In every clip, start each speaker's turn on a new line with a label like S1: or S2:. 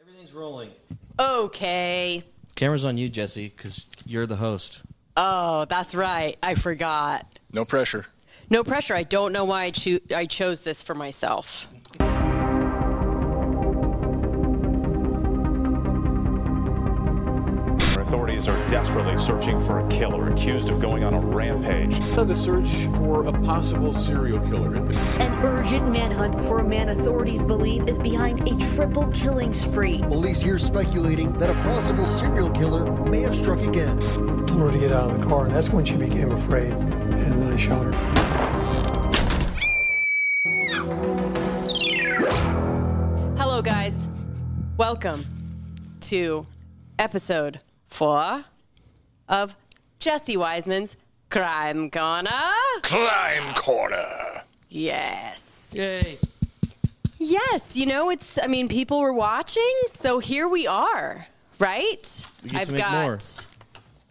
S1: Everything's rolling.
S2: Okay.
S1: Camera's on you, Jesse, because you're the host.
S2: Oh, that's right. I forgot.
S3: No pressure.
S2: No pressure. I don't know why I, choo- I chose this for myself.
S4: Authorities are desperately searching for a killer accused of going on a rampage.
S5: The search for a possible serial killer.
S6: An urgent manhunt for a man authorities believe is behind a triple killing spree.
S7: Police here speculating that a possible serial killer may have struck again.
S8: told her to get out of the car, and that's when she became afraid. And then I shot her.
S2: Hello, guys. Welcome to episode four of Jesse Wiseman's Crime Corner.
S3: Climb corner.
S2: Yes.
S1: Yay.
S2: Yes. You know, it's, I mean, people were watching, so here we are, right?
S1: We get to make more.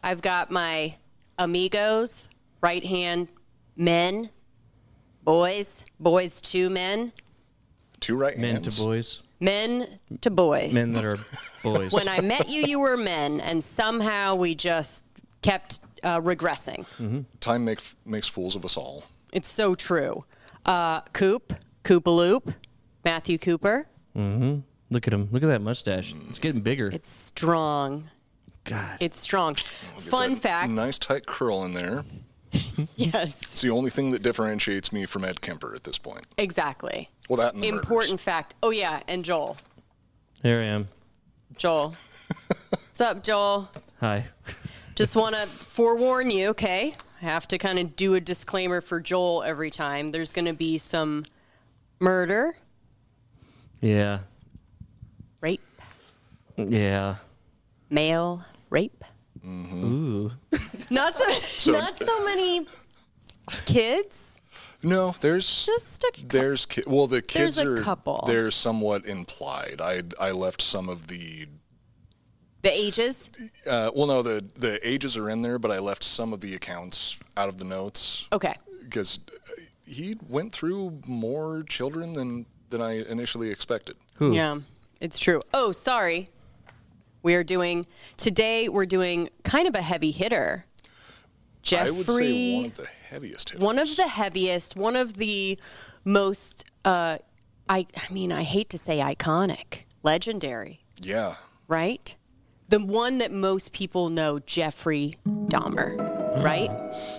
S2: I've got my amigos, right hand men, boys, boys to men,
S3: Two right
S1: Men
S3: hands.
S1: to boys.
S2: men to boys.
S1: Men that are boys.
S2: When I met you, you were men, and somehow we just kept uh, regressing.
S3: Time make, makes fools of us all.
S2: It's so true. Uh, Coop, Koopaloop, Matthew Cooper.
S1: Look at him. Look at that mustache. It's getting bigger.
S2: It's strong.
S1: God.
S2: It's strong. Fun
S3: That
S2: fact.
S3: Nice tight curl in there.
S2: Yes,
S3: It's the only thing that differentiates me from Ed Kemper at this point.
S2: exactly.
S3: Well, that and the murders.
S2: Important fact. Oh, yeah, and Joel.
S1: There I am.
S2: Joel. What's up, Joel?
S1: Hi.
S2: Just want to forewarn you, okay? I have to kind of do a disclaimer for Joel every time. There's going to be some murder,
S1: Yeah.
S2: rape,
S1: Yeah.
S2: male rape.
S1: Ooh.
S2: Not so, not so many kids.
S3: No, there's
S2: Just a
S3: there's ki- well the kids
S2: a
S3: are
S2: couple.
S3: they're somewhat implied. I I left some of the
S2: the ages.
S3: uh, well no the the ages are in there, but I left some of the accounts out of the notes
S2: Okay.
S3: because he went through more children than than I initially expected.
S1: Who?
S2: Yeah, it's true. Oh, sorry. We are doing today. We're doing kind of a heavy hitter. Jeffrey
S3: I would say one of the heaviest hitters.
S2: one of the heaviest, one of the most uh I I mean, I hate to say iconic, legendary,
S3: yeah.
S2: right? The one that most people know, Jeffrey Dahmer, right?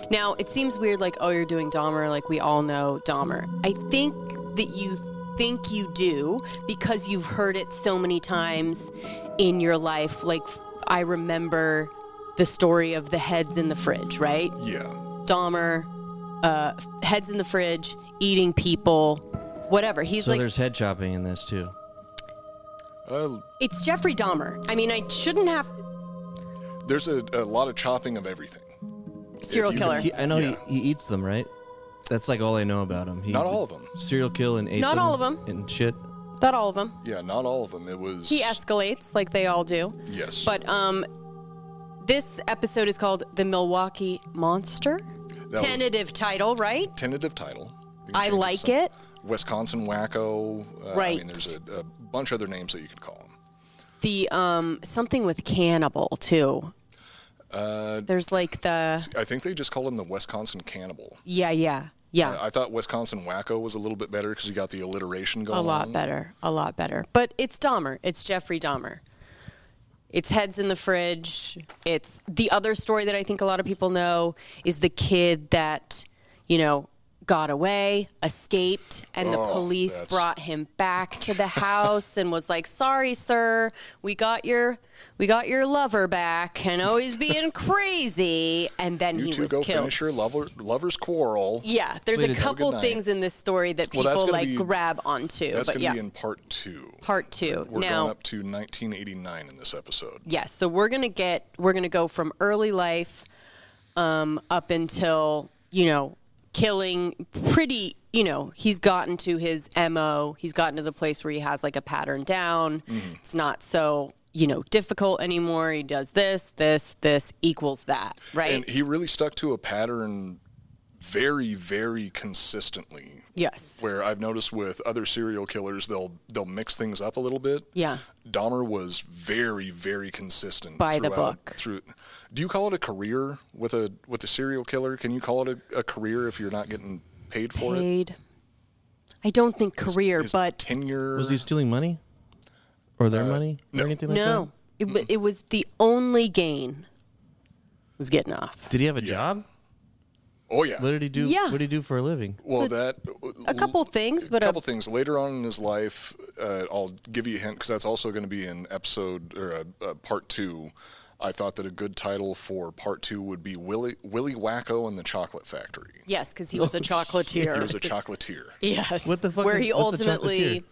S2: now, it seems weird like oh you're doing Dahmer, like we all know Dahmer. I think that you think you do because you've heard it so many times in your life like I remember the story of the heads in the fridge, right?
S3: Yeah.
S2: Dahmer, uh, heads in the fridge, eating people, whatever. He's
S1: So
S2: like,
S1: there's head chopping in this too.
S3: Uh,
S2: it's Jeffrey Dahmer. I mean, I shouldn't have
S3: there's a, a lot of chopping of everything.
S2: serial
S3: you
S2: killer.
S1: He, I know
S3: Yeah.
S1: he, he eats them, right? That's like all I know about him. He,
S3: Not all of them.
S1: Serial kill and ate
S2: Not
S1: them
S2: all of 'em.
S1: And shit.
S2: Not all of them.
S3: Yeah, not all of them. It was
S2: He escalates like they all do.
S3: Yes.
S2: But um, this episode is called "The Milwaukee Monster."
S3: That was
S2: Tentative title, right?
S3: tentative title. You can
S2: I
S3: change
S2: like
S3: some-
S2: it.
S3: Wisconsin Wacko. Uh, I
S2: Right.
S3: mean, there's a, a bunch of other names that you can call them.
S2: The um, something with cannibal too.
S3: Uh,
S2: There's like the
S3: I think they just called him the Wisconsin Cannibal.
S2: yeah, yeah, yeah.
S3: Uh, I thought Wisconsin Wacko was a little bit better because you got the alliteration going.
S2: a lot
S3: on.
S2: better a lot better but it's dahmer it's jeffrey dahmer it's heads in the fridge it's the other story that i think a lot of people know is the kid that you know got away, escaped, and the
S3: Oh,
S2: police
S3: that's-
S2: brought him back to the house and was like, "Sorry, sir, we got your we got your lover back." And oh, he's being crazy, and then
S3: You
S2: he
S3: two
S2: was
S3: go
S2: killed.
S3: finish your lover, lover's quarrel.
S2: Yeah, there's
S1: Wait a
S2: a
S1: minute.
S2: couple
S3: Good night.
S2: things in this story that
S3: Well,
S2: people
S3: that's gonna
S2: like
S3: be-
S2: grab onto,
S3: That's
S2: but
S3: going to
S2: yeah,
S3: be in part two.
S2: part two.
S3: We're
S2: now,
S3: going up to 1989 in this episode.
S2: yes, so we're gonna get we're gonna go from early life um, up until you know killing pretty you know he's gotten to his mo he's gotten to the place where he has like a pattern down
S3: Mm-hmm.
S2: it's not so you know difficult anymore he does this this this equals that right
S3: And he really stuck to a pattern very, very consistently.
S2: yes
S3: Where I've noticed with other serial killers, they'll they'll mix things up a little bit.
S2: yeah
S3: Dahmer was very, very consistent.
S2: By the
S3: throughout-
S2: book.
S3: Through, do you call it a career with a with a serial killer? Can you call it a, a career if you're not getting paid for it?
S2: paid i don't think career
S3: His
S2: but
S3: tenure.
S1: Was he stealing money? Or their money?
S3: no.
S1: Or anything like
S2: Uh, no it,
S3: Mm-hmm.
S2: wa- it was the only gain was getting off
S1: that? Did he have a job?
S3: oh yeah.
S1: What did he do?
S2: Yeah.
S1: What did he do for a living?
S3: Well, that
S2: a couple things but
S3: a couple
S2: a,
S3: things later on in his life. Uh, I'll give you a hint because that's also going to be in episode or uh, uh, part two. I thought that a good title for part two would be Willy Willy Wacko and the Chocolate Factory.
S2: yes because he was a chocolatier
S3: He was a chocolatier.
S2: Yes.
S1: What the fuck
S2: Where
S1: is-
S2: he
S1: what's a
S2: ultimately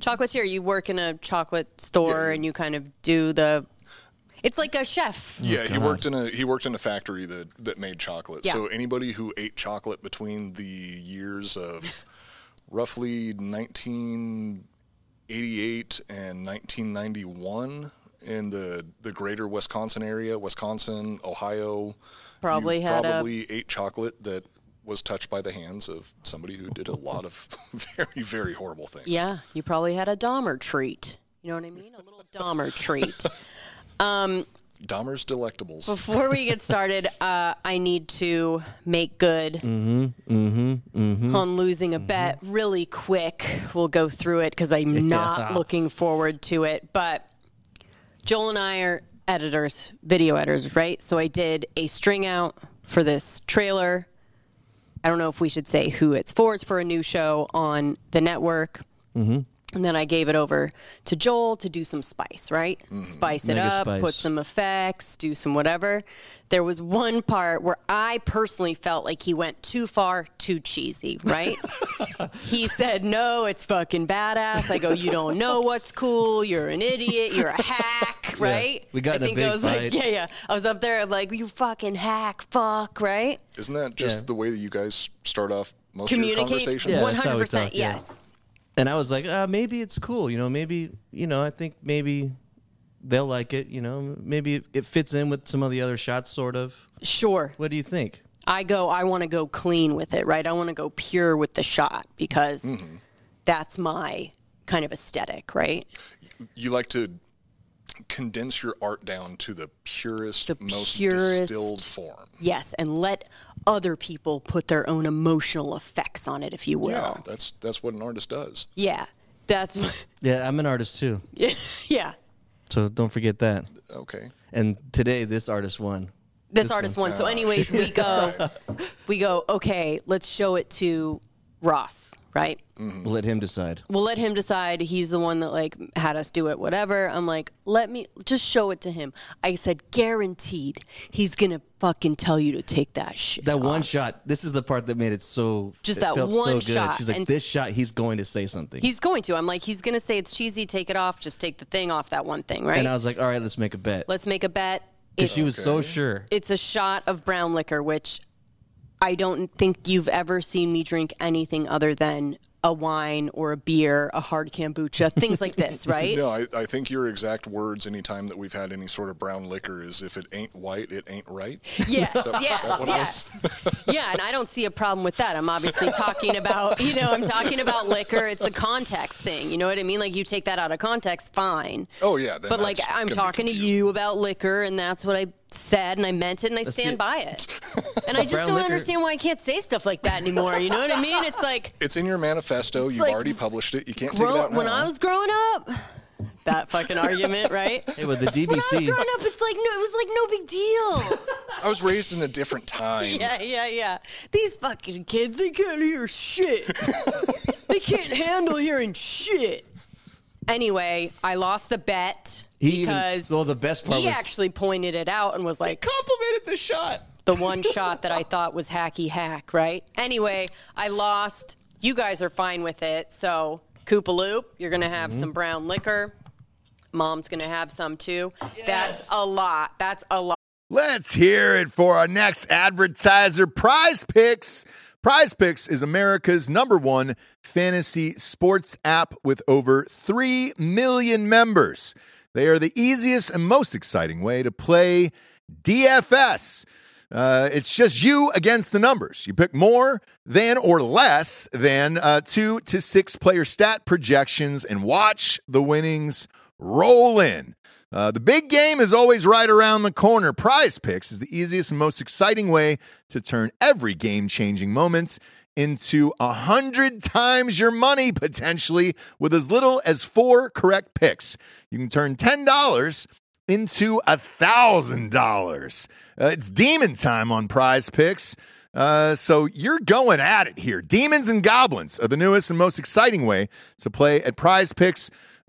S2: chocolatier. You work in a chocolate store and you kind of do the. It's like a chef.
S3: Yeah, he worked in a he worked in a factory that that made chocolate.
S2: Yeah.
S3: So anybody who ate chocolate between the years of roughly 1988 and 1991 in the the greater Wisconsin area, Wisconsin, Ohio, you
S2: Probably had a-
S3: probably ate chocolate that was touched by the hands of somebody who did a lot of very very horrible things.
S2: Yeah, you probably had a Dahmer treat. You know what I mean? A little Dahmer treat.
S3: Dahmer's delectables.
S2: Before we get started, uh, I need to make good
S1: Mm-hmm,
S2: on losing a bet really quick. We'll go through it because I'm not looking forward to it. But Joel and I are editors, video editors, right? So I did a string out for this trailer. I don't know if we should say who it's for. It's for a new show on the network. And then I gave it over to Joel to do some spice, right? Spice it
S1: Mega
S2: up,
S1: spice.
S2: put some effects, do some whatever. There was one part where I personally felt like he went too far, too cheesy, right? he said, No, it's fucking badass. I go, You don't know what's cool. You're an idiot. You're a hack, right?
S1: We got
S2: I
S1: in a
S2: think I
S1: big
S2: was like,
S1: fight.
S2: Yeah, yeah. I was up there, I'm like, You fucking hack, fuck, right?
S3: Isn't that just
S1: Yeah.
S3: the way that you guys start off most of your
S2: Communicate
S3: conversations?
S1: Yeah, that's how we
S2: 100%.
S1: talk, yeah.
S2: Yes.
S1: And I was like, uh, maybe it's cool. You know, maybe, you know, I think maybe they'll like it. You know, maybe it fits in with some of the other shots, sort of.
S2: Sure.
S1: What do you think?
S2: I go, I want to go clean with it, right? I want to go pure with the shot because
S1: Mm-hmm.
S2: that's my kind of aesthetic, right?
S3: you like to condense your art down to the purest,
S2: The
S3: most
S2: purest-
S3: distilled form.
S2: Yes, and let other people put their own emotional effects on it, if you will.
S3: Yeah,
S2: Yeah,
S3: that's that's what an artist does.
S2: that's
S1: Yeah, I'm an artist too.
S2: yeah.
S1: So don't forget that.
S3: Okay,
S1: And today, this artist won.
S2: This, artist won.
S1: Oh.
S2: So, anyways, we go, we go. Okay, let's show it to Ross, right?
S1: We'll let him decide.
S2: we'll let him decide. He's the one that like had us do it, whatever. I'm like, let me just show it to him. I said, guaranteed, he's gonna fucking tell you to take that shit.
S1: That one
S2: off."
S1: shot. This is the part that made it so.
S2: Just
S1: it
S2: that
S1: felt
S2: one
S1: so good.
S2: shot,
S1: She's like,
S2: and-
S1: this shot, he's going to say something.
S2: He's going to. I'm like, he's gonna say it's cheesy. Take it off. Just take the thing off that one thing, right?
S1: and I was like, all right, let's make a bet.
S2: Let's make a bet.
S1: Because
S2: It's,
S1: she was so sure.
S2: it's a shot of brown liquor, which I don't think you've ever seen me drink anything other than a wine or a beer, a hard kombucha, things like this, right?
S3: no, I, I think your exact words anytime that we've had any sort of brown liquor is if it ain't white, it ain't right.
S2: Yes,
S3: Is that-
S2: yes,
S3: that what it
S2: yes. yeah, and I don't see a problem with that. I'm obviously talking about, you know, I'm talking about liquor. It's a context thing. You know what I mean? Like you take that out of context, fine.
S3: Oh yeah, then
S2: but like
S3: that's
S2: I'm
S3: gonna be
S2: talking to
S3: confusing.
S2: you about liquor, and that's what I said, and I meant it, and I stand
S1: get-
S2: by it. And I just
S1: Brown
S2: don't
S1: liquor-
S2: understand why I can't say stuff like that anymore. You know what I mean? It's like
S3: It's in your manifesto. You've
S2: like
S3: already published it. You can't take it
S2: grow,
S3: out now.
S2: when I was growing up. That fucking argument, right?
S1: Hey, with the
S2: When I was
S1: DVC,
S2: growing up, it's like no, it was like no big deal.
S3: I was raised in a different time.
S2: Yeah, yeah, yeah. These fucking kids, they can't hear shit. they can't handle hearing shit. Anyway, I lost the bet
S1: He even-
S2: because
S1: well, the best part
S2: he
S1: was-
S2: actually pointed it out and was like
S1: Complimented the shot.
S2: the one shot that I thought was hacky hack, right? Anyway, I lost. You guys are fine with it, so Koopa Loop, you're gonna have some brown liquor. Mom's gonna have some too. That's a lot. That's a lot.
S9: Let's hear it for our next advertiser, Prize Picks. Prize Picks is America's number one fantasy sports app with over 3 million members. They are the easiest and most exciting way to play DFS. Uh, it's just you against the numbers. You pick more than or less than uh, two to six player stat projections and watch the winnings roll in. Uh, the big game is always right around the corner. Prize picks is the easiest and most exciting way to turn every game changing moments into a hundred times your money potentially with as little as four correct picks. You can turn ten dollars into a thousand dollars. Uh, It's demon time on Prize Picks. Uh, so you're going at it here. Demons and goblins are the newest and most exciting way to play at Prize Picks.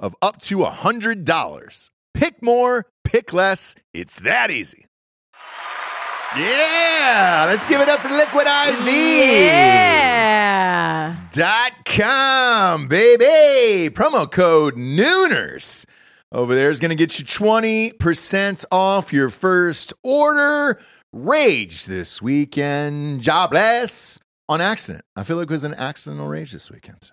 S9: of up to $100. Pick more, pick less. It's that easy. Yeah, let's give it up for Liquid IV.
S10: Yeah.
S9: Dot com, baby. Promo code Nooners over there is going to get you 20% off your first order. Rage this weekend. Jobless on accident. I feel like it was an accidental rage this weekend.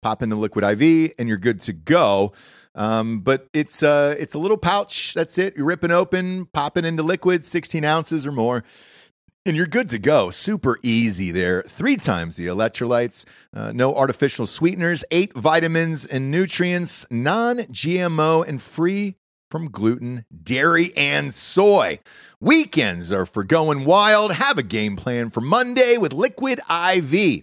S9: Pop in the liquid IV, and you're good to go. Um, but it's uh, it's a little pouch. That's it. You're ripping open, popping into liquid, 16 ounces or more. And you're good to go. Super easy there. Three times the electrolytes, uh, no artificial sweeteners, eight vitamins and nutrients, non GMO, and free from gluten, dairy, and soy. Weekends are for going wild. Have a game plan for Monday with Liquid IV.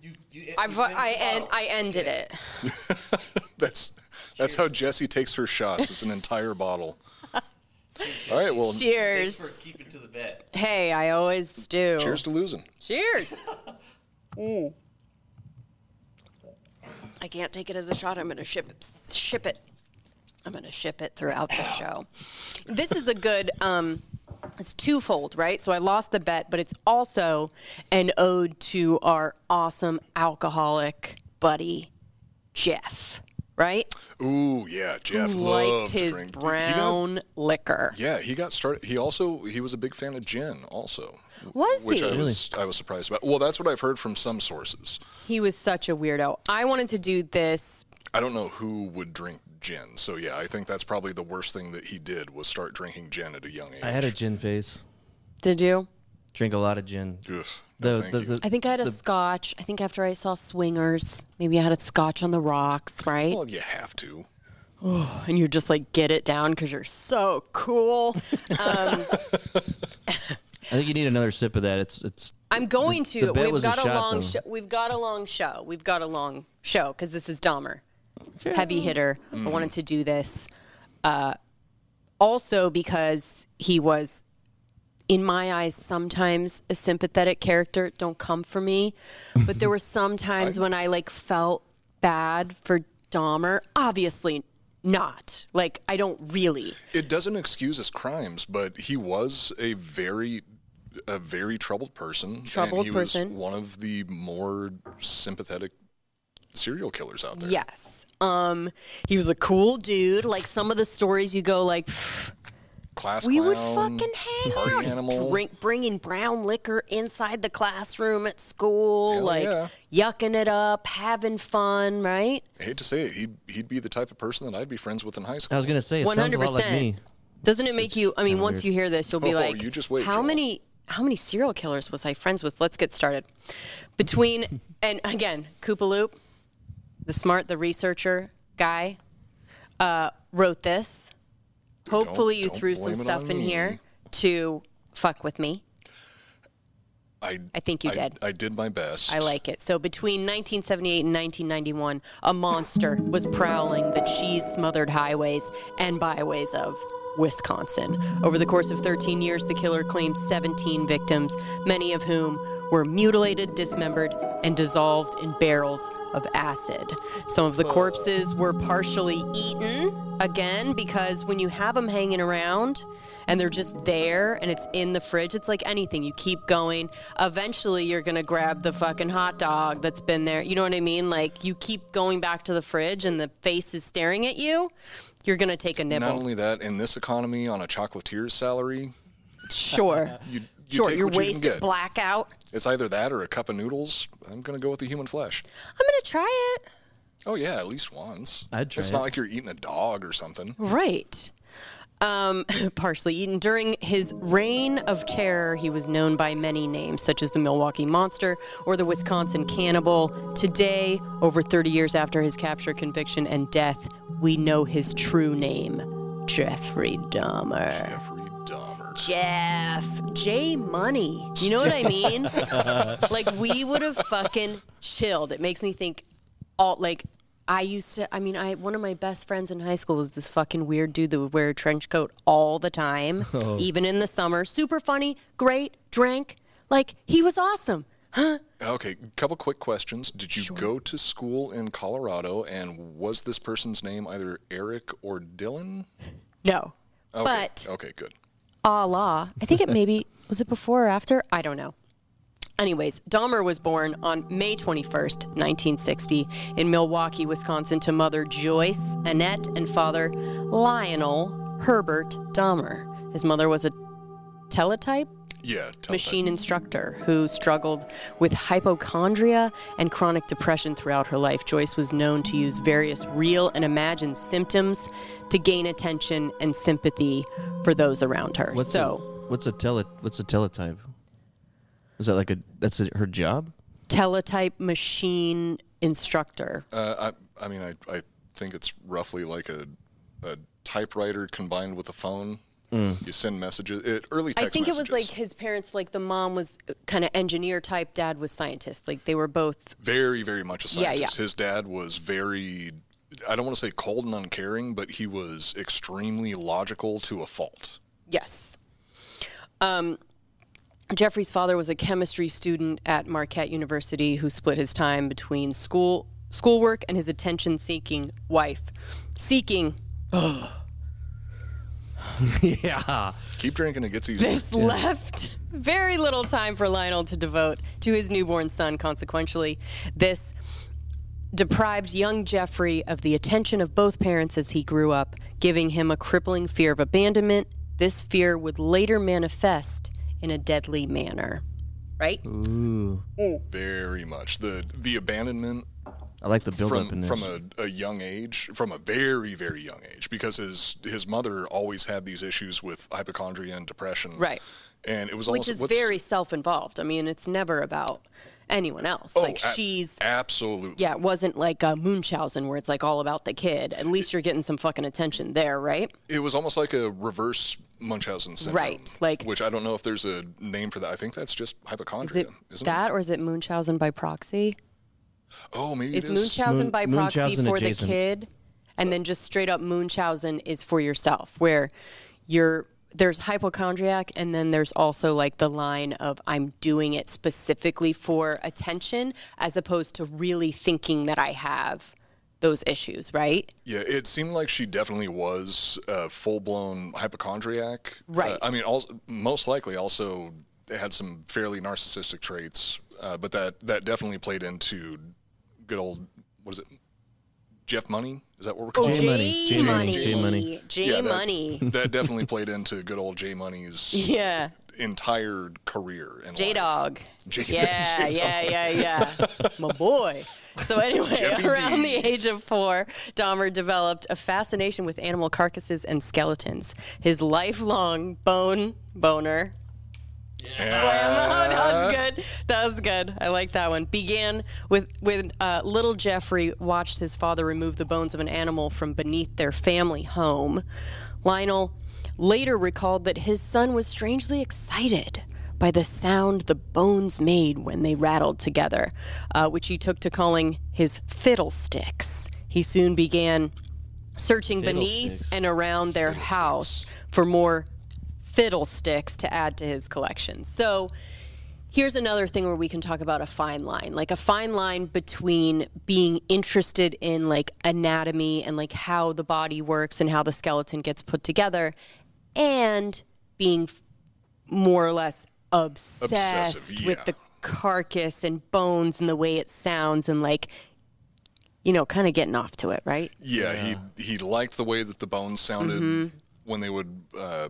S1: you, you
S2: I've, I end, I ended it.
S3: that's that's how Jesse takes her shots. It's an entire bottle. All right, well,
S2: Cheers.
S1: keep it to the bet.
S2: Hey, I always do.
S3: cheers to losing.
S2: Cheers. Ooh. I can't take it as a shot. I'm gonna ship it, ship it. I'm gonna ship it throughout the show. This is a good. Um, it's twofold, right? So I lost the bet, but it's also an ode to our awesome alcoholic buddy, Jeff. Right?
S3: Ooh, yeah, Jeff
S2: Who
S3: loved
S2: liked
S3: to
S2: his
S3: drink. He got-
S2: brown liquor.
S3: yeah, he got started. He also he was a big fan of gin, also.
S2: Was
S3: which
S2: he?
S3: I was I was surprised about. Well, that's what I've heard from some sources.
S2: He was such a weirdo. I wanted to do this
S3: I don't know who would drink gin, so yeah, I think that's probably the worst thing that he did was start drinking gin at a young age.
S1: I had a gin face.
S2: Did you?
S1: Drink a lot of gin.
S3: Ugh, no,
S1: The,
S3: thank
S1: the,
S3: you.
S1: the,
S2: I think I had a scotch. I think after I saw Swingers, maybe I had a scotch on the rocks, right?
S3: Well, you have to.
S2: and you just like get it down because you're so cool. Um,
S1: I think you need another sip of that. It's it's.
S2: I'm going
S1: The-
S2: to.
S1: the bet
S2: we've
S1: was a
S2: got a,
S1: shot,
S2: long.
S1: though.
S2: Sh- we've got a long show. We've got a long show because this is Dahmer, heavy hitter.
S1: Mm.
S2: I wanted to do this, uh, also because he was, in my eyes, sometimes a sympathetic character. Don't come for me, but there were some times when I like felt bad for Dahmer. Obviously not. Like I don't really.
S3: It doesn't excuse his crimes, but he was a very a very troubled person.
S2: Troubled
S3: and he
S2: person.
S3: was one of the more sympathetic serial killers out there.
S2: Yes. Um, he was a cool dude. Like some of the stories, you go like,
S3: Class
S2: we would
S3: clown,
S2: fucking hang
S3: party
S2: out, He's
S3: animal.
S2: drink, bringing brown liquor inside the classroom at school,
S3: Hell
S2: like
S3: yeah.
S2: yucking it up, having fun, right?
S3: I hate to say it, he'd he'd be the type of person that I'd be friends with in high
S1: I
S3: school.
S1: was gonna say it sounds a lot like
S2: 100%.
S1: me.
S2: Doesn't it make you? I mean, once you hear this, you'll be
S3: Oh,
S2: like,
S3: you just wait,
S2: How
S3: Joel."
S2: many? How many serial killers was I friends with? Let's get started. Between and again, Koopaloop, the smart, the researcher guy, uh, wrote this. Hopefully, you
S3: don't
S2: threw some
S3: blame it
S2: stuff
S3: on
S2: in
S3: me.
S2: here to fuck with me.
S3: I
S2: I think you
S3: I,
S2: did.
S3: I did my best.
S2: I like it. So between 1978 and 1991, a monster was prowling the cheese smothered highways and byways of Wisconsin. Over the course of 13 years, the killer claimed 17 victims, many of whom were mutilated, dismembered, and dissolved in barrels of acid. Some of the corpses were partially eaten, again, because when you have them hanging around, and they're just there and it's in the fridge. It's like anything. You keep going. Eventually, you're going to grab the fucking hot dog that's been there. You know what I mean? Like, you keep going back to the fridge and the face is staring at you. You're going to take a
S3: Not
S2: nibble.
S3: only that, in this economy, on a chocolatier's salary,
S2: Sure.
S3: you, you
S2: sure.
S3: take
S2: Your
S3: what you can
S2: waist is
S3: get.
S2: blackout.
S3: It's either that or a cup of noodles. I'm gonna go with the human flesh.
S2: I'm going to try it.
S3: Oh yeah, at least once.
S1: I'd try
S3: It's not
S1: it. Oh.
S3: like you're eating a dog or something.
S2: Right. Um, partially eaten. During his reign of terror, he was known by many names, such as the Milwaukee Monster or the Wisconsin Cannibal. Today, over 30 years after his capture, conviction, and death, we know his true name Jeffrey Dahmer.
S3: Jeffrey Dahmer.
S2: Jeff, J Money. You know what I mean? like we would have fucking chilled. It makes me think all like I used to I mean I one of my best friends in high school was this fucking weird dude that would wear a trench coat all the time, even in the summer. Super funny, great, drank. Like he was awesome.
S3: Okay, couple quick questions. Did you go to school in Colorado, and was this person's name either Eric or Dylan?
S2: No.
S3: Okay.
S2: But
S3: okay, good.
S2: Allah. I think it maybe was it before or after? I don't know. Anyways, Dahmer was born on May 21st, 1960, in Milwaukee, Wisconsin, to mother Joyce Annette and father Lionel Herbert Dahmer. His mother was a teletype
S3: Yeah,
S2: machine instructor who struggled with hypochondria and chronic depression throughout her life. Joyce was known to use various real and imagined symptoms to gain attention and sympathy for those around her.
S1: What's
S2: so,
S1: a, what's a tele what's a teletype? Is that like a that's a, her job?
S2: teletype machine instructor.
S3: Uh, I, I mean, I, I think it's roughly like a, a typewriter combined with a phone.
S1: Mm.
S3: You send messages. It, early
S2: I
S3: text
S2: think
S3: messages.
S2: it was like his parents, like the mom was kind of engineer type, dad was scientist. Like they were both
S3: very, very much a
S2: Yeah,
S3: scientist.
S2: yeah.
S3: His dad was very, I don't want to say cold and uncaring, but he was extremely logical to a fault.
S2: Yes. Um, Jeffrey's father was a chemistry student at Marquette University who split his time between school schoolwork and his attention-seeking wife. Seeking
S1: yeah.
S3: Keep drinking, it gets easier.
S2: this left very little time for Lionel to devote to his newborn son. Consequentially, this deprived young Jeffrey of the attention of both parents as he grew up, giving him a crippling fear of abandonment. This fear would later manifest in a deadly manner. Right?
S1: Ooh.
S3: Very much. The the abandonment
S1: I like the build up in
S3: from
S1: this.
S3: from a, a young age, from a very, very young age, because his his mother always had these issues with hypochondria and depression.
S2: Right.
S3: And it was
S2: Which
S3: also
S2: is
S3: what's-
S2: very self involved. I mean, it's never about anyone else.
S3: Oh,
S2: like
S3: a-
S2: she's
S3: absolutely
S2: yeah, it wasn't like uh, Munchausen where it's like all about the kid. At least you're getting some fucking attention there, right?
S3: It was almost like a reverse Munchausen syndrome.
S2: Right, like-
S3: which I don't know if there's a name for that. I think that's just
S2: Is
S3: hypochondria,
S2: it
S3: isn't
S2: that or is it Munchausen by proxy?
S3: it? Oh, maybe
S2: Is
S3: it is.
S2: Munchausen
S1: Mun-
S2: by proxy
S1: Munchausen
S2: for the
S1: adjacent.
S2: kid? And then just straight up Munchausen is for yourself, where you're there's hypochondriac and then there's also like the line of I'm doing it specifically for attention as opposed to really thinking that I have those issues, right?
S3: Yeah, it seemed like she definitely was a full-blown hypochondriac.
S2: Right.
S3: Uh, I mean, also, most likely also had some fairly narcissistic traits, uh, but that that definitely played into good old what is it? Jeff Money? Is that what we're calling?
S1: J
S3: him?
S1: Money, J Money, J Money.
S2: J
S3: Yeah, that-
S2: Oh, Money.
S3: That definitely played into good old J Money's
S2: Yeah.
S3: entire career. and
S2: J
S3: life.
S2: Dog.
S3: J-
S2: Yeah,
S3: J-Dog.
S2: yeah, yeah, yeah. My boy. So anyway,
S3: Jeffy
S2: around
S3: D.
S2: the age of four, Dahmer developed a fascination with animal carcasses and skeletons. His lifelong bone boner. that was good. That was good. I like that one. Began with when uh, little Jeffrey watched his father remove the bones of an animal from beneath their family home. Lionel later recalled that his son was strangely excited by the sound the bones made when they rattled together, uh, which he took to calling his fiddlesticks. He soon began searching beneath
S1: Fiddlesticks.
S2: and around their house for more fiddlesticks to add to his collection. So here's another thing where we can talk about a fine line, like a fine line between being interested in like anatomy and like how the body works and how the skeleton gets put together and being f- more or less obsessed
S3: Obsessive, yeah.
S2: with the carcass and bones and the way it sounds and like you know, kind of getting off to it, right?
S3: Yeah, he he liked the way that the bones sounded
S2: Mm-hmm.
S3: when they would uh,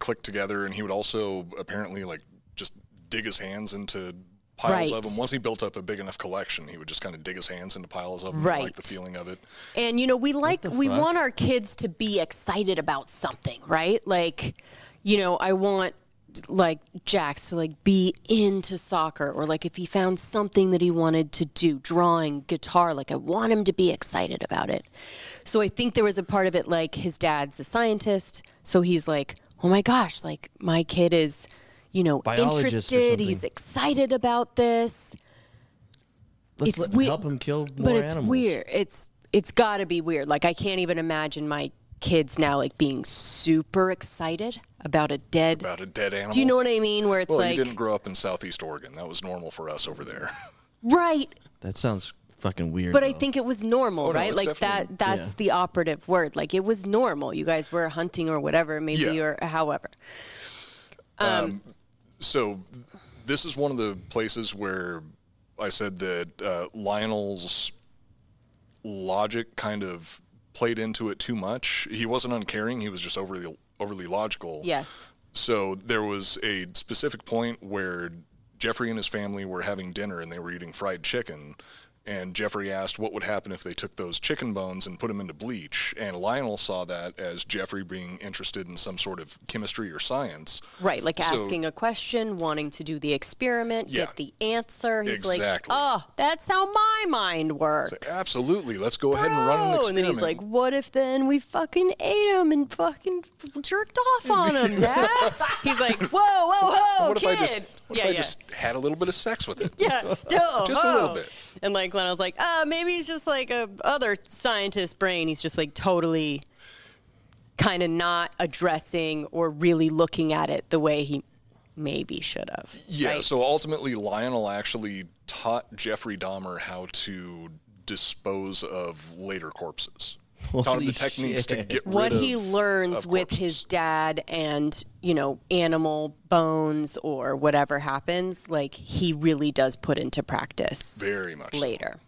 S3: click together, and he would also apparently like just dig his hands into piles
S2: Right.
S3: of them. Once he built up a big enough collection, he would just kind of dig his hands into piles of them. like the
S2: Right.
S3: feeling of it.
S2: And you know, we like we want our kids to be excited about something, right? Like, you know, I want like Jax to like be into soccer or like if he found something that he wanted to do, drawing, guitar, like I want him to be excited about it. So I think there was a part of it like his dad's a scientist, so he's like, "Oh my gosh, like my kid is, you know,
S1: Biologist or
S2: interested,
S1: something.
S2: he's excited about this."
S1: Let's
S2: it's
S1: let-
S2: wei-
S1: help him kill more
S2: but it's
S1: animals.
S2: weird it's it's got to be weird like i can't even imagine my kids now like being super excited about a dead
S3: About a dead animal.
S2: do you know what i mean where it's
S3: Well,
S2: like
S3: you didn't grow up in Southeast Oregon. That was normal for us over there.
S2: right
S1: That sounds fucking weird.
S2: but i
S1: though.
S2: think it was normal
S3: Oh, no,
S2: right
S3: it's
S2: like
S3: definitely-
S2: that that's
S1: yeah.
S2: the operative word like it was normal you guys were hunting or whatever maybe
S3: Yeah.
S2: or however
S3: so this is one of the places where I said that uh, Lionel's logic kind of played into it too much. He wasn't uncaring; he was just overly overly logical.
S2: yes
S3: So there was a specific point where Jeffrey and his family were having dinner and they were eating fried chicken. And Jeffrey asked what would happen if they took those chicken bones and put them into bleach. And Lionel saw that as Jeffrey being interested in some sort of chemistry or science.
S2: Right, like
S3: So-
S2: asking a question, wanting to do the experiment,
S3: Yeah.
S2: get the answer. He's like,
S3: Exactly.
S2: oh, that's how my mind works.
S3: Absolutely. Let's go ahead and run an
S2: Oh,
S3: experiment.
S2: and then he's like, what if then we fucking ate him and fucking jerked off on him, Dad? he's like, whoa, whoa, whoa,
S3: what if
S2: kid.
S3: I just, what
S2: yeah,
S3: if I
S2: yeah.
S3: just had a little bit of sex with it?
S2: yeah, no,
S3: just a
S2: oh.
S3: little bit.
S2: And like when I was like, uh, maybe he's just like a other scientist brain. He's just like totally kind of not addressing or really looking at it the way he maybe should have.
S3: Yeah, so ultimately Lionel actually taught Jeffrey Dahmer how to dispose of later corpses. taught him the techniques to get
S2: what
S3: rid
S2: he
S3: of
S2: learns with his dad and you know animal bones or whatever happens like he really does put into practice
S3: very much
S2: later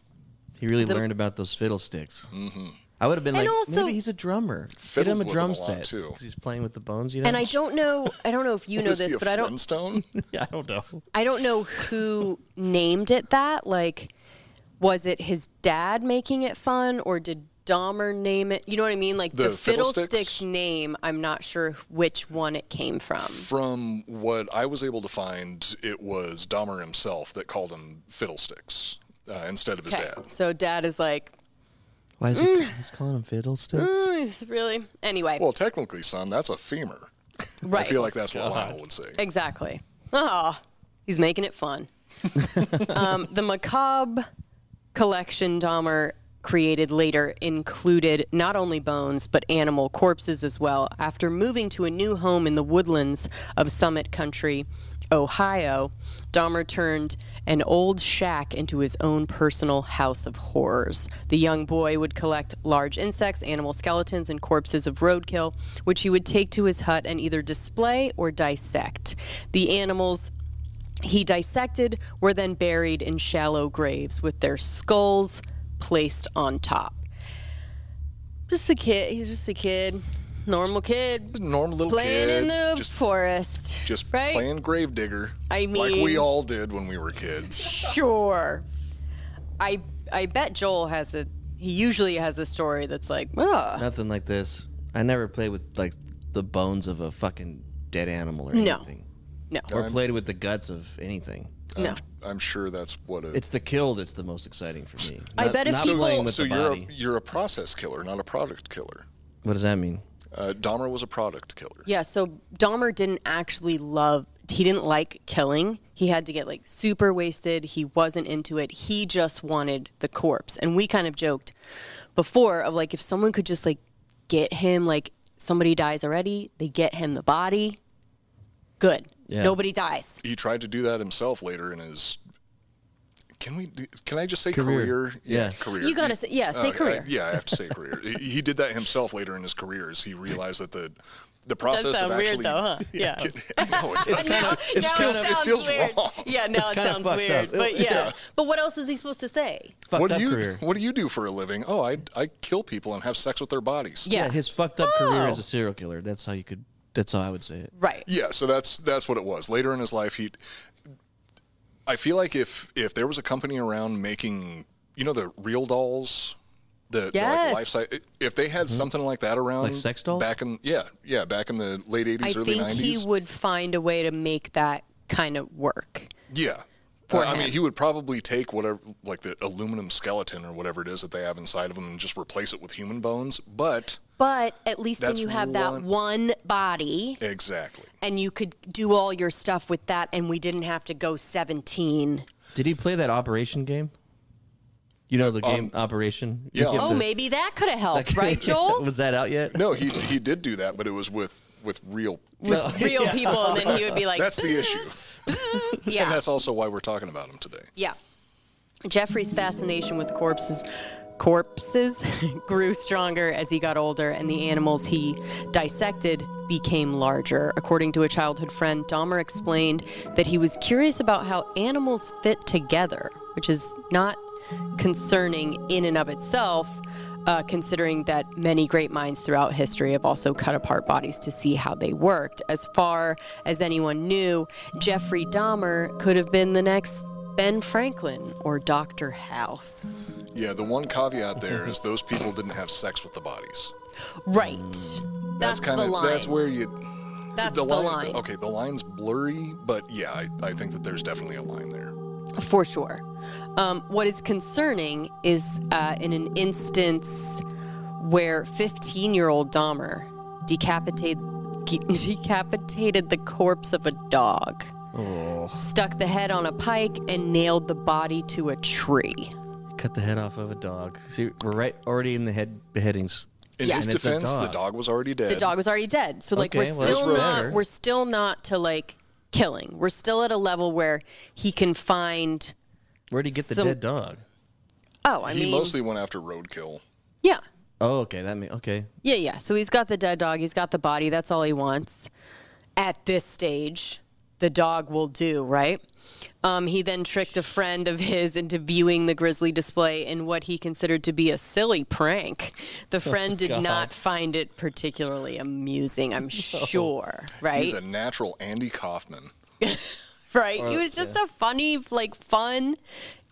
S1: He really
S2: The-
S1: learned about those fiddlesticks. Mm-hmm. I would have been like, maybe he's a drummer. Get him a drum set. 'cause He's playing with the bones, you know.
S2: and i don't know i don't know if you know
S3: Was he
S2: this
S3: a
S2: but i don't
S3: Flintstone?
S1: I don't know.
S2: I don't know who named it that. Like, was it his dad making it fun, or did Dahmer name it? You know what I mean? Like the,
S3: The
S2: fiddlesticks?
S3: Fiddlesticks?
S2: name. I'm not sure which one it came from.
S3: From what I was able to find, it was Dahmer himself that called him Fiddlesticks uh, instead of his
S2: Okay,
S3: dad.
S2: so dad is like,
S1: Why is he, he's calling him fiddlesticks?
S2: "Mm, it's really anyway,
S3: Well, technically, son, that's a femur. I
S2: right?
S3: feel like that's what Lionel would say.
S2: exactly. Ah, he's making it fun. um, the macabre collection Dahmer created later included not only bones but animal corpses as well. After moving to a new home in the woodlands of Summit Country, Ohio, Dahmer turned an old shack into his own personal house of horrors. The young boy would collect large insects, animal skeletons, and corpses of roadkill, which he would take to his hut and either display or dissect. The animals he dissected were then buried in shallow graves with their skulls placed on top. Just a kid. He's just a kid. Normal kid.
S3: Normal little
S2: playing
S3: kid,
S2: in the
S3: just-
S2: forest.
S3: Just
S2: right?
S3: playing gravedigger.
S2: I
S3: like we
S2: mean-
S3: all did when we were kids.
S2: Sure. I I bet Joel has a he usually has a story that's like, "Ah,
S1: Nothing like this. I never played with like the bones of a fucking dead animal or
S2: No.
S1: anything.
S2: no.
S1: Or played with the guts of anything.
S2: No.
S3: I'm sure that's what a
S1: It's the kill that's the most exciting for me.
S2: I
S1: Not-
S2: bet if
S1: not
S2: people-
S1: playing with
S3: so
S1: the
S3: you're a,
S1: body.
S3: you're a process killer, not a product killer.
S1: What does that mean?
S3: Uh, Dahmer was a product killer.
S2: Yeah, so Dahmer didn't actually love he didn't like killing. He had to get like super wasted. He wasn't into it. He just wanted the corpse. And we kind of joked before of like if someone could just like get him like somebody dies already, they get him the body. Good.
S1: Yeah.
S2: Nobody dies.
S3: He tried to do that himself later in his. Can we? do- Can I just say
S1: Career.
S3: career?
S1: Yeah.
S3: career.
S2: You gotta say- yeah, say
S3: I-
S2: career.
S3: Uh, yeah, I have to say career. he, he did that himself later in his career as he realized that the the process
S2: Does sound
S3: of
S2: weird
S3: actually.
S2: though, huh? Yeah.
S3: no, it doesn't.
S2: now,
S1: it's
S2: now
S1: kinda-
S2: it
S1: it
S2: sounds
S3: feels
S2: weird.
S3: wrong.
S2: Yeah, now it
S1: kinda
S2: sounds
S1: fucked
S2: weird.
S1: up.
S2: But yeah.
S3: Yeah.
S2: But what else is he supposed to say?
S1: Fucked
S3: What
S1: up
S3: do you
S1: career.
S3: What do you do for a living? Oh, I I kill people and have sex with their bodies.
S1: Yeah, his fucked up career
S2: Oh.
S1: as a serial killer. That's how you could. That's how I would say it.
S2: Right.
S3: Yeah, so that's that's what it was. Later in his life, he. I feel like if if there was a company around making you know the real dolls, the, the,
S2: Yes.
S3: like life size, if they had something like that around,
S1: Mm-hmm. Like sex dolls?
S3: back in yeah yeah back in the late
S2: I
S3: eighties early
S2: think
S3: nineties.
S2: he would find a way to make that kind of work.
S3: yeah.
S2: for
S3: I
S2: him.
S3: mean, he would probably take whatever, like the aluminum skeleton or whatever it is that they have inside of him, and just replace it with human bones. But
S2: But at least then
S3: That's
S2: you have that
S3: one-
S2: one body
S3: exactly,
S2: and you could do all your stuff with that and we didn't have to go 17.
S1: Did he play that Operation game? You know the game Operation. You
S3: Um, yeah.
S1: get
S2: Oh,
S1: the-
S2: maybe that could have helped,
S1: like-
S2: right, Joel?
S1: was that out yet?
S3: no, he he did do that, but it was with with real.
S2: With real people and then he would be like,
S3: That's the issue.
S2: yeah.
S3: And that's also why we're talking about him today.
S2: Yeah. Jeffrey's fascination with corpses corpses grew stronger as he got older and the animals he dissected became larger. According to a childhood friend, Dahmer explained that he was curious about how animals fit together, which is not concerning in and of itself, uh, considering that many great minds throughout history have also cut apart bodies to see how they worked. As far as anyone knew, Jeffrey Dahmer could have been the next Ben Franklin or Dr. House.
S3: Yeah, the one caveat there is those people didn't have sex with the bodies.
S2: Right. That's,
S3: kinda-
S2: the line.
S3: That's where you.
S2: That's the line.
S3: Okay, the line's blurry, but yeah, I, I think that there's definitely a line there.
S2: For sure. Um, what is concerning is uh, in an instance where 15 year old Dahmer decapitated, decapitated the corpse of a dog,
S1: Oh,
S2: stuck the head on a pike, and nailed the body to a tree.
S1: Cut the head off of a dog. See, we're right already in the head beheadings.
S3: In
S2: Yeah.
S3: his
S1: And it's a
S3: defense, the
S1: dog.
S3: dog was already dead.
S2: The dog was already dead. So like
S1: Okay,
S2: we're
S1: well, that's
S2: still
S1: really
S2: not
S1: better.
S2: we're still not to like killing. We're still at a level where he can find
S1: Where'd he get the
S2: So-
S1: dead dog?
S2: Oh, I
S3: he
S2: mean
S3: mostly went after roadkill.
S2: Yeah.
S1: Oh, okay. That mean okay.
S2: Yeah, yeah. So he's got the dead dog. He's got the body. That's all he wants. At this stage, the dog will do, right? Um, he then tricked a friend of his into viewing the grizzly display in what he considered to be a silly prank. The friend did
S3: God.
S2: not find it particularly amusing, I'm sure, right?
S3: He's a natural Andy Kaufman.
S2: right?
S3: Or-
S1: Oh,
S2: he was just
S3: yeah.
S2: a funny, like, fun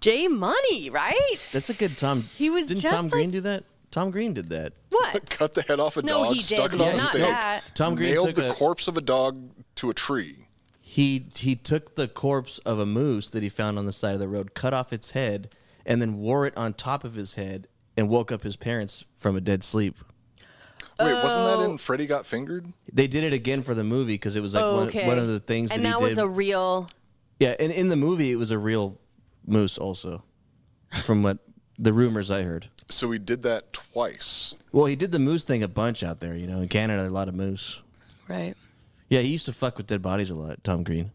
S2: J Money, right?
S1: That's a good Tom.
S2: He was
S1: Didn't
S2: just
S1: Tom
S2: like-
S1: Green do that? Tom Green did that.
S2: What?
S3: Cut the head off a
S2: No,
S3: dog,
S2: he
S3: stuck
S2: did
S3: it on a
S2: not
S3: stake,
S2: that.
S1: Tom Green
S3: nailed
S1: took
S3: the
S1: a-
S3: corpse of a dog to a tree.
S1: He he took the corpse of a moose that he found on the side of the road, cut off its head, and then wore it on top of his head, and woke up his parents from a dead sleep.
S3: Wait, wasn't that
S2: Oh.
S3: in Freddy Got Fingered?
S1: They did it again for the movie because it was like one-
S2: okay.
S1: one, of the things
S2: and
S1: that,
S2: that
S1: he
S2: was
S1: did.
S2: a real
S1: yeah, and in the movie it was a real moose also, from what the rumors I heard.
S3: So he did that twice.
S1: Well, he did the moose thing a bunch out there. You know, in Canada, there are a lot of moose.
S2: Right.
S1: Yeah, he used to fuck with dead bodies a lot, Tom Green.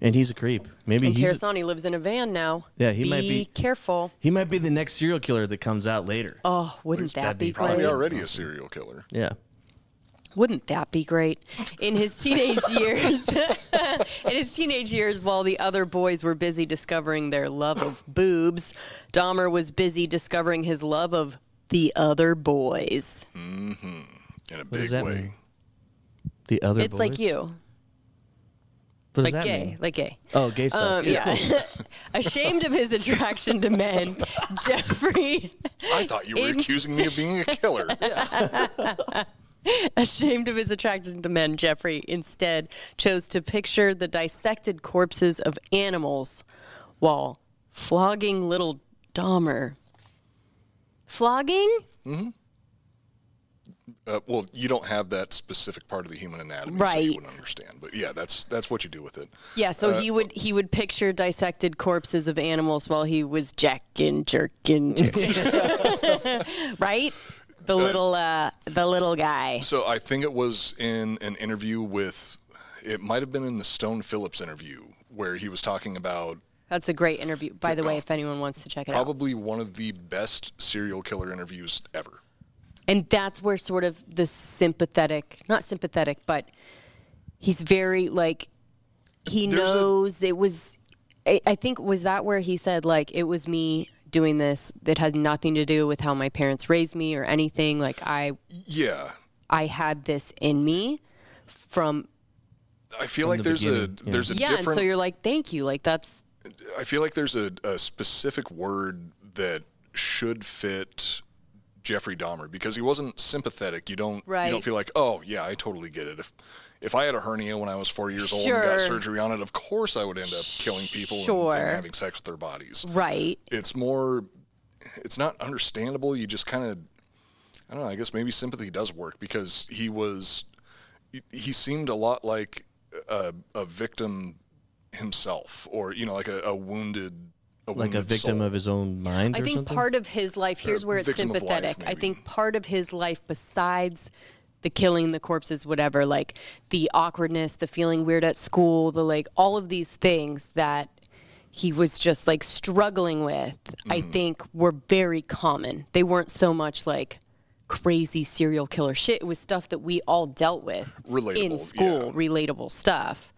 S1: And he's a creep. Maybe
S2: and
S1: he's
S2: Terasani lives in a van now.
S1: Yeah, he
S2: be
S1: might be-
S2: careful.
S1: he might be the next serial killer that comes out later.
S2: Oh, wouldn't that
S1: that'd
S2: be,
S1: be
S2: great?
S1: probably
S3: Probably already a serial killer.
S1: Yeah.
S2: Wouldn't that be great? In his teenage years, in his teenage years, while the other boys were busy discovering their love of boobs, Dahmer was busy discovering his love of the other boys.
S3: Mm-hmm. In a
S1: What does
S3: big
S1: that
S3: way.
S1: mean? The other.
S2: it's like
S1: boys?
S2: you,
S1: What does
S2: like
S1: that
S2: gay,
S1: mean?
S2: like gay.
S1: Oh, gay stuff.
S2: Um, yeah. Ashamed of his attraction to men, Jeffrey.
S3: I thought you were
S2: Ins-
S3: accusing me of being a killer.
S2: Ashamed of his attraction to men, Jeffrey instead chose to picture the dissected corpses of animals while flogging little Dahmer. Flogging?
S3: Uh, well, you don't have that specific part of the human anatomy, so
S2: Right.
S3: you wouldn't understand. But yeah, that's that's what you do with it.
S2: Yeah, so
S3: Uh,
S2: he would he would picture dissected corpses of animals while he was jacking, jerking, jerking. right? The little uh, the little guy.
S3: So I think it was in an interview with, it might have been in the Stone Phillips interview where he was talking about
S2: That's a great interview. By the way, if anyone wants to check it out.
S3: probably one of the best serial killer interviews ever.
S2: And that's where sort of the sympathetic, not sympathetic, but he's very like, he
S3: There's a-
S2: knows it was, I, I think, was that where he said, like, it was me doing this that had nothing to do with how my parents raised me or anything. Like, I,
S3: Yeah,
S2: I had this in me from,
S3: I feel
S1: From
S3: like
S1: the
S3: there's a
S1: beginning, yeah.
S3: there's a
S2: yeah. And
S3: different.
S2: so you're like, thank you. Like, that's,
S3: I feel like there's a, a specific word that should fit Jeffrey Dahmer because he wasn't sympathetic. You don't you
S2: Right.
S3: don't feel like, oh yeah, I totally get it. If if I had a hernia when I was four years old and
S2: Sure.
S3: got surgery on it, of course I would end up killing people and-
S2: Sure.
S3: and having sex with their bodies.
S2: right.
S3: It's more it's not understandable. You just kind of I don't know, I guess maybe sympathy does work because he was he- he seemed a lot like a, a victim himself or you know like a, a wounded a
S1: like a
S3: wounded
S1: victim
S3: Mm, soul.
S1: of his own mind.
S2: I
S1: or
S2: think
S1: something?
S2: part of his life, here's where it's
S3: Uh, victim of life,
S2: sympathetic. I
S3: maybe.
S2: think part of his life, besides the killing, the corpses, whatever, like the awkwardness, the feeling weird at school, the like, all of these things that he was just like struggling with, I
S3: Mm-hmm.
S2: think were very common. They weren't so much like crazy serial killer shit. It was stuff that we all dealt with
S3: Relatable,
S2: in school, relatable stuff.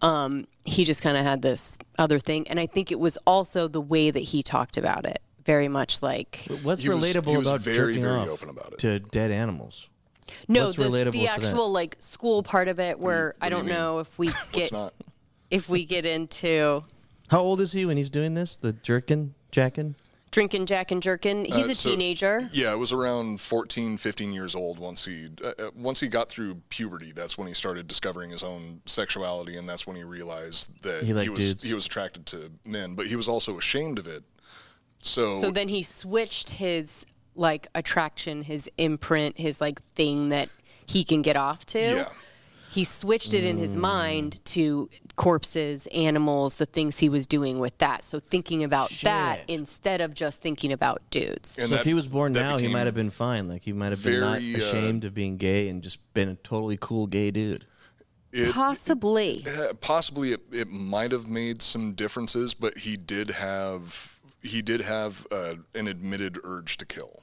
S2: um, he just kind of had this other thing, and I think it was also the way that he talked about it, very much like
S1: What's relatable about jerking off to dead animals?
S2: no,
S1: What's
S2: the,
S1: relatable
S2: the
S1: to
S2: actual like school part of
S3: Mm,
S2: it, where I don't know if we get
S3: not?
S2: if we get into
S1: that? How old is he when he's doing this? The jerkin, jackin?
S2: drinking Jack and Jerkin. He's
S3: Uh,
S2: a
S3: so-
S2: teenager.
S3: Yeah, it was around 14, 15 years old once he uh, uh, once he got through puberty. That's when he started discovering his own sexuality, and that's when he realized that
S1: He liked
S3: was
S1: dudes.
S3: he was attracted to men, but he was also ashamed of it. So,
S2: So then he switched his like attraction, his imprint, his like thing that he can get off to.
S3: Yeah.
S2: He switched it in his mind to corpses, animals, the things he was doing with that. So thinking about that instead of just thinking about dudes.
S1: so if he was born now, he might have been fine. Like he might have been not
S3: very, uh,
S1: ashamed of being gay and just been a totally cool gay dude.
S3: it,
S2: Possibly.
S3: Uh, possibly it, it might have made some differences, but he did have he did have uh, an admitted urge to kill.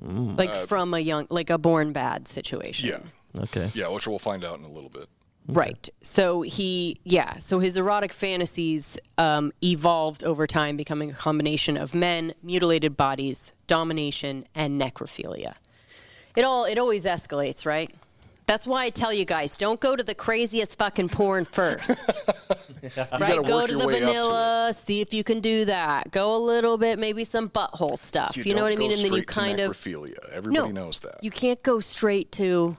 S2: Like
S3: Uh,
S2: from a young like a born bad situation.
S3: Yeah.
S1: Okay.
S3: Yeah, which we'll find out in a little bit.
S2: Right. So he, yeah. So his erotic fantasies um, evolved over time, becoming a combination of men, mutilated bodies, domination, and necrophilia. It all, it always escalates, right? That's why I tell you guys don't go to the craziest fucking porn first. right?
S3: gotta
S2: Go
S3: work
S2: to
S3: your
S2: the
S3: way up to
S2: vanilla, see if you can do that. Go a little bit, maybe some butthole stuff. You, know
S3: don't
S2: what I mean?
S3: go
S2: And then you
S3: straight to
S2: kind of.
S3: necrophilia. Everybody knows that.
S2: You can't go straight to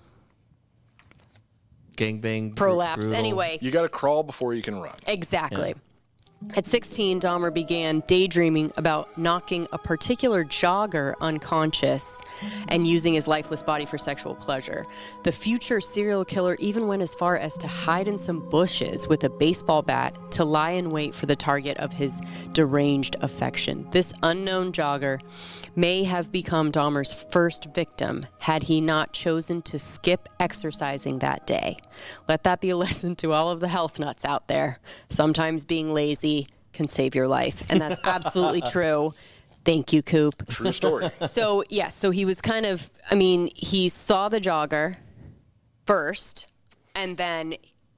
S1: Gangbang. br-
S2: prolapse.
S1: brutal.
S2: Anyway,
S3: You got to crawl before you can run.
S2: Exactly. At 16, Dahmer began daydreaming about knocking a particular jogger unconscious and using his lifeless body for sexual pleasure. The future serial killer even went as far as to hide in some bushes with a baseball bat to lie in wait for the target of his deranged affection. This unknown jogger may have become Dahmer's first victim had he not chosen to skip exercising that day. Let that be a lesson to all of the health nuts out there. Sometimes being lazy can save your life, and that's absolutely true. Thank you, Coop.
S3: True story.
S2: So, yeah, so he was kind of, I mean, he saw the jogger first, and then,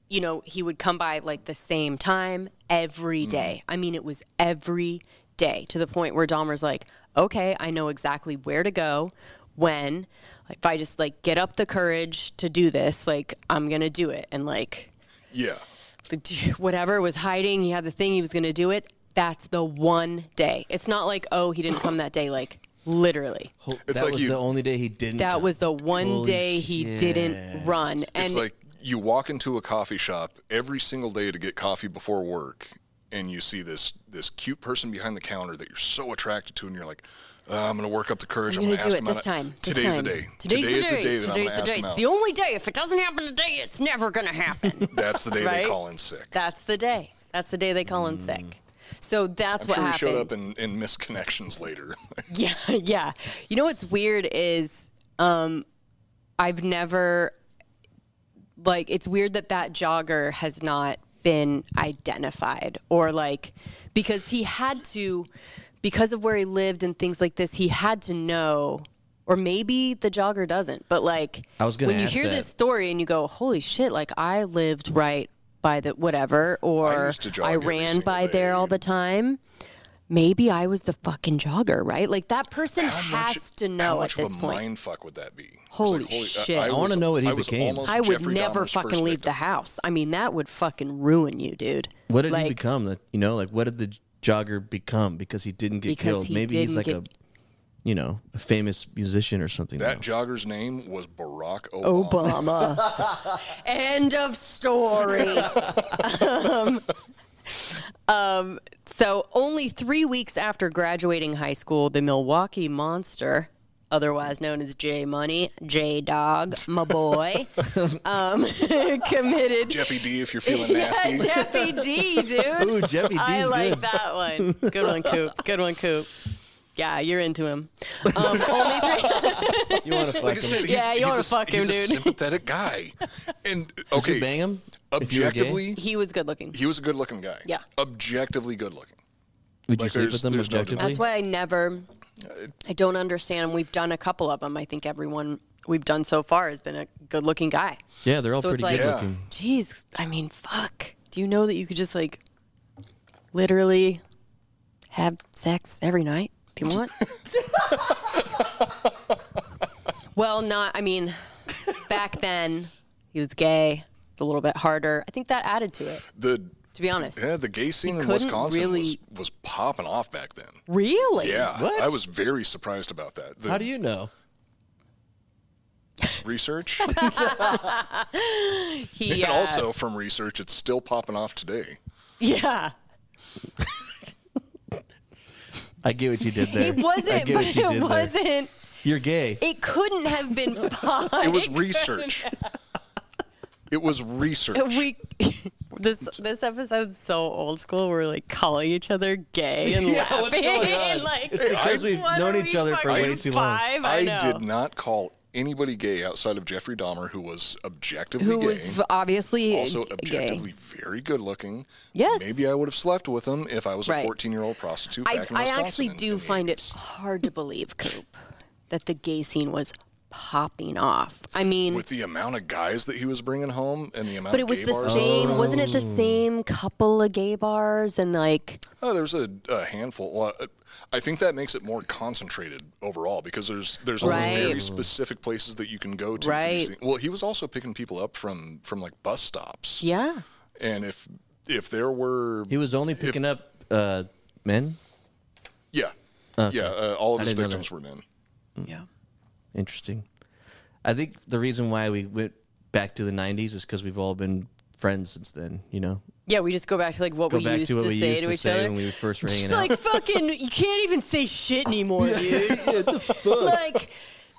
S2: you know, he would come by like the same time every day. I mean, it was every day to the point where Dahmer's like, okay, I know exactly where to go, when. If I just like get up the courage to do this, like, I'm going to do it. And like,
S3: yeah.
S2: the d- whatever was hiding, he had the thing, he was going to do it. That's the one day. It's not like, oh, he didn't come that day. Like, literally.
S1: Ho-
S3: It's
S1: that
S3: like
S1: was
S3: you-
S1: the only day he didn't.
S2: That
S1: come.
S2: was the one
S1: Holy
S2: day he didn't run. And
S3: It's like you walk into a coffee shop every single day to get coffee before work, and you see this this cute person behind the counter that you're so attracted to, and you're like, uh, I'm gonna work up the courage.
S2: I'm
S3: I'm,
S2: gonna
S3: gonna
S2: do it
S3: ask him
S2: this
S3: out.
S2: time. this
S3: Today's
S2: time.
S3: the day.
S2: Today's
S3: Today
S2: the day.
S3: is that I'm
S2: Today's
S3: gonna
S2: the
S3: ask
S2: day.
S3: him
S2: It's
S3: out.
S2: the only day. If it doesn't happen today, it's never going to happen.
S3: That's the day
S2: Right?
S3: they call in sick.
S2: That's the day. That's the day they call in sick. So that's
S3: Mm. I'm
S2: what
S3: sure he
S2: happened.
S3: showed up in, in missed connections later.
S2: Yeah, yeah. You know what's weird is um I've never like it's weird that that jogger has not been identified or like because he had to because of where he lived and things like this he had to know or maybe the jogger doesn't but like
S1: I was gonna
S2: when you
S1: ask
S2: hear
S1: that.
S2: this story and you go holy shit like I lived right by the whatever or
S3: used to jog
S2: I
S3: every
S2: ran
S3: single
S2: by there
S3: day.
S2: all the time maybe I was the fucking jogger, right? Like that person has to know
S3: How much
S2: at this
S3: of a
S2: point.
S3: mind fuck would that be? It's like,
S2: Holy
S3: uh,
S2: shit. I
S1: wanna
S3: was-
S1: know what he
S3: I was
S1: became.
S3: almost
S2: I would
S3: Jeffrey
S2: never
S3: Dahmer's
S2: fucking
S3: first
S2: leave
S3: victim.
S2: the house. I mean, that would fucking ruin you, dude.
S1: What did
S2: like,
S1: he become? That you know, like what did the jogger become because he didn't get
S2: Because
S1: killed?
S2: he
S1: Maybe he's
S2: didn't
S1: like
S2: get-
S1: a, you know, a famous musician or something.
S3: That
S1: now.
S3: jogger's name was Barack
S2: Oh,
S3: Obama.
S2: Obama. End of story. um, um, so, only three weeks after graduating high school, the Milwaukee Monster, otherwise known as J Money, J Dog, my boy, um, committed.
S3: Jeffy D, if you're feeling nasty.
S2: Yeah, Jeffy D, dude.
S1: Ooh, Jeffy D's
S2: I like
S1: good.
S2: that one. Good one, Coop. Good one, Coop. Yeah, you're into him. Um, only three.
S1: You want to fucking
S3: Like I said, he's,
S2: Yeah, you
S3: he's
S2: wanna
S3: a,
S2: fuck him,
S3: he's a
S2: dude.
S3: sympathetic guy. And
S1: Did you
S3: okay,
S1: bang him? if you were gay?
S3: objectively,
S2: he was good looking.
S3: he was a good-looking guy.
S2: Yeah.
S3: Objectively good-looking.
S1: would you
S3: like,
S1: sleep
S3: there's-
S1: with them
S3: there's no denying.
S1: objectively?
S2: That's why I never. I don't understand. We've done a couple of them. I think everyone we've done so far has been a good looking guy.
S1: yeah, they're all
S2: so it's
S1: pretty
S2: like-
S1: good
S3: Yeah.
S1: looking.
S2: Jeez, I mean, fuck. Do you know that you could just like literally have sex every night if you want? well, not. I mean, back then he was gay. It's a little bit harder. I think that added to it.
S3: The
S2: To be honest,
S3: yeah, the gay scene in
S2: couldn't
S3: Wisconsin
S2: really-
S3: was, was popping off back then.
S2: really?
S3: Yeah, I was very surprised about that. The
S1: How do you know?
S3: research?
S2: He
S3: And
S2: uh,
S3: also from research, it's still popping off today.
S2: yeah.
S1: I get what you did there.
S2: It
S1: I
S2: wasn't,
S1: get
S2: but
S1: what you
S2: it
S1: did there.
S2: wasn't.
S1: You're gay.
S2: It couldn't have been pun.
S3: It was
S2: couldn't-
S3: research. It was research.
S2: We this this episode's so old school. We're like calling each other gay and
S1: Yeah,
S2: laughing.
S1: what's going on?
S2: like
S1: It's because we've
S2: what
S1: known
S2: are
S1: each
S2: we
S1: other for way
S2: fucking
S1: too long.
S2: Five? I,
S3: I
S2: know.
S3: did not call anybody gay outside of Jeffrey Dahmer, who was objectively
S2: Who
S3: gay,
S2: was v- obviously
S3: also
S2: gay.
S3: objectively very good looking.
S2: Yes.
S3: Maybe I would have slept with him if I was
S2: Right.
S3: a 14 year old prostitute
S2: I,
S3: back in
S2: I
S3: Wisconsin.
S2: actually
S3: in-
S2: do
S3: in the
S2: find
S3: 80s.
S2: it hard to believe, Coop, that the gay scene was popping off. I mean,
S3: With the amount of guys that he was bringing home and the amount
S2: but it
S3: of
S2: was
S3: gay
S2: the
S3: bars.
S2: same. Wasn't it the
S1: Oh.
S2: same couple of gay bars and like?
S3: Oh, there's a, a handful. Well, uh, I think that makes it more concentrated overall because there's there's
S2: Right.
S3: only very specific places that you can go to. for
S2: Right.
S3: these things. Well, he was also picking people up from from like bus stops,
S2: Yeah.
S3: and if if there were
S1: He was only picking up uh, men.
S3: yeah yeah uh, all of his
S1: didn't know
S3: victims were men.
S2: Yeah.
S1: Interesting. I think the reason why we went back to the '90s is because we've all been friends since then. You know,
S2: Yeah, we just go back to like what
S1: go
S2: we
S1: back
S2: used
S1: to what
S2: to
S1: we
S2: say
S1: used
S2: to
S1: to
S2: each
S1: say
S2: other.
S1: when we were first were hanging
S2: It's like
S1: out.
S2: fucking, you can't even say shit anymore, dude. Like,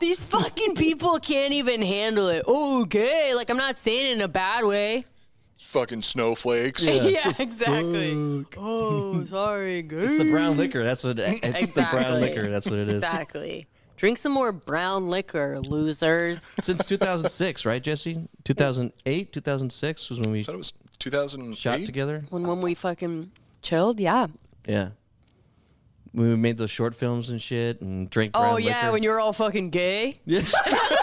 S2: these fucking people can't even handle it. Oh, gay. Like, I'm not saying it in a bad way.
S3: Fucking snowflakes.
S2: Yeah, exactly. Oh, sorry, gay.
S1: It's the brown liquor. That's what. It's the brown
S2: mm. Exactly.
S1: liquor. That's what it is.
S2: Exactly. Drink some more brown liquor, losers.
S1: Since 2006, right, Jesse? 2008, 2006 was when we
S3: That was 2008.
S1: shot together.
S2: When when we fucking chilled, yeah.
S1: Yeah. When we made those short films and shit, and drank brown
S2: Oh yeah,
S1: liquor.
S2: when you were all fucking gay.
S1: Yes.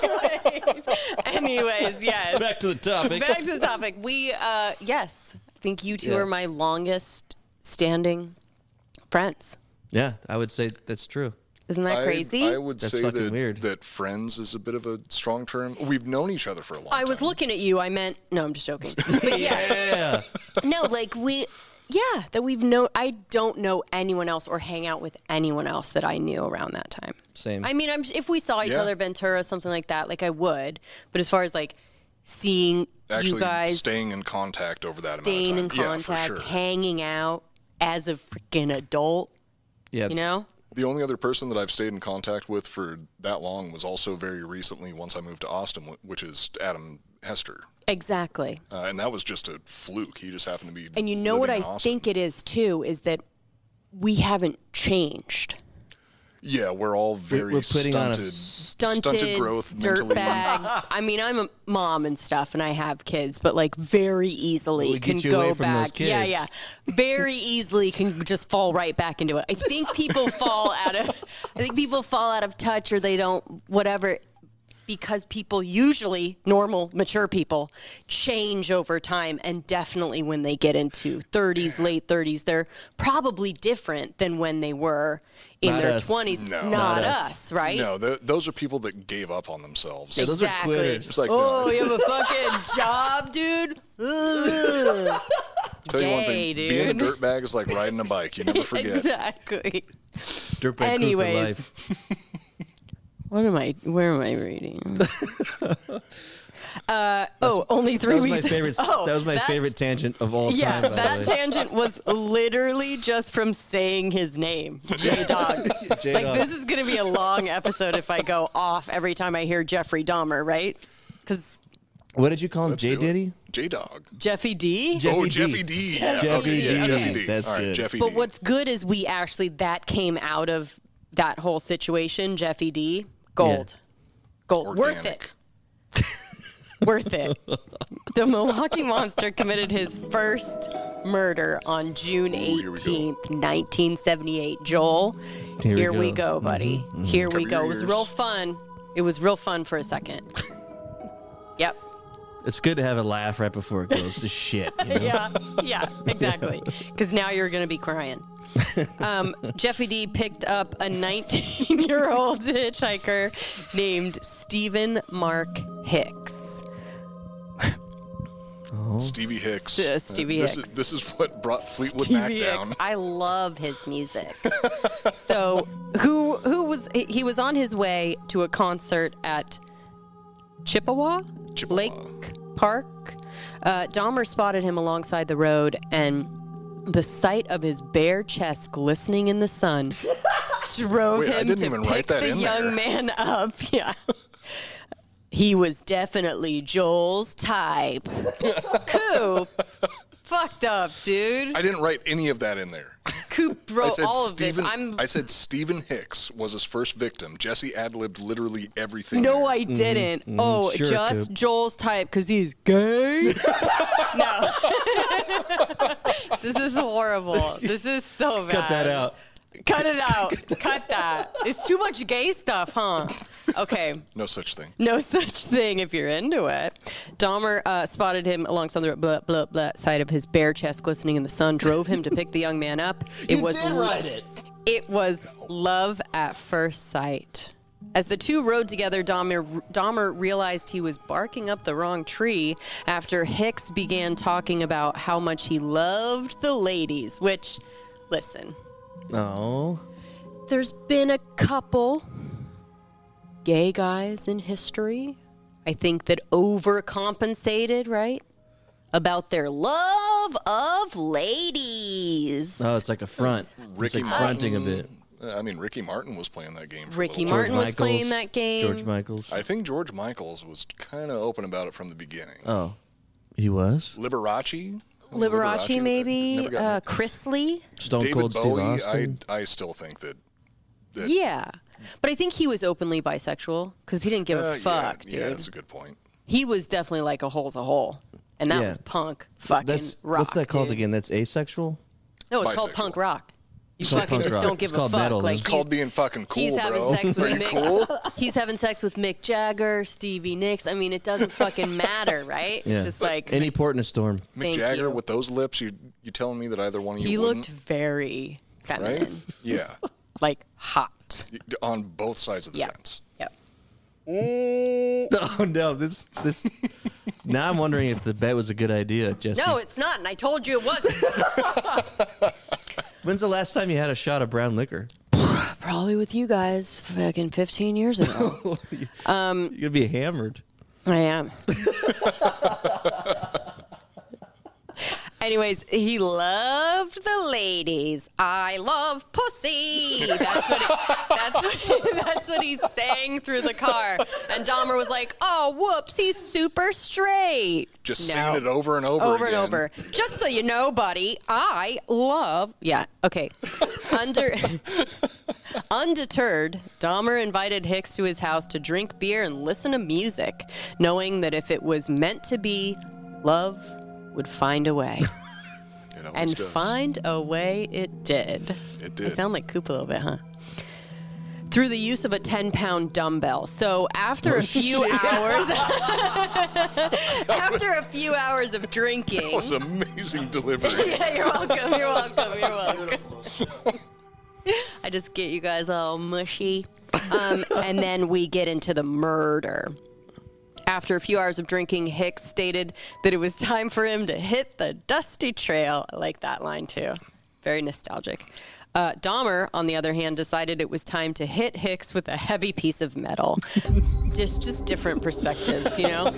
S2: Anyways, anyways, yes.
S1: back to the topic.
S2: Back to the topic. We, uh, yes, I think you two
S1: Yeah.
S2: are my longest standing friends.
S1: Yeah, I would say that's true.
S2: Isn't that
S3: I,
S2: crazy?
S3: I would
S1: That's
S3: say
S1: fucking
S3: that
S1: weird.
S3: that friends is a bit of a strong term. We've known each other for a long
S2: I
S3: time.
S2: was looking at you. I meant, no, I'm just joking. But yeah,
S1: Yeah.
S2: no, like we, yeah, that we've known, I don't know anyone else or hang out with anyone else that I knew around that time.
S1: Same.
S2: I mean, I'm if we saw each
S3: Yeah.
S2: other Ventura, something like that, like I would. But as far as like seeing
S3: Actually,
S2: you guys
S3: staying in contact over that
S2: staying in
S3: amount of time.
S2: contact,
S3: Yeah, for sure.
S2: hanging out as a freaking adult,
S1: yeah.
S2: you know?
S3: The only other person that I've stayed in contact with for that long was also very recently once I moved to Austin, wh- which is Adam Hester.
S2: Exactly.
S3: Uh, and that was just a fluke. He just happened to be.
S2: And you know what I
S3: living in Austin.
S2: think it is too is that we haven't changed.
S3: Yeah, we're all very
S1: we're putting on a
S3: stunted,
S2: Stunted,
S3: growth
S2: dirt
S3: mentally.
S2: bags. I mean, I'm a mom and stuff, and I have kids, but like very easily
S1: We get
S2: can
S1: you
S2: go
S1: away from
S2: back.
S1: those
S2: Yeah,
S1: kids.
S2: yeah. Very easily can just fall right back into it. I think people fall out of. I think people fall out of touch, or they don't whatever. because people usually normal mature people change over time and definitely when they get into 30s late 30s they're probably different than when they were in
S1: Not
S2: their
S1: us.
S2: 20s
S3: No.
S2: not,
S1: Not
S2: us.
S1: us.
S2: right
S3: No, th- those are people that gave up on themselves.
S1: Yeah, those
S2: Exactly.
S1: are
S3: It's
S1: quitters.
S3: like,
S2: oh
S3: no,
S2: you have a fucking job dude Ugh.
S3: tell you one
S2: gay,
S3: thing, being a
S2: dude.
S3: dirt bag is like riding a bike. You never forget.
S2: exactly
S1: Dirtbag crew for
S2: Anyways.
S1: life.
S2: what am i where am i reading uh, oh only three
S1: That was my
S2: weeks
S1: favorite.
S2: oh,
S1: that was my
S2: that's-
S1: favorite tangent of all
S2: Yeah,
S1: time. by the
S2: that
S1: way.
S2: tangent was literally just from saying his name, J Dog. like
S1: J-Dog.
S2: this is gonna be a long episode if I go off every time I hear Jeffrey Dahmer, right? Because
S1: What did you call him? J
S3: do it.
S1: Diddy?
S3: J Dog.
S2: Jeffy D.
S1: Jeffy
S3: Oh,
S1: E D.
S3: Jeffy D. Yeah.
S1: Jeffy
S3: okay,
S1: D.
S3: yeah, Jeffy
S1: Okay.
S3: D.
S1: That's
S3: All right,
S1: good.
S3: Jeffy
S2: but
S3: D.
S2: what's good is we actually that came out of that whole situation, Jeffy D. Gold, gold, worth it,
S3: Organic.
S2: worth it. the Milwaukee Monster committed his first murder on June
S3: here we go.
S2: eighteenth, nineteen seventy-eight. Joel. Here, we, go. Mm-hmm. buddy. Here we
S3: Cover
S2: go.
S3: your
S2: It was
S3: ears.
S2: real fun. It was real fun for a second. yep.
S1: It's good to have a laugh right before it goes to shit. you know?
S2: yeah, yeah, exactly. Because now you're going to be crying. Um, Jeffy D picked up a 19 year old hitchhiker named Stephen Mark Hicks.
S3: Stevie Hicks.
S2: S- Stevie
S3: Uh, this
S2: Hicks.
S3: Is, this is what brought Fleetwood Mac
S2: Stevie
S3: down.
S2: Hicks. I love his music. so who who was he- he was on his way to a concert at Chippewa, Lake Park. Uh, Dahmer spotted him alongside the road, and the sight of his bare chest glistening in the sun drove
S3: Wait, I
S2: him
S3: didn't
S2: to
S3: even
S2: pick
S3: write that
S2: the
S3: in
S2: young
S3: there.
S2: man up. Yeah. He was definitely Joel's type. Coop. Fucked up, dude.
S3: I didn't write any of that in there.
S2: Coop
S3: I
S2: wrote
S3: said
S2: all of
S3: Stephen.
S2: this. I'm
S3: I said Stephen Hicks was his first victim. Jesse ad libbed literally everything.
S2: no,
S3: there.
S2: I didn't.
S1: Mm-hmm.
S3: mhm,
S2: oh,
S3: sure,
S2: just
S3: Coop.
S2: Joel's type because he's gay. no, this is horrible. This is so bad.
S1: Cut that out.
S2: Cut it out. Cut that. It's too much gay stuff, huh? Okay.
S3: No such thing.
S2: No such thing if you're into it. Dahmer uh, spotted him alongside the blah, blah, blah side of his bare chest glistening in the sun, drove him to pick the young man up. It was
S1: it.
S2: It was love at first sight. As the two rode together, Dahmer, Dahmer realized he was barking up the wrong tree after Hicks began talking about how much he loved the ladies, which, listen,
S1: Oh.
S2: there's been a couple gay guys in history, I think, that overcompensated, right? About their love of ladies.
S1: Oh, it's like a front. It's
S3: Ricky
S1: like fronting a bit.
S3: Uh, I mean, Ricky Martin was playing that game. For a
S2: Ricky
S3: little
S2: Martin
S3: while.
S2: was playing that game.
S1: George Michaels.
S3: I think George Michaels was kind of open about it from the beginning.
S1: Oh. He was?
S3: Liberace.
S2: Liberace,
S3: Liberace,
S2: maybe.
S3: never got
S2: Uh, Chrisley.
S1: Stone
S3: David
S1: Cold
S3: Bowie.
S1: Steve Austin.
S3: I I still think that. that
S2: Yeah. But I think he was openly bisexual because he didn't give
S3: uh,
S2: a fuck,
S3: yeah, yeah,
S2: dude.
S3: that's a good point.
S2: he was definitely like a hole's a hole. And that
S1: Yeah.
S2: was punk fucking
S1: That's,
S2: rock.
S1: what's that called
S2: dude.
S1: again? That's asexual?
S2: No, it's called punk rock. You
S1: It's called
S2: fucking
S1: punk
S2: just
S1: rock.
S2: don't give
S1: It's
S2: a
S1: called
S2: fuck.
S1: metal,
S2: like
S1: dude.
S3: It's called being fucking cool,
S2: he's having
S3: bro.
S2: sex
S3: Are
S2: with
S3: you
S2: Mick.
S3: cool?
S2: He's having sex with Mick Jagger, Stevie Nicks. I mean, it doesn't fucking matter, right?
S1: Yeah.
S2: It's just like
S1: Any port in a storm.
S3: Mick
S2: Thank
S3: Jagger
S2: you.
S3: with those lips. You you telling me that either one of you
S2: he
S3: wouldn't,
S2: looked very feminine,
S3: right? yeah,
S2: like hot.
S3: Y- on both sides of the
S2: Yeah.
S3: fence.
S2: Yep.
S1: Oh no, this this now I'm wondering if the bet was a good idea, Jesse.
S2: No, it's not, and I told you it wasn't.
S1: When's the last time you had a shot of brown liquor?
S2: Probably with you guys, fucking 15 years ago. Um,
S1: You're gonna be hammered.
S2: I am. Anyways, he loved the ladies. I love pussy. That's what, he, that's, what, that's what he sang through the car. And Dahmer was like, oh, whoops, he's super straight.
S3: Just
S2: No.
S3: saying it over and over,
S2: Over and
S3: again.
S2: over. Just so you know, buddy, I love. Yeah, okay. Under. Undeterred, Dahmer invited Hicks to his house to drink beer and listen to music, knowing that if it was meant to be, love would find a way.
S3: It always
S2: and
S3: does.
S2: find a way it did.
S3: It
S2: I
S3: did.
S2: sound like Coop a little bit, huh? Through the use of a 10 pound dumbbell. So after a few hours. after a few hours of drinking.
S3: That was amazing delivery.
S2: Yeah, you're welcome. You're welcome. You're welcome. I just get you guys all mushy. Um, and then we get into the murder. After a few hours of drinking, Hicks stated that it was time for him to hit the dusty trail. I like that line too. Very nostalgic. Uh, Dahmer, on the other hand, decided it was time to hit Hicks with a heavy piece of metal. just, just different perspectives, you know.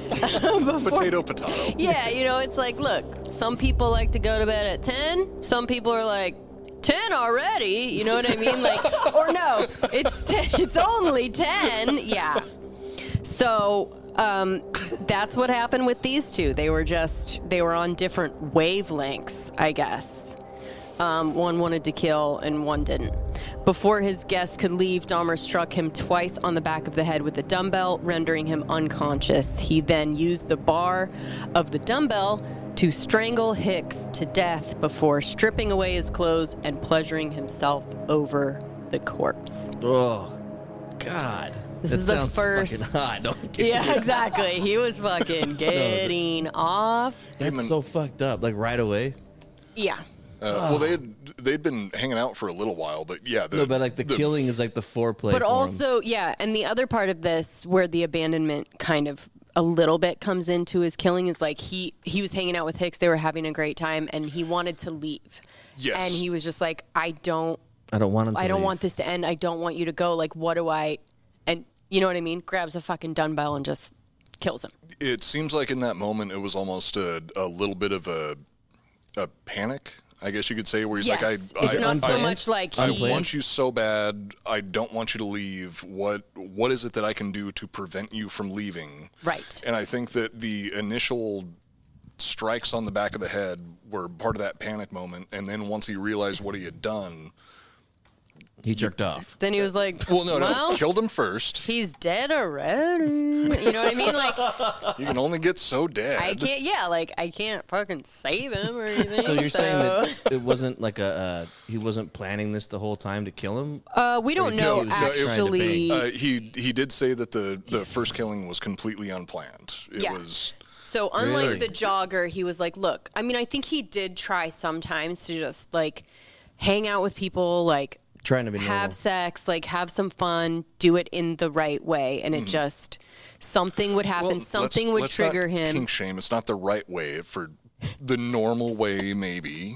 S3: potato, potato.
S2: Yeah, you know, it's like, look, some people like to go to bed at 10. Some people are like, 10 already? You know what I mean? Like, or no, it's, 10, it's only 10. Yeah. So um, that's what happened with these two. They were just, they were on different wavelengths, I guess. Um, one wanted to kill and one didn't. Before his guest could leave, Dahmer struck him twice on the back of the head with a dumbbell, rendering him unconscious. He then used the bar of the dumbbell to strangle Hicks to death before stripping away his clothes and pleasuring himself over the corpse.
S1: Oh God.
S2: This
S1: That
S2: is the
S1: sounds
S2: first.
S1: fucking hot, don't get
S2: yeah,
S1: me-
S2: exactly. He was fucking getting off.
S1: That's so fucked up. Like right away.
S2: Yeah.
S3: Uh, well, they had they'd been hanging out for a little while, but yeah, the,
S1: no, but like the, killing is like the foreplay.
S2: But
S1: for 'em.
S2: also, yeah, and the other part of this where the abandonment kind of a little bit comes into his killing is like he he was hanging out with Hicks, they were having a great time, and he wanted to leave.
S1: Yes.
S2: And he was just like, I don't,
S1: I don't want him. To
S2: I don't
S1: leave.
S2: want this to end. I don't want you to go. Like, what do I? And you know what I mean? Grabs a fucking dumbbell and just kills him.
S3: it seems like in that moment it was almost a, a little bit of a a panic i guess you could say where he's like
S2: Yes.
S3: i
S2: It's
S3: I,
S2: not so
S3: I-
S2: much like
S3: i
S2: he-
S3: want you so bad i don't want you to leave what what is it that i can do to prevent you from leaving
S2: Right.
S3: and i think that the initial strikes on the back of the head were part of that panic moment and then once he realized what he had done
S1: he jerked off
S2: Then he was like,
S3: well no no
S2: "Well,
S3: killed him first
S2: He's dead already. You know what I mean? Like,
S3: you can only get so dead
S2: I can't. Yeah, like I can't fucking save him or anything.
S1: So you're saying
S2: so-
S1: that it wasn't like a uh, he wasn't planning this the whole time to kill him?
S2: Uh, we don't
S1: Or he
S2: know
S1: was just trying to bait?
S2: actually.
S3: Uh, he he did say that the the first killing was completely unplanned. It
S2: Yeah.
S3: was
S2: So unlike
S3: Really?
S2: the jogger, he was like, "Look, I mean, I think he did try sometimes to just like hang out with people, like
S1: Trying to be normal.
S2: have sex, like have some fun, do it in the right way, and it just something would happen,
S3: Hmm. Well,
S2: something
S3: let's-
S2: would
S3: let's
S2: trigger
S3: not
S2: him.
S3: Kink shame. It's not the right way for the normal way, maybe.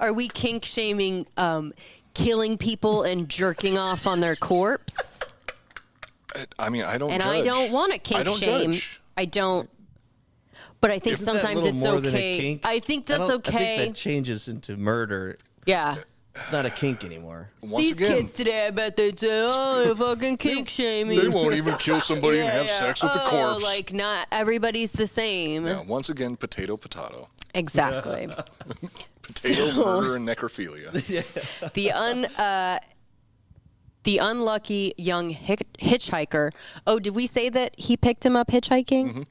S2: Are we kink shaming um, killing people and jerking off on their corpse?
S3: I mean, I don't.
S2: and I
S3: judge.
S2: don't want to kink
S3: I don't
S2: shame.
S3: Judge.
S2: I don't. But I think
S1: Isn't that a
S2: sometimes
S1: little
S2: it's
S1: more than a
S2: okay.
S1: kink?
S2: I think
S1: I
S2: that's
S1: don't-
S2: okay.
S1: I think that changes into murder.
S2: yeah.
S1: It's not a kink anymore.
S2: These kids today, I bet they say, "Oh, you're fucking kink shaming."
S3: They won't even kill somebody and have
S2: Yeah.
S3: sex with
S2: oh,
S3: the corpse.
S2: Like not everybody's the same.
S3: Yeah, once again, potato, potato,
S2: Exactly.
S3: potato
S2: So-
S3: murder and necrophilia.
S2: the un uh, the unlucky young hic- hitchhiker. Oh, did we say that he picked him up hitchhiking?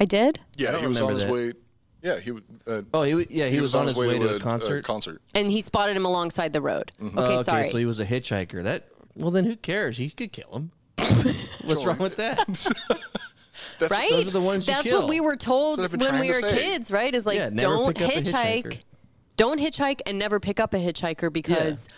S2: I did.
S1: I
S3: Yeah,
S1: don't
S3: he was on
S1: remember
S3: his
S1: that.
S3: way. Yeah, he. w- Uh,
S1: Oh, he, wa- yeah, he, was, on his way, to a, concert.
S3: concert.
S2: And he spotted him alongside the road.
S1: Oh,
S2: Okay, sorry.
S1: so he was a hitchhiker. That well, then who cares? He could kill him. What's wrong with that?
S3: That's,
S2: right?
S1: Those are the ones you
S2: That's
S1: kill.
S2: what we were told
S1: That's what I've been
S2: when we were
S1: trying to say.
S2: kids, right? Is like
S1: Yeah, never
S2: don't
S1: pick up a
S2: hitchhike.
S1: hitchhiker.
S2: Don't hitchhike and never pick up a hitchhiker because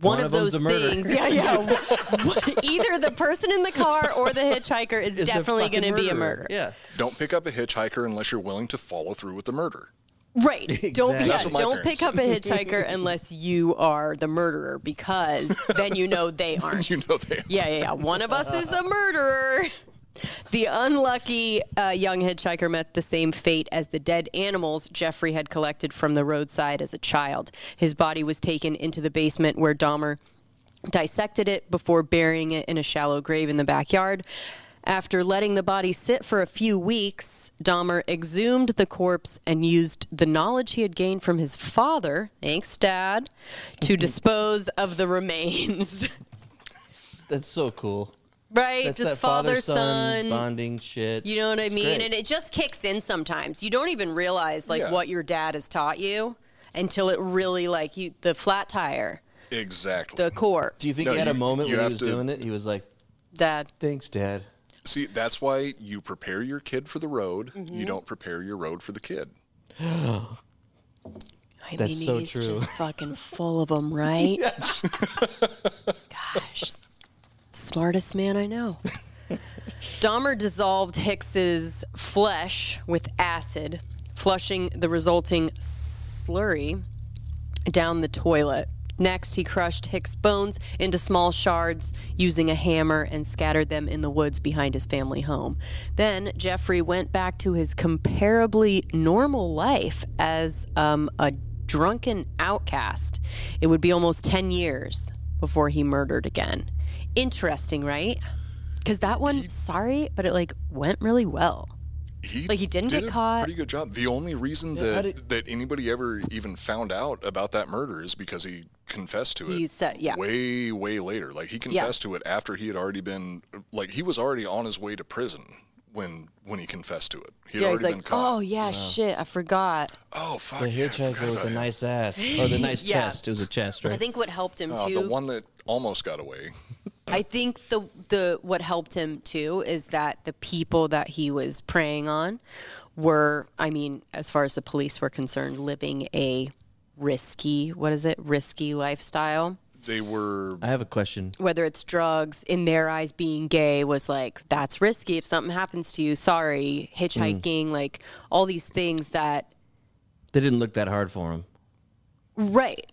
S2: one,
S1: One
S2: of,
S1: of them's
S2: those
S1: a murder.
S2: things, yeah, yeah. Either the person in the car or the hitchhiker is
S1: It's a
S2: definitely
S1: fucking
S2: going to be a
S1: murderer.
S2: murder.
S1: Yeah.
S3: Don't pick up a hitchhiker unless you're willing to follow through with the murder.
S2: Right. Don't
S3: Exactly.
S2: yeah,
S3: That's what my
S2: don't pick up a
S3: parents-
S2: hitchhiker unless you are the murderer because then you know they aren't.
S3: You know they.
S2: Yeah, yeah, yeah. One of us is a murderer. The unlucky uh, young hitchhiker met the same fate as the dead animals Jeffrey had collected from the roadside as a child. His body was taken into the basement where Dahmer dissected it before burying it in a shallow grave in the backyard. After letting the body sit for a few weeks, Dahmer exhumed the corpse and used the knowledge he had gained from his father, thanks, Dad, to dispose of the remains.
S1: That's so cool.
S2: Right?
S1: That's
S2: Just
S1: that father
S2: father-son.
S1: son bonding shit.
S2: You know what I
S1: It's
S2: mean?
S1: great.
S2: And it just kicks in sometimes. You don't even realize like
S3: Yeah.
S2: what your dad has taught you until it really like you the flat tire,
S3: Exactly.
S2: the corpse.
S1: Do you think
S3: No,
S1: he had a
S3: you-
S1: moment
S3: you
S1: when he
S3: have
S1: was
S3: to-
S1: doing it? He was like,
S2: dad?
S1: "Thanks, Dad."
S3: See, that's why you prepare your kid for the road.
S2: Mm-hmm.
S3: You don't prepare your road for the kid.
S2: I
S1: That's
S2: mean,
S1: so
S2: he's
S1: true.
S2: just fucking full of them, right? Gosh, smartest man I know. Dahmer dissolved Hicks's flesh with acid, flushing the resulting slurry down the toilet. Next, he crushed Hicks' bones into small shards using a hammer and scattered them in the woods behind his family home. Then, Jeffrey went back to his comparably normal life as um, a drunken outcast. It would be almost 10 years before he murdered again. Interesting, right? Because that one, sorry, but it like went really well.
S3: He
S2: Like, he didn't
S3: did
S2: get
S3: a
S2: caught.
S3: Pretty good job. The only reason
S1: how
S3: that
S1: did-
S3: that anybody ever even found out about that murder is because he confessed to it.
S2: He said, yeah.
S3: Way, way later. Like he confessed to it after he had already been like he was already on his way to prison when when he confessed to it. He
S2: yeah,
S3: had
S2: he's
S3: already been
S2: like,
S3: caught.
S2: oh, yeah, shit, I forgot.
S3: Oh, fuck.
S1: The
S3: yeah, I forgot
S1: hitchhiker with
S3: about
S1: the
S3: him.
S1: nice ass or the nice
S2: Yeah.
S1: chest. It was a chest, right?
S2: I think what helped him
S3: Oh,
S2: too.
S3: the one that almost got away.
S2: I think the the what helped him too is that the people that he was preying on were, I mean, as far as the police were concerned, living a risky what is it risky lifestyle.
S3: They were.
S1: I have a question.
S2: Whether it's drugs, in their eyes, being gay was like that's risky. If something happens to you, sorry. Hitchhiking, like all these things that
S1: They didn't look that hard for him.
S2: right.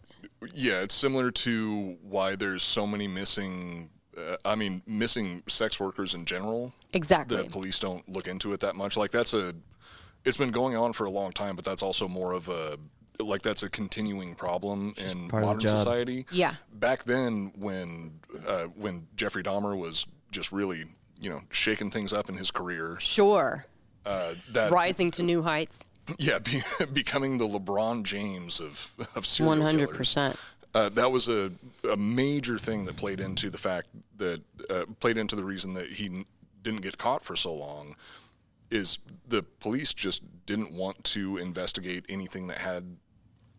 S3: Yeah, it's similar to why there's so many missing. Uh, I mean, missing sex workers in general.
S2: Exactly.
S3: The police don't look into it that much. Like that's a, it's been going on for a long time, but that's also more of a, like that's a continuing problem in
S1: part of the
S3: modern
S1: job.
S3: society.
S2: Yeah.
S3: Back then, when uh, when Jeffrey Dahmer was just really, you know, shaking things up in his career,
S2: Sure.
S3: uh, that
S2: Rising to new heights.
S3: yeah, be, becoming the LeBron James of of serial
S2: One hundred
S3: killers
S2: percent.
S3: uh, that was a, a major thing that played into the fact that uh, played into the reason that he n- didn't get caught for so long is the police just didn't want to investigate anything that had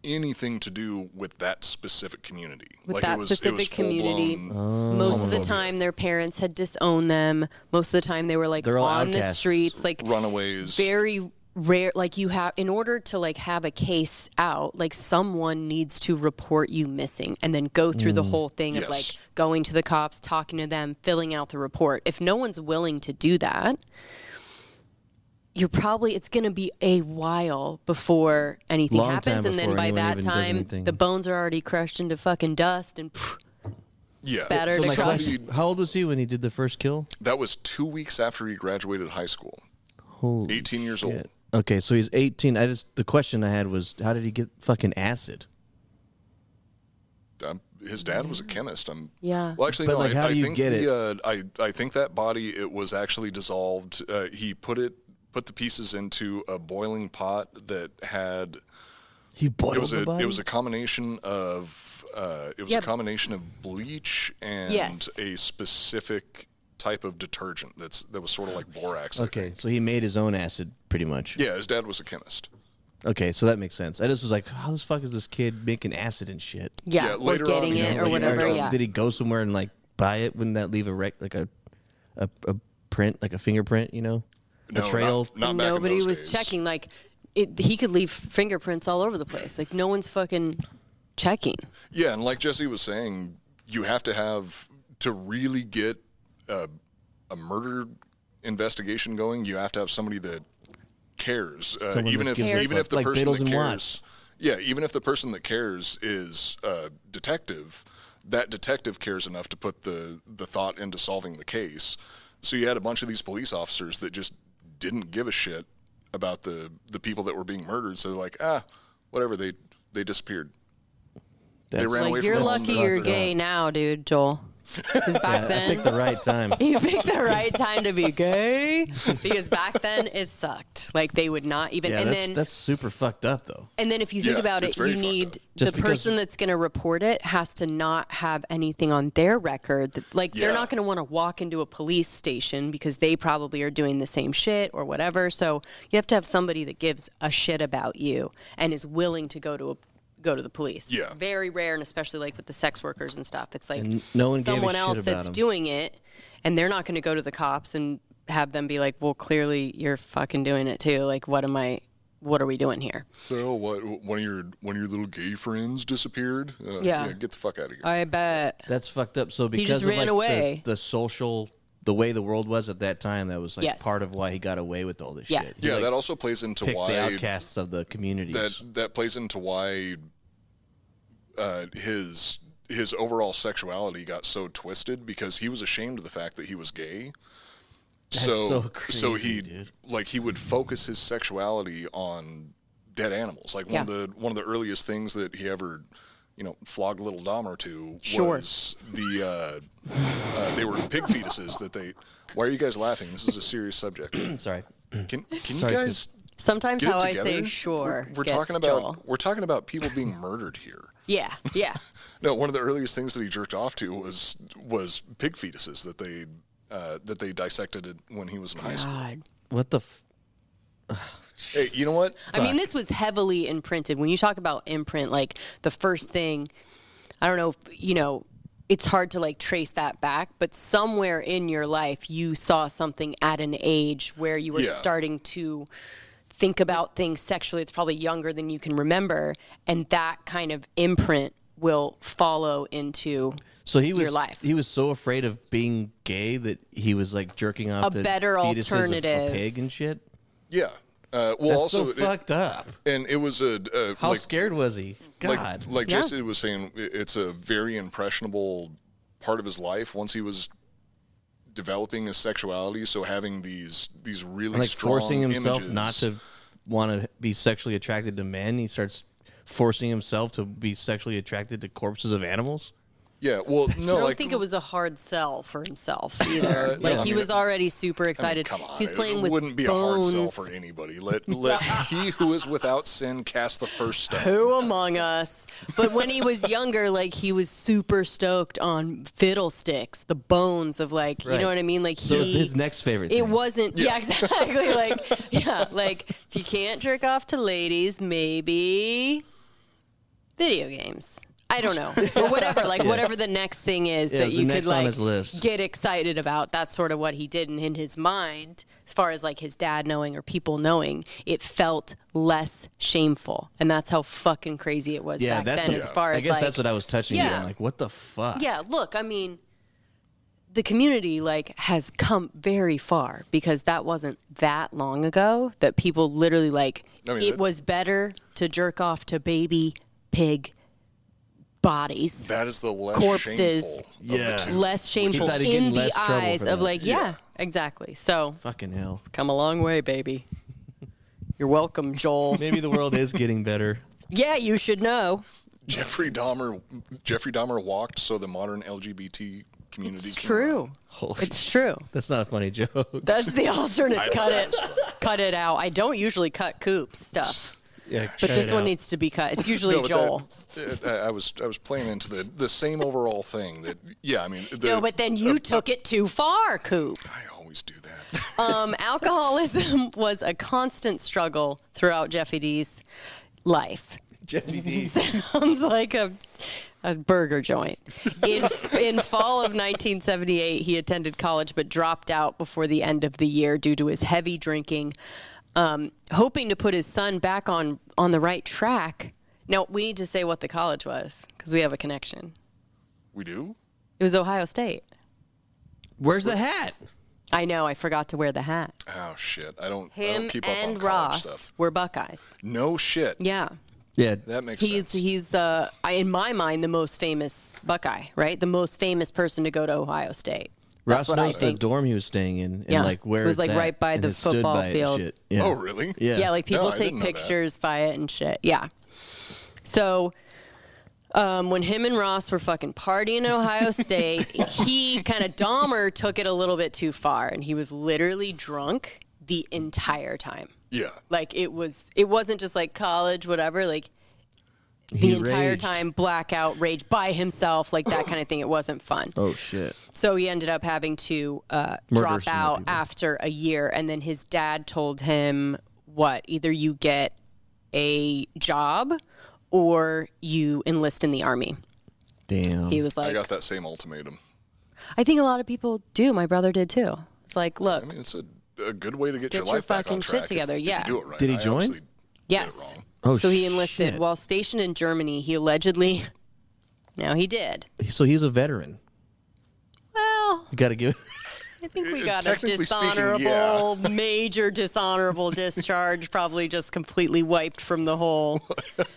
S3: anything to do with that specific community.
S2: with that specific community.
S1: Mm.
S3: full-blown
S2: Most of the
S3: homophobia.
S2: time, their parents had disowned them. Most of the time, they were like
S1: They're all
S2: on the
S1: outcasts.
S2: streets, like
S3: runaways.
S2: very rare. Like you have, in order to like have a case out, like someone needs to report you missing, and then go through
S1: Mm.
S2: the whole thing
S3: Yes.
S2: of like going to the cops, talking to them, filling out the report. If no one's willing to do that. You're probably it's going to be a while before anything
S1: Long
S2: happens,
S1: time
S2: and then
S1: before
S2: by
S1: anyone
S2: that
S1: even does
S2: time
S1: anything.
S2: the bones are already crushed into fucking dust, and phew,
S3: yeah.
S2: spattered
S1: So my
S2: across.
S1: question- how old was he when he did the first kill?
S3: That was two weeks after he graduated high school.
S1: Holy
S3: 18 years old.
S1: Okay, so he's 18. I just the question I had was how did he get fucking acid?
S3: um, his dad was a chemist. I'm
S2: Yeah.
S3: Well, actually,
S1: But,
S3: no.
S1: like,
S3: I,
S1: how
S3: I
S1: do you
S3: think
S1: get
S3: the,
S1: it?
S3: Uh, I I think that body it was actually dissolved. Uh, he put it put the pieces into a boiling pot that had
S1: He boiled
S3: it was
S1: the
S3: a
S1: body?
S3: it was a combination of uh, it was
S2: Yep.
S3: a combination of bleach and
S2: Yes.
S3: a specific type of detergent that's that was sort of like borax. I
S1: okay,
S3: think.
S1: so he made his own acid pretty much.
S3: Yeah, his dad was a chemist.
S1: Okay, so that makes sense. I just was like, how the fuck is this kid making acid and shit?
S2: yeah,
S3: Yeah,
S2: or
S3: later on
S2: getting
S3: he
S2: it or
S3: went
S2: whatever.
S3: down-
S2: Yeah,
S1: Did he go somewhere and like buy it? Wouldn't that leave a rec like a a, a print, like a fingerprint, you know?
S3: No,
S1: a
S3: not-
S1: trail.
S3: not, back in
S2: nobody
S3: those
S2: was
S3: days.
S2: checking. Like, it, he could leave fingerprints all over the place. Like, no one's fucking checking.
S3: Yeah, and like Jesse was saying, you have to have to really get a, a murder investigation going. You have to have somebody that cares, uh,
S1: Someone
S3: even
S1: that
S3: if
S1: gives a
S3: even
S1: fuck,
S3: if the
S1: like
S3: person
S1: Beatles
S3: that
S1: and
S3: cares, yeah, even if the person that cares is a detective, that detective cares enough to put the the thought into solving the case. So you had a bunch of these police officers that just didn't give a shit about the the people that were being murdered. So they're like, ah, whatever. They they disappeared.
S1: That's-
S3: ran away
S2: Like,
S3: from
S2: you're
S3: home,
S2: lucky
S3: they're
S2: you're
S3: not- they're
S2: gay now, dude, Joel. 'Cause back
S1: I picked
S2: then,
S1: the right time.
S2: you picked the right time to be gay because back then it sucked. Like, they would not even.
S1: Yeah,
S2: and
S1: that's,
S2: then,
S1: that's super fucked up though.
S2: and then if you think
S3: Yeah,
S2: about
S3: it's
S2: it,
S3: very
S2: you
S3: fucked
S2: need
S3: up.
S2: the
S1: Just because-
S2: person that's going to report it has to not have anything on their record. That, like they're
S3: Yeah.
S2: not going to want to walk into a police station because they probably are doing the same shit or whatever. So you have to have somebody that gives a shit about you and is willing to go to a go to the police.
S3: Yeah.
S2: Very rare and especially like with the sex workers and stuff. It's like
S1: And no one gave a
S2: someone
S1: shit
S2: else
S1: about
S2: that's
S1: 'em.
S2: doing it and they're not going to go to the cops and have them be like, "Well, clearly you're fucking doing it too. Like what am I what are we doing here?"
S3: So what? One of your one of your little gay friends disappeared. Uh,
S2: Yeah.
S3: get the fuck out of here.
S2: I bet.
S1: That's fucked up. So because
S2: just
S1: of
S2: ran
S1: like the-
S2: away.
S1: The, social the way the world was at that time, that was like
S2: Yes.
S1: part of why he got away with all this
S2: Yeah.
S1: shit. He,
S3: yeah,
S1: like,
S3: that also plays into
S1: picked the
S3: why
S1: outcasts of the communities.
S3: that that plays into why uh, his his overall sexuality got so twisted because he was ashamed of the fact that he was gay.
S1: That's
S3: so
S1: so
S3: so
S1: crazy,
S3: he
S1: dude.
S3: like he would focus his sexuality on dead animals. Like one of the one of the earliest things that he ever you know flogged little Dahmer to
S2: Sure.
S3: was the uh, uh, they were pig fetuses that they. Why are you guys laughing? This is a serious subject.
S1: Sorry.
S3: Can can
S1: Sorry,
S3: you
S1: Chris.
S3: guys
S2: Sometimes
S3: get it
S2: how I
S3: together?
S2: say
S3: We're-
S2: sure.
S3: We're,
S2: gets
S3: talking about
S2: Joel.
S3: we're talking about people being murdered here.
S2: Yeah, yeah.
S3: No, one of the earliest things that he jerked off to was was pig fetuses that they uh, that they dissected it when he was in high school.
S2: God.
S1: What the f-
S3: Hey, you know what?
S2: I mean, this was heavily imprinted. When you talk about imprint, like the first thing, I don't know, if, you know, it's hard to like trace that back, but somewhere in your life you saw something at an age where you were
S11: Yeah.
S2: starting to think about things sexually. It's probably younger than you can remember, and that kind of imprint will follow into
S1: So he was
S2: your life.
S1: he was so afraid of being gay that he was like jerking off
S2: A
S1: to
S2: better
S1: fetuses of a
S2: alternative.
S1: pig and shit.
S3: Yeah. Uh, well,
S1: That's
S3: also
S1: so
S3: it-
S1: fucked up.
S3: And it was a, a
S1: How
S3: like,
S1: scared was he? God,
S3: Like, like
S1: Yeah.
S3: Jesse was saying, i- it's a very impressionable part of his life once he was developing his sexuality. So having these these really
S1: like
S3: strong
S1: forcing himself
S3: images,
S1: not to want to be sexually attracted to men. He starts forcing himself to be sexually attracted to corpses of animals.
S3: Yeah, well, uh,
S2: I don't think it was a hard sell for himself either.
S1: Uh,
S2: like
S1: no, I
S2: he
S1: mean,
S2: was already super excited.
S3: Come on,
S2: He's
S3: it-
S2: playing
S3: it
S2: with
S3: wouldn't be
S2: bones.
S3: a hard sell for anybody. Let let he who is without sin cast the first stone.
S2: Who among us? But when he was younger, like he was super stoked on fiddlesticks, the bones of like you
S1: Right.
S2: know what I mean. Like
S1: So
S2: he,
S1: his next favorite.
S2: It
S1: thing.
S2: wasn't.
S1: Yeah.
S2: Yeah, exactly. Like yeah, like if you can't jerk off to ladies, maybe video games. I don't know, or whatever. Like
S1: Yeah.
S2: whatever the next thing is
S1: Yeah, it
S2: that
S1: was
S2: you
S1: the
S2: could
S1: next on
S2: like
S1: his list.
S2: get excited about. That's sort of what he did, and in his mind, as far as like his dad knowing or people knowing, it felt less shameful, and that's how fucking crazy it was
S1: yeah,
S2: back
S1: that's
S2: then.
S1: the,
S2: as far
S1: I
S2: as
S1: guess
S2: like,
S1: that's what I was touching on.
S2: Yeah.
S1: Like, what the fuck?
S2: yeah, look, I mean, the community like has come very far because that wasn't that long ago that people literally like
S11: I mean,
S2: it
S11: that-
S2: was better to jerk off to baby pig bodies.
S3: That is the less
S2: corpses.
S3: shameful. of the
S1: Yeah.
S3: two.
S2: Less shameful
S1: thought he'd get
S2: in
S1: in
S2: the
S1: less trouble
S2: eyes
S1: for
S2: of
S1: that.
S2: like yeah, exactly. So
S1: Fucking hell.
S2: come a long way, baby. You're welcome, Joel.
S1: Maybe the world is getting better.
S2: yeah, you should know.
S3: Jeffrey Dahmer Jeffrey Dahmer walked so the modern LGBT community
S2: It's
S3: can-
S2: true.
S1: Holy
S2: It's true.
S1: That's not a funny joke.
S2: That's the alternate.
S1: I
S2: cut
S1: thought
S2: it. Cut it out. I don't usually cut Coop's stuff,
S1: Yeah,
S2: but
S3: cut
S2: this
S3: it
S2: one
S3: out.
S2: needs to be cut. It's usually
S3: No, but that-
S2: Joel.
S3: it- I I was I was playing into the the same overall thing that yeah I mean the,
S2: no, but then you took it too far, Coop.
S3: I always do
S2: that. um, alcoholism was a constant struggle throughout Jeffy D's life.
S1: Jeffy D.
S2: Sounds like a a burger joint. In in fall of 1978, he attended college but dropped out before the end of the year due to his heavy drinking. Um, hoping to put his son back on on the right track. Now we need to say what the college was because we have a connection.
S3: we do
S2: It was Ohio State.
S1: Where's the hat?
S2: I know. I forgot to wear the hat.
S3: oh shit I don't I
S2: Him
S3: don't keep up on
S2: and
S3: college
S2: Ross
S3: stuff
S2: were Buckeyes.
S3: no shit
S2: Yeah.
S1: yeah
S3: that makes
S2: he's
S3: sense
S2: he's uh I- in my mind the most famous Buckeye, right? The most famous person to go to Ohio State.
S1: Ross
S2: That's what I
S1: knows the
S2: think.
S1: dorm he was staying in and
S2: Yeah.
S1: like where
S2: It was,
S1: it's
S2: like,
S1: at
S2: right by
S1: and
S2: the
S1: has stood
S2: football
S1: by it and
S2: field.
S1: shit. Yeah.
S3: oh really
S1: Yeah.
S2: Yeah, like
S1: No,
S2: people
S1: I
S2: take
S1: didn't know that.
S2: pictures by it and shit. Yeah. So um, when him and Ross were fucking partying in Ohio State, he kind of Dahmer took it a little bit too far, and he was literally drunk the entire time.
S3: yeah
S2: Like it was, it wasn't just like college, whatever. Like the
S1: He
S2: entire
S1: raged.
S2: time, blackout, rage by himself, like that kind of thing. It wasn't fun.
S1: Oh shit.
S2: So he ended up having to uh,
S1: Murder
S2: drop
S1: some more
S2: out after a year, and then his dad told him, "What? Either you get a job, or you enlist in the army."
S1: Damn.
S2: He was
S3: I
S2: like-
S3: got that same ultimatum
S2: I think a lot of people do. My brother did too. It's like, look,
S3: I mean it's a, a good way to get,
S2: Get
S3: your
S2: your
S3: life back
S2: fucking
S3: on
S2: shit
S3: track if-
S2: together,
S3: if
S2: yeah.
S3: you do it right
S1: Did he
S3: I
S1: join?
S3: obviously-
S2: yes.
S1: Oh,
S2: so he enlisted
S1: shit.
S2: while stationed in Germany. He allegedly, no, he did.
S1: So he's a veteran.
S2: Well,
S1: You gotta give.
S2: I think we
S11: Uh,
S2: got a
S11: technically speaking,
S2: dishonorable, major dishonorable discharge. Probably just completely wiped from the whole.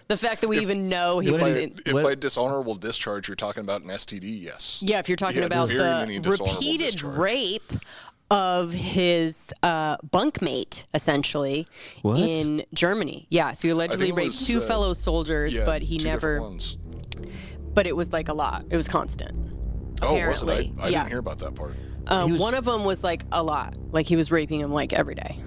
S2: The fact that we even know he
S3: if,
S2: was
S3: by,
S2: in.
S3: if by dishonorable discharge you're talking about an STD yes
S2: Yeah, if you're
S3: He
S2: talking
S3: had
S2: about
S3: very many
S2: the
S3: dishonorable
S2: repeated
S3: discharge.
S2: rape of his uh, bunkmate, essentially
S11: What?
S2: in Germany. Yeah, so he allegedly
S11: it
S2: raped
S11: was,
S2: two
S11: uh,
S2: fellow soldiers,
S11: yeah,
S2: but he
S11: two different
S2: never.
S3: ones.
S2: But it was like a lot. It was constant.
S3: oh was it I,
S2: apparently.
S3: I
S2: yeah.
S3: didn't hear about that part
S2: Um, one of them was like a lot. Like he was raping him like every day.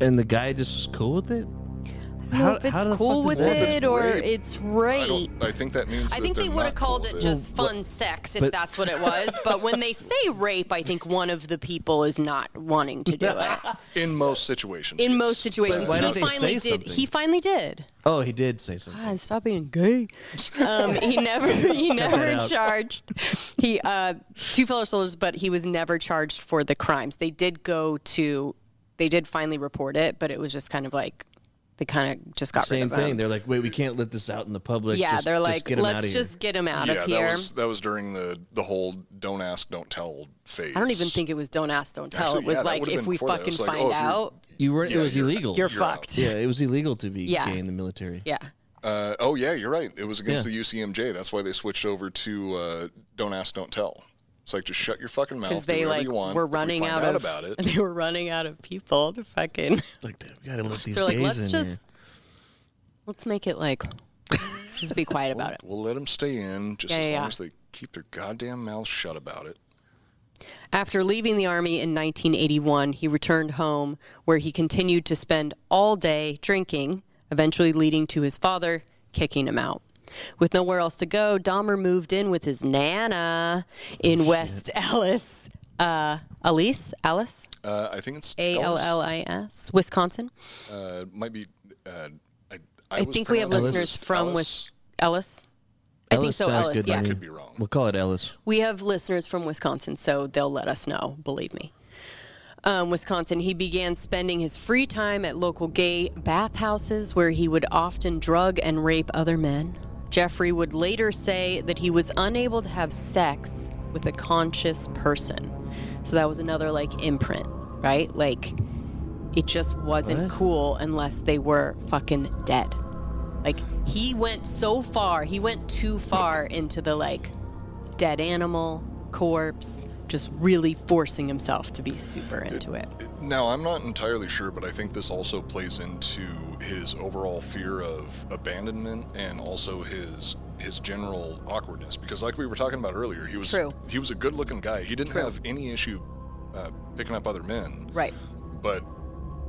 S1: And the guy just was cool with it.
S2: don't know
S1: How-
S2: if it's
S1: how the fuck
S2: cool
S1: does
S2: with
S1: that- Well, if it's
S2: it or
S3: rape,
S2: it's
S3: I,
S2: rape.
S3: don't, I think that means.
S2: I think they would have called it just fun sex if
S1: but-
S2: that's what it was. But when they say rape, I think one of the people is not wanting to do it.
S3: in most situations.
S2: In most situations,
S1: why don't
S2: he
S1: they
S2: finally
S1: say
S2: did. He
S1: something?
S2: finally did.
S1: Oh, he did say something.
S2: God, stop being gay. Um, he never, he never
S1: out.
S2: charged. He uh, two fellow soldiers, but he was never charged for the crimes. They did go to, they did finally report it, but it was just kind of like, they kind of just got
S1: Same
S2: rid of
S1: thing.
S2: him.
S1: They're like, wait, we can't let this out in the public.
S2: yeah,
S1: Just-
S2: they're
S1: just
S2: like,
S1: get 'em outta
S2: let's
S1: here."
S2: just get him out
S3: yeah,
S2: of here.
S3: that was that was during the the whole "don't ask, don't tell" phase.
S2: I don't even think it was don't ask, don't tell.
S3: Actually,
S2: it was
S3: yeah, that
S2: like
S3: would've
S2: if
S3: been
S2: we
S3: before that. It
S2: fucking
S3: was like, oh,
S2: find
S3: if you're-
S2: out,
S1: You weren't.
S3: Yeah,
S1: it was
S3: you're-
S1: illegal.
S2: you're,
S3: You're out.
S2: fucked.
S1: Yeah, it was illegal to be
S2: Yeah.
S1: gay in the military.
S2: yeah.
S3: Uh, oh yeah, you're right. It was against
S1: Yeah.
S3: the UCMJ. That's why they switched over to uh, "Don't ask, don't tell." It's like just shut your fucking mouth.
S2: because
S3: do
S2: they
S3: whatever
S2: like
S3: you want.
S2: were
S3: If we
S2: running out,
S3: find
S2: of
S3: about it.
S2: they were running out of people to fucking.
S1: Like, damn, we gotta let these
S2: They're like,
S1: gays
S2: let's
S1: in
S2: just
S1: here.
S2: let's make it like just be quiet about it.
S3: We'll let them stay in just
S2: Yeah,
S3: as
S2: yeah,
S3: long
S2: yeah.
S3: as they keep their goddamn mouths shut about it.
S2: After leaving the army in 1981, he returned home where he continued to spend all day drinking, eventually leading to his father kicking him out. With nowhere else to go, Dahmer moved in with his nana
S1: Oh,
S2: in West Ellis. Uh, Elise? Alice?
S3: Uh, I think it's
S2: A L L I S? Wisconsin?
S3: Uh, might be. Uh, I, I,
S2: I
S3: was
S2: think we have
S3: pronouncing
S2: listeners
S3: this
S2: from
S3: Alice.
S2: Wis- Ellis. I think
S1: Ellis
S2: so,
S1: sounds
S2: Ellis,
S1: good to
S2: yeah.
S1: me.
S3: Could be wrong.
S1: We'll call it Ellis.
S2: We have listeners from Wisconsin, so they'll let us know, believe me. Um, Wisconsin, he began spending his free time at local gay bathhouses where he would often drug and rape other men. Jeffrey would later say that he was unable to have sex with a conscious person. So that was another like imprint, right? Like it just wasn't
S1: What?
S2: cool unless they were fucking dead. Like he went so far, he went too far into the like dead animal, corpse, just really forcing himself to be super into it.
S3: Now, I'm not entirely sure, but I think this also plays into his overall fear of abandonment and also his his general awkwardness. Because, like we were talking about earlier, he was
S2: True.
S3: he was a good-looking guy. He didn't have any issue uh, picking up other men,
S2: Right.
S3: but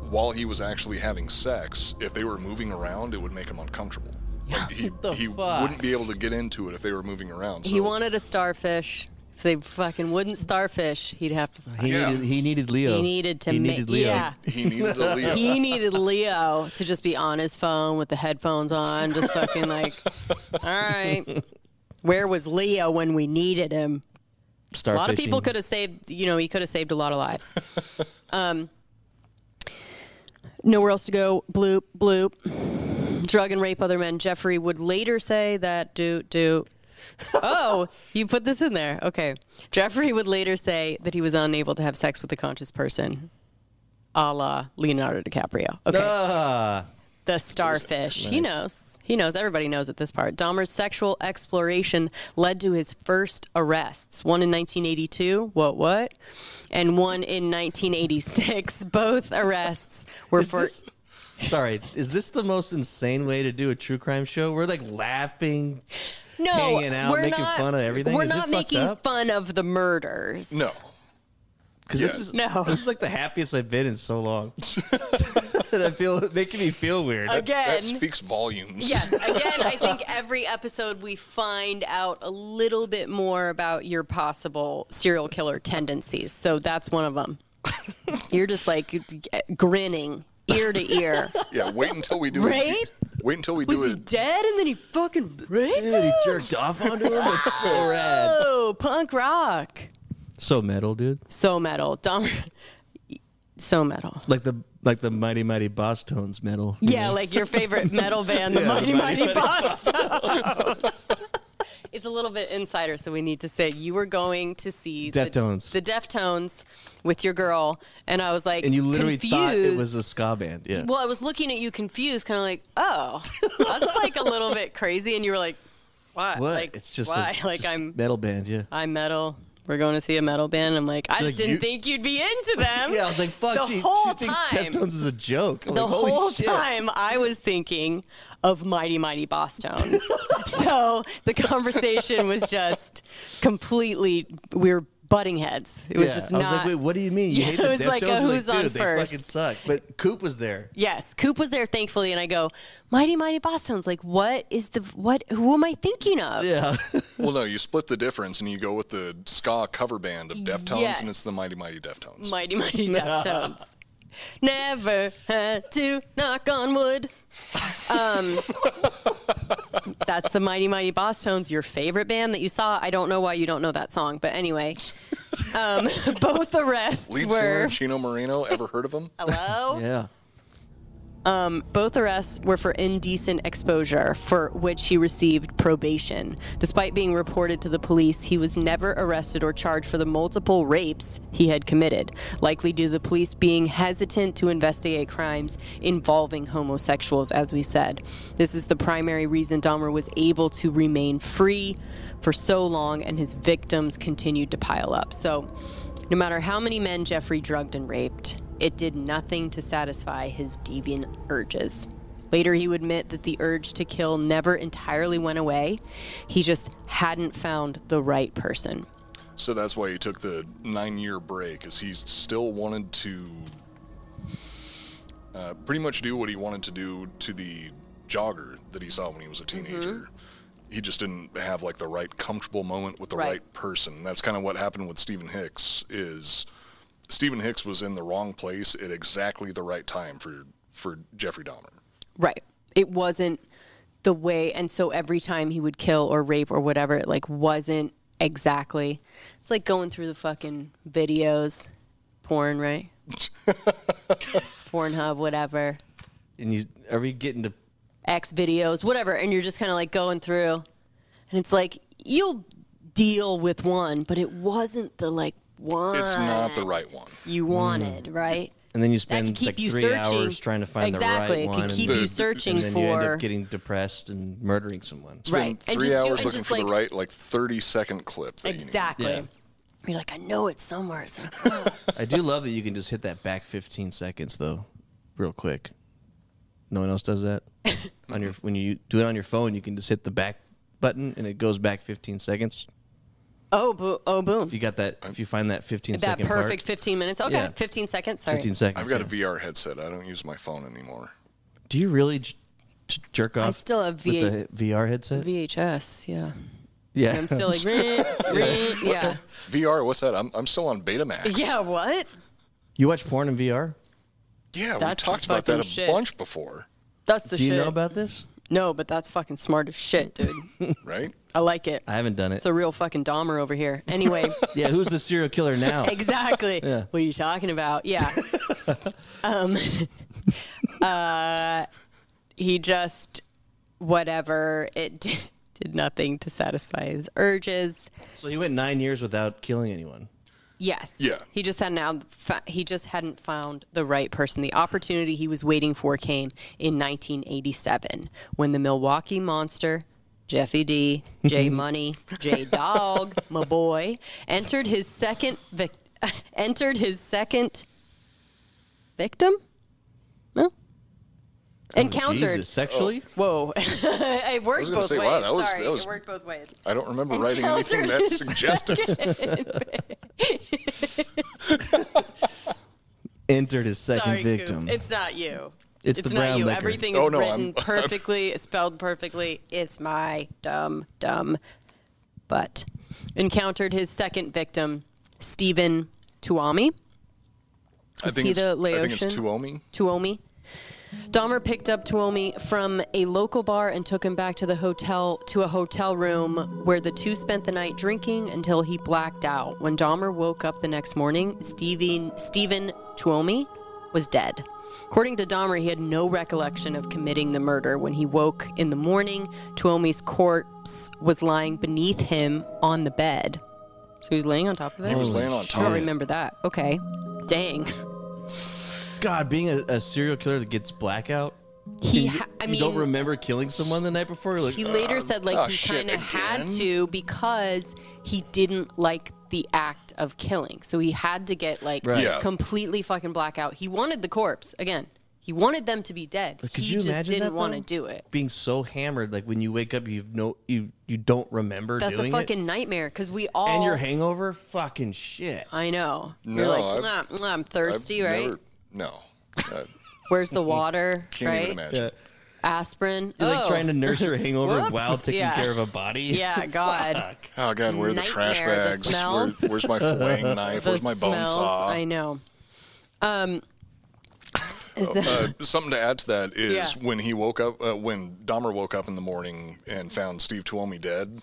S3: while he was actually having sex, if they were moving around, it would make him uncomfortable. Like he
S1: the
S3: he
S1: fuck?
S3: wouldn't be able to get into it if they were moving around. So
S2: He wanted a starfish. If they fucking wouldn't starfish, he'd have to.
S1: He,
S3: Yeah.
S1: needed, he needed Leo.
S2: He needed to
S1: He
S2: ma-
S1: needed Leo.
S2: Yeah.
S3: he needed a Leo.
S2: He needed Leo to just be on his phone with the headphones on, just fucking like, all right. Where was Leo when we needed him?
S1: Starfishing.
S2: a lot of people could have saved you know he could have saved a lot of lives um nowhere else to go bloop bloop drug and rape other men jeffrey would later say that do do oh you put this in there okay jeffrey would later say that he was unable to have sex with a conscious person a la leonardo dicaprio okay
S1: Ah,
S2: the starfish. He knows. He knows. Everybody knows at this part. Dahmer's sexual exploration led to his first arrests one in 1982, what, what? And one in 1986. Both arrests were for.
S1: this- sorry, is this the most insane way to do a true crime show? We're like laughing.
S2: no,
S1: hanging out,
S2: we're
S1: making
S2: not,
S1: fun of everything?
S2: We're
S1: Is it
S2: not
S1: fucked
S2: making
S1: up?
S2: fun of the murders.
S3: no.
S1: Because this
S3: Yeah.
S1: is
S2: No.
S1: this is like the happiest I've been in so long. and I feel making me feel weird.
S2: Again.
S3: That speaks volumes.
S2: Yes. Again, I think every episode we find out a little bit more about your possible serial killer tendencies. So that's one of them. You're just like grinning ear to ear.
S3: Yeah, wait until we do a
S2: Right?
S3: deep, wait until we do
S2: Was
S3: a
S2: he dead and then he fucking raped
S1: Dude, he
S2: him?
S1: jerked off onto him. That's so rad.
S2: Oh, punk rock.
S1: So metal, dude.
S2: So metal. Dumb. So metal.
S1: Like the like the mighty mighty boss tones metal.
S2: Yeah, like your favorite metal band, the Mighty Mighty, Boston. it's a little bit insider, so we need to say you were going to see
S1: Deftones.
S2: the, the Deftones with your girl, and I was like,
S1: and you literally
S2: confused.
S1: thought it was a ska band. Yeah.
S2: Well, I was looking at you confused, kind of like, oh, that's like a little bit crazy, and you were like, why?
S1: what?
S2: Like,
S1: it's just a-
S2: why? like
S1: just
S2: I'm
S1: metal band. Yeah.
S2: I'm metal. We're going to see a metal band. I'm like, I just
S1: Like,
S2: didn't
S1: you-
S2: think you'd be into them.
S1: Yeah, I was like, fuck.
S2: The
S1: she,
S2: whole
S1: she thinks
S2: time.
S1: Deftones is a joke. I'm
S2: the
S1: like, holy
S2: whole
S1: shit.
S2: time I was thinking of Mighty Mighty Boston. so the conversation was just completely we were butting heads. It was
S1: Yeah,
S2: just
S1: I
S2: not.
S1: was like, wait, what do you mean? You
S2: Yeah,
S1: hate
S2: it
S1: the
S2: was like,
S1: Deftones?
S2: uh,
S1: I'm
S2: who's on
S1: dude, They
S2: first?
S1: fucking suck. But Coop was there.
S2: Yes, Coop was there thankfully, and I go, "Mighty Mighty Boston's like, what is the what? Who am I thinking of?"
S1: Yeah.
S3: well, no, you split the difference and you go with the ska cover band of Deftones,
S2: Yes.
S3: and it's the Mighty Mighty Deftones.
S2: Mighty Mighty Deftones. Never had to knock on wood. Um, that's the Mighty Mighty Boss Tones, your favorite band that you saw. I don't know why you don't know that song, but anyway, um, both the rest
S3: Lead singer
S2: were
S3: Chino Marino. Ever heard of him?
S2: hello.
S1: Yeah.
S2: Um, both arrests were for indecent exposure, for which he received probation. Despite being reported to the police, he was never arrested or charged for the multiple rapes he had committed, likely due to the police being hesitant to investigate crimes involving homosexuals, as we said. This is the primary reason Dahmer was able to remain free for so long, and his victims continued to pile up. So, no matter how many men Jeffrey drugged and raped, it did nothing to satisfy his deviant urges. Later, he would admit that the urge to kill never entirely went away. He just hadn't found the right person.
S3: So that's why he took the nine year break, is he still wanted to uh, pretty much do what he wanted to do to the jogger that he saw when he was a
S2: Mm-hmm.
S3: teenager. He just didn't have like the right comfortable moment with the
S2: Right.
S3: right, person. That's kind of what happened with Stephen Hicks. Is Stephen Hicks was in the wrong place at exactly the right time for for Jeffrey Dahmer.
S2: Right. It wasn't the way, and so every time he would kill or rape or whatever, it like wasn't exactly. It's like going through the fucking videos, porn, right? Pornhub, whatever.
S1: And you are we getting to
S2: X videos, whatever, and you're just kind of like going through, and it's like you'll deal with one, but it wasn't the like one
S3: It's not the mm-hmm. right one.
S2: you wanted, right?
S1: and then you spend
S2: keep
S1: like
S2: you
S1: three
S2: searching.
S1: hours trying to find
S2: Exactly,
S1: the
S2: it
S1: right
S2: could
S1: one. and
S2: keep
S1: then-
S2: you searching
S1: and then you end
S2: for-
S1: up getting depressed and murdering someone.
S2: Right. And just
S3: Three
S2: do-
S3: hours
S2: and
S3: looking
S2: just,
S3: for the
S2: like-
S3: right like thirty second clip. That you need.
S2: Exactly.
S1: Yeah.
S2: You're like, I know it's somewhere. So
S1: I do love that you can just hit that back 15 seconds though, real quick. No one else does that on your when you do it on your phone. You can just hit the back button and it goes back 15 seconds.
S2: oh, bo- oh, boom.
S1: If you got that, if you find that 15
S2: That
S1: second
S2: perfect 15 minutes. Okay,
S1: Yeah.
S2: 15 seconds.
S1: part,
S2: Sorry.
S1: 15 seconds.
S3: I've got
S1: yeah.
S3: a VR headset. I don't use my phone anymore.
S1: Do you really j- j- jerk off?
S2: still have
S1: with
S2: V8
S1: the VR headset.
S2: VHS. Yeah.
S1: yeah,
S2: I'm still like, "Reh, reh," yeah.
S3: VR, what's that? I'm, I'm still on Betamax.
S2: Yeah. What?
S1: you watch porn in VR.
S3: Yeah, we
S2: That's
S3: talked
S2: the
S3: about that a
S2: fucking shit.
S3: bunch before,
S2: That's the
S1: Do you
S2: shit.
S1: know about this?
S2: no, but that's fucking smart as shit, dude.
S3: right?
S2: I like it.
S1: I haven't done it.
S2: It's a real fucking Dahmer over here. Anyway.
S1: yeah, who's the serial killer now?
S2: exactly.
S1: Yeah.
S2: What are you talking about? Yeah. um, uh, he just, whatever, it d- did nothing to satisfy his urges.
S1: So he went nine years without killing anyone.
S2: Yes.
S3: Yeah.
S2: He just hadn't out- fa- he just hadn't found the right person. The opportunity he was waiting for came in 1987 when the Milwaukee Monster, Jeffy D, J Money, J Dog, my boy, entered his second vic- entered his second victim. No. Encountered.
S1: Jesus, sexually?
S3: Oh.
S2: Whoa! it worked
S3: gonna
S2: both
S3: say,
S2: ways.
S3: wow, that Oh, was-
S2: Sorry,
S3: that was-
S2: it worked both ways.
S3: I don't remember writing anything that
S2: Encountered
S3: suggestive.
S1: Entered his second
S2: Sorry, Coop.
S1: victim.
S2: It's not you.
S1: It's the
S2: not
S1: brown
S2: you.
S1: liquor.
S2: Everything is
S3: Oh, no,
S2: written
S3: I'm-
S2: perfectly, spelled perfectly. It's my dumb, dumb butt. Encountered his second victim, Stephen Tuami.
S3: I think,
S2: he
S3: it's,
S2: the
S3: I think it's
S2: Laotian?
S3: Tuomi.
S2: Tuomi. Dahmer picked up Tuomi from a local bar and took him back to the hotel to a hotel room where the two spent the night drinking until he blacked out. When Dahmer woke up the next morning, Stevie, Stephen Tuomi was dead. According to Dahmer, he had no recollection of committing the murder. When he woke in the morning, Tuomi's corpse was lying beneath him on the bed. So he was laying on top of it.
S3: He was
S1: Holy
S3: laying on
S1: shit.
S2: I
S3: top.
S2: don't
S3: of it.
S2: remember that. Okay, dang.
S1: God, being a, a serial killer that gets blackout.
S2: He,
S1: you,
S2: ha- I
S1: you
S2: mean,
S1: don't remember killing someone the night before? Like,
S2: He later said like
S3: oh,
S2: he kind
S3: shit,
S2: of had
S3: again?
S2: to because he didn't like the act of killing. So he had to get like
S1: Right.
S3: Yeah.
S2: completely fucking blackout. He wanted the corpse again. He wanted them to be dead.
S1: But could
S2: he
S1: you
S2: just
S1: imagine that,
S2: didn't want to
S1: though?
S2: do it.
S1: Being so hammered, like when you wake up, you no, you you don't remember
S2: That's a
S1: doing
S2: fucking
S1: it,
S2: nightmare because we all.
S1: and your hangover, fucking shit.
S2: I know.
S1: No,
S2: You're like,
S1: I've-
S2: "Mwah, mwah, I'm thirsty,
S1: I've
S2: right?
S1: never-
S3: No.
S2: Where's the water?
S3: Can't
S2: right?
S3: even imagine.
S2: Aspirin.
S1: You're like
S2: Oh.
S1: trying to nurse your hangover
S2: Whoops.
S1: while taking
S2: Yeah.
S1: care of a body.
S2: Yeah, God.
S1: Fuck.
S3: Oh God, where are the trash
S2: Nightmare, the
S3: bags? Where,
S2: smells.
S3: where's my flaying knife?
S2: The
S3: Where's my bone
S2: smells,
S3: saw?
S2: I know. Um, is that-
S3: Uh, something to add to that is
S2: Yeah.
S3: when he woke up, uh, when Dahmer woke up in the morning and found Steve Tuomi dead.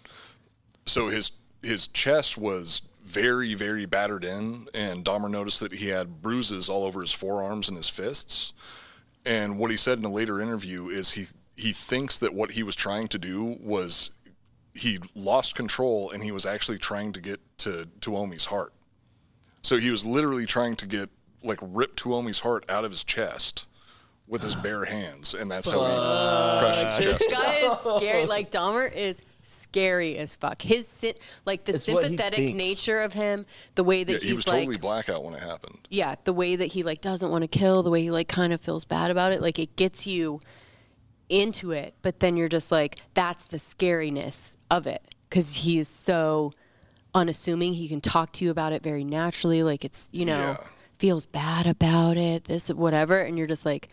S3: So his his chest was very very battered in, and Dahmer noticed that he had bruises all over his forearms and his fists. And what he said in a later interview is he he thinks that what he was trying to do was he lost control and he was actually trying to get to Tuomi's heart. So he was literally trying to get like rip Tuomi's heart out of his chest with his bare hands, and that's how he crushed his
S2: this
S3: chest.
S2: guy is scary. Like Dahmer is scary as fuck. His sy- like the
S3: It's what he
S2: sympathetic
S3: thinks.
S2: nature of him, the way that
S3: Yeah,
S2: he's
S3: he was
S2: like,
S3: totally blackout when it happened.
S2: yeah, the way that he like doesn't want to kill, the way he like kind of feels bad about it, like it gets you into it, but then you're just like, that's the scariness of it because he is so unassuming. He can talk to you about it very naturally, like it's you know feels bad about it, this whatever, and you're just like,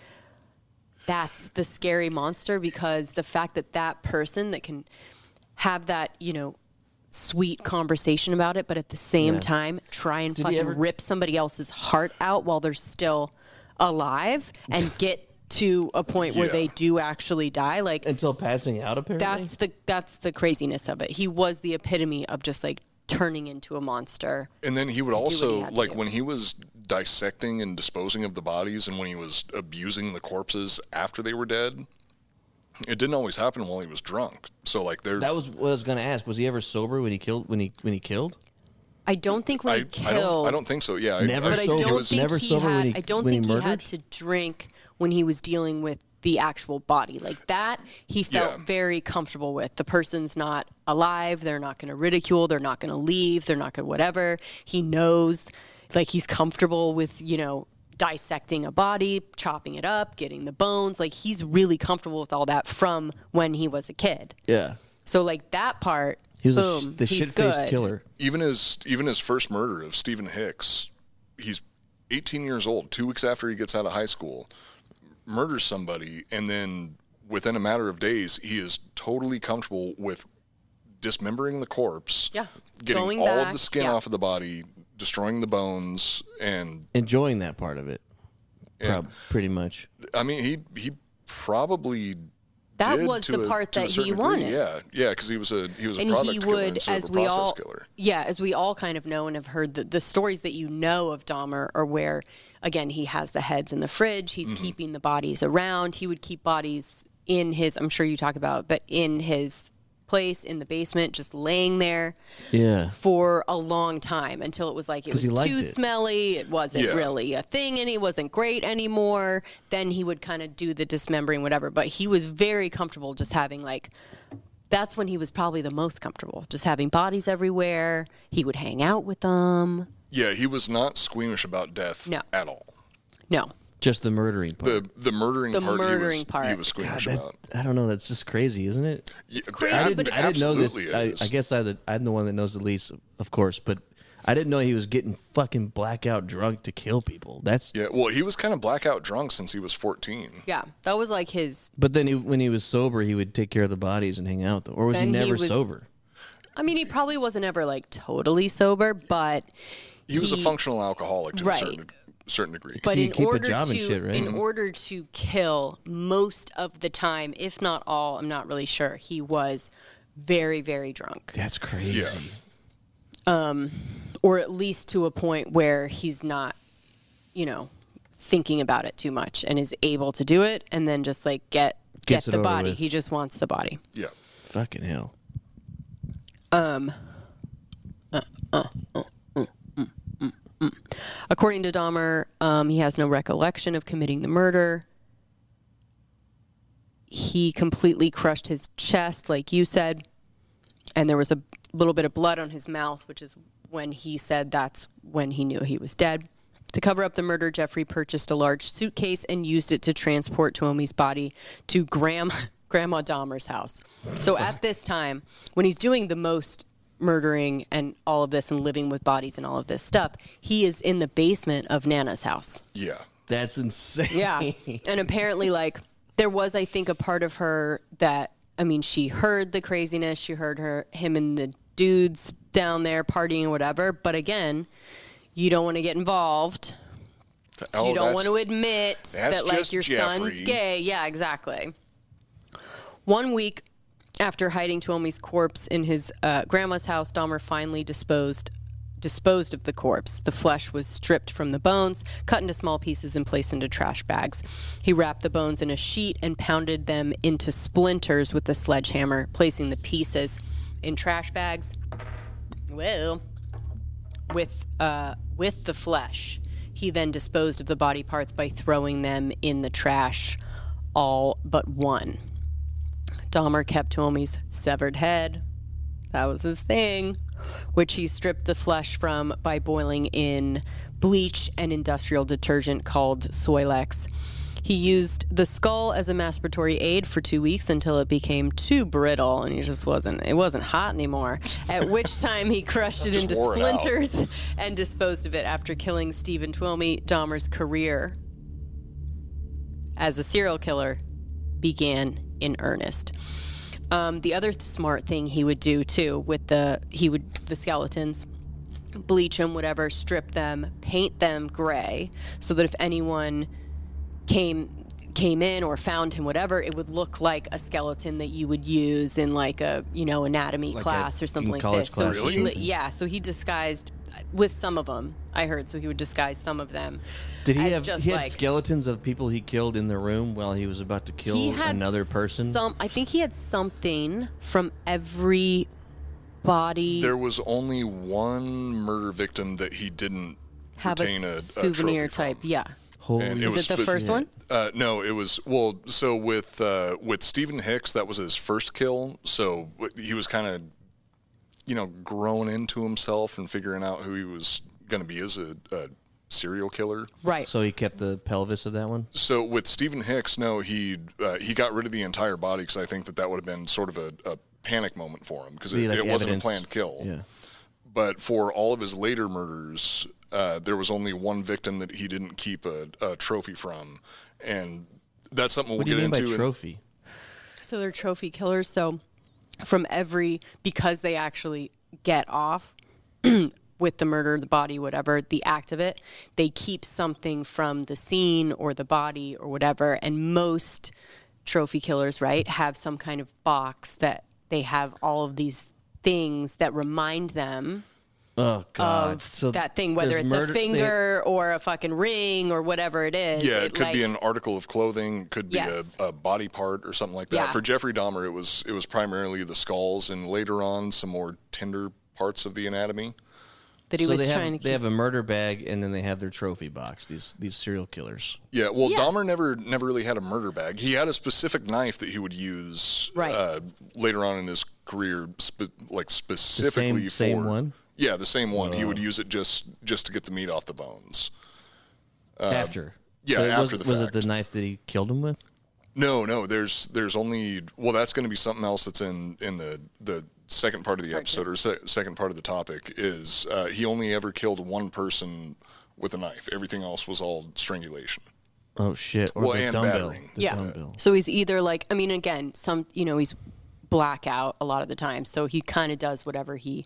S2: that's the scary monster because the fact that that person that can have that you know sweet conversation about it, but at the same
S10: Yeah.
S2: time try and
S10: Did he
S2: fucking
S10: ever-
S2: rip somebody else's heart out while they're still alive and get to a point where
S1: Yeah.
S2: they do actually die like
S1: until passing out apparently
S2: that's the that's the craziness of it he was the epitome of just like turning into a monster
S3: And then he would
S2: To do what he
S3: also
S2: had to
S3: like
S2: do.
S3: when he was dissecting and disposing of the bodies, and when he was abusing the corpses after they were dead. It didn't always happen while he was drunk. So like there,
S1: That was what I was gonna ask. Was he ever sober when he killed? When he when he killed?
S2: i don't think when
S3: I,
S2: he
S3: I don't,
S2: killed
S3: I don't think so. Yeah, I-
S1: Never
S3: I,
S2: but i don't
S3: he was-
S2: think he
S1: sober when
S2: had
S1: he-
S2: i don't
S1: when he
S2: think he, had
S1: murdered?
S2: to drink when he was dealing with the actual body like that he felt very comfortable with the person's not alive they're not going to ridicule they're not going to leave they're not going to whatever he knows like he's comfortable with you know dissecting a body chopping it up getting the bones like he's really comfortable with all that from when he was a kid
S1: Yeah.
S2: so like that part
S1: He was a sh-
S2: boom
S1: the
S2: he's
S1: shit-faced
S2: good
S1: killer.
S3: Even his even his first murder of Stephen Hicks, he's 18 years old. Two weeks after he gets out of high school, murders somebody, and then within a matter of days, he is totally comfortable with dismembering the corpse,
S2: yeah
S3: getting
S2: Going
S3: all
S2: back,
S3: of the skin
S2: yeah.
S3: off of the body, destroying the bones, and
S1: Enjoying that part of it.
S3: Yeah.
S1: Prob- pretty much.
S3: I mean he he probably
S2: That
S3: did
S2: was
S3: to
S2: the
S3: a-
S2: part
S3: to a
S2: that he
S3: certain degree,
S2: wanted.
S3: Yeah, yeah, because he was a he was a
S2: and
S3: product
S2: he
S3: killer
S2: would,
S3: instead
S2: as
S3: of a
S2: we
S3: process
S2: all,
S3: killer.
S2: yeah, as we all kind of know and have heard, the, the stories that you know of Dahmer are where, again, he has the heads in the fridge. He's
S3: Mm-hmm.
S10: Mhm.
S2: keeping the bodies around. He would keep bodies in his. I'm sure you talk about, it, but in his place in the basement, just laying there
S1: Yeah.
S2: for a long time until it was like it
S1: 'Cause
S2: was
S1: he liked
S2: too
S1: it.
S2: smelly. It wasn't
S1: Yeah.
S2: really a thing, and he wasn't great anymore. Then he would kind of do the dismembering, whatever. But he was very comfortable just having like. That's when he was probably the most comfortable, just having bodies everywhere. He would hang out with them.
S3: Yeah, he was not squeamish about death
S2: No.
S3: at all.
S2: No,
S1: Just the murdering part.
S3: The the murdering
S2: The
S3: part he
S2: murdering
S3: was, he
S2: part.
S3: was
S1: God,
S3: squeamish
S1: that-
S3: about.
S1: I don't know. That's just crazy, isn't it?
S3: It's
S2: crazy,
S1: I didn't,
S2: but
S1: I didn't know this.
S3: absolutely it
S1: I,
S3: is.
S1: I guess I the, I'm the one that knows the least, of course. But I didn't know he was getting fucking blackout drunk to kill people. That's
S3: yeah. Well, he was kind of blackout drunk since he was 14.
S2: yeah, that was like his.
S1: But then he, when he was sober, he would take care of the bodies and hang out. Though, or was
S2: Then
S1: he
S2: he
S1: never
S2: was-
S1: sober?
S2: I mean, he probably wasn't ever like totally sober, but
S3: He, was a functional alcoholic to
S2: Right.
S3: a certain, certain degree.
S2: But in order to in order to kill most of the time, if not all, I'm not really sure. He was very very drunk.
S1: That's crazy.
S2: Um or at least to a point where he's not you know thinking about it too much and is able to do it and then just like get
S1: Gets
S2: get
S1: it
S2: the
S1: over
S2: body.
S1: with.
S2: He just wants the body.
S3: Yeah.
S1: Fucking hell.
S2: Um uh, uh, uh, uh, mm, mm, mm. According to Dahmer, um, he has no recollection of committing the murder. He completely crushed his chest, like you said, and there was a little bit of blood on his mouth, which is when he said that's when he knew he was dead. To cover up the murder, Jeffrey purchased a large suitcase and used it to transport Tuomi's body to Graham, Grandma Dahmer's house. So at this time, when he's doing the most murdering and all of this and living with bodies and all of this stuff, he is in the basement of Nana's house.
S3: Yeah.
S1: That's insane.
S2: Yeah. And apparently, like, there was, I think, a part of her that, I mean, she heard the craziness. She heard her, him and the dudes down there partying or whatever. But again, you don't want to get involved.
S3: Oh,
S2: you don't
S3: that's-
S2: want to admit
S3: that's
S2: that, like,
S3: just
S2: your
S3: Jeffrey.
S2: son's gay. Yeah, exactly. One week after hiding Tuomi's corpse in his uh, grandma's house, Dahmer finally disposed disposed of the corpse. The flesh was stripped from the bones, cut into small pieces, and placed into trash bags. He wrapped the bones in a sheet and pounded them into splinters with a sledgehammer, placing the pieces in trash bags. Whoa. With uh, with the flesh, he then disposed of the body parts by throwing them in the trash, all but one. Dahmer kept Tuomi's severed head. That was his thing, which he stripped the flesh from by boiling in bleach and industrial detergent called Soilex. He used the skull as a masturbatory aid for two weeks until it became too brittle and he just wasn't it wasn't hot anymore. At which time he crushed it
S11: Just
S2: into
S11: wore it out.
S2: splinters and disposed of it after killing Stephen Twilmy. Dahmer's career as a serial killer began in earnest. Um, the other th- smart thing he would do too with the he would the skeletons bleach them whatever strip them paint them gray so that if anyone came came in or found him whatever it would look like a skeleton that you would use in like a you know anatomy
S1: Like a-
S2: class or
S1: in
S2: something like
S1: college
S2: this
S1: class
S2: so
S1: or
S2: he, li-
S1: something.
S2: yeah so he disguised uh, with some of them i heard so he would disguise some of them
S1: Did he
S2: as
S1: have
S2: just
S1: he had
S2: like
S1: skeletons of people he killed in the room while he was about to
S2: he
S1: kill
S2: had
S1: another person?
S2: some i think he had something from every body
S3: There was only one murder victim that he didn't
S2: have
S3: retain
S2: a,
S3: a, a
S2: souvenir type. Yeah.
S3: And
S2: Is it the
S3: spe-
S2: first one?
S3: Uh, no, it was well. So with uh, with Stephen Hicks, that was his first kill. So w- he was kind of, you know, grown into himself and figuring out who he was going to be as a, a serial killer.
S2: Right.
S1: So he kept the pelvis of that one.
S3: So with Stephen Hicks, no, he uh, he got rid of the entire body because I think that that would have been sort of a, a panic moment for him because
S1: Be
S3: it,
S1: like
S3: it wasn't a
S1: evidence.
S3: planned kill.
S1: Yeah.
S3: But for all of his later murders, uh, there was only one victim that he didn't keep a, a trophy from, and that's something we'll
S1: What do
S3: get
S1: you mean by
S3: into. in-
S1: trophy?
S2: So they're trophy killers. So from every because they actually get off with the murder, the body, whatever, the act of it, they keep something from the scene or the body or whatever. And most trophy killers, right, have some kind of box that they have all of these things that remind them
S1: Oh God!
S2: of
S1: so
S2: that thing, whether
S1: there's
S2: it's
S1: murder-
S2: a
S1: they-
S2: finger or a fucking ring or whatever it is.
S3: yeah, it could
S2: like-
S3: be an article of clothing, it could be
S2: Yes.
S3: a, a body part or something like that.
S2: Yeah.
S3: For Jeffrey Dahmer, it was it was primarily the skulls, and later on some more tender parts of the anatomy.
S2: that he
S1: so
S2: was
S1: they have,
S2: trying to
S1: They have a murder bag and then they have their trophy box. These these serial killers.
S3: Yeah, well, Dahmer never never really had a murder bag. He had a specific knife that he would use
S2: Right.
S3: uh, later on in his career, spe- like specifically for
S1: same one? Uh.
S3: Yeah, the same one. he would use it just just to get the meat off the bones. Uh,
S1: after.
S3: yeah,
S1: So it
S3: after
S1: was,
S3: the
S1: was
S3: fact.
S1: it the knife that he killed him with?
S3: No, no. There's there's only well, that's going to be something else that's in in the the second part of the episode or se- second part of the topic is uh, he only ever killed one person with a knife. Everything else was all strangulation.
S1: Oh shit! Or
S3: Well,
S1: the
S3: and
S1: dumbbell.
S3: battering.
S1: The
S2: yeah.
S1: dumbbell.
S2: So he's either like, I mean, again, some, you know, he's blackout a lot of the time. So he kind of does whatever he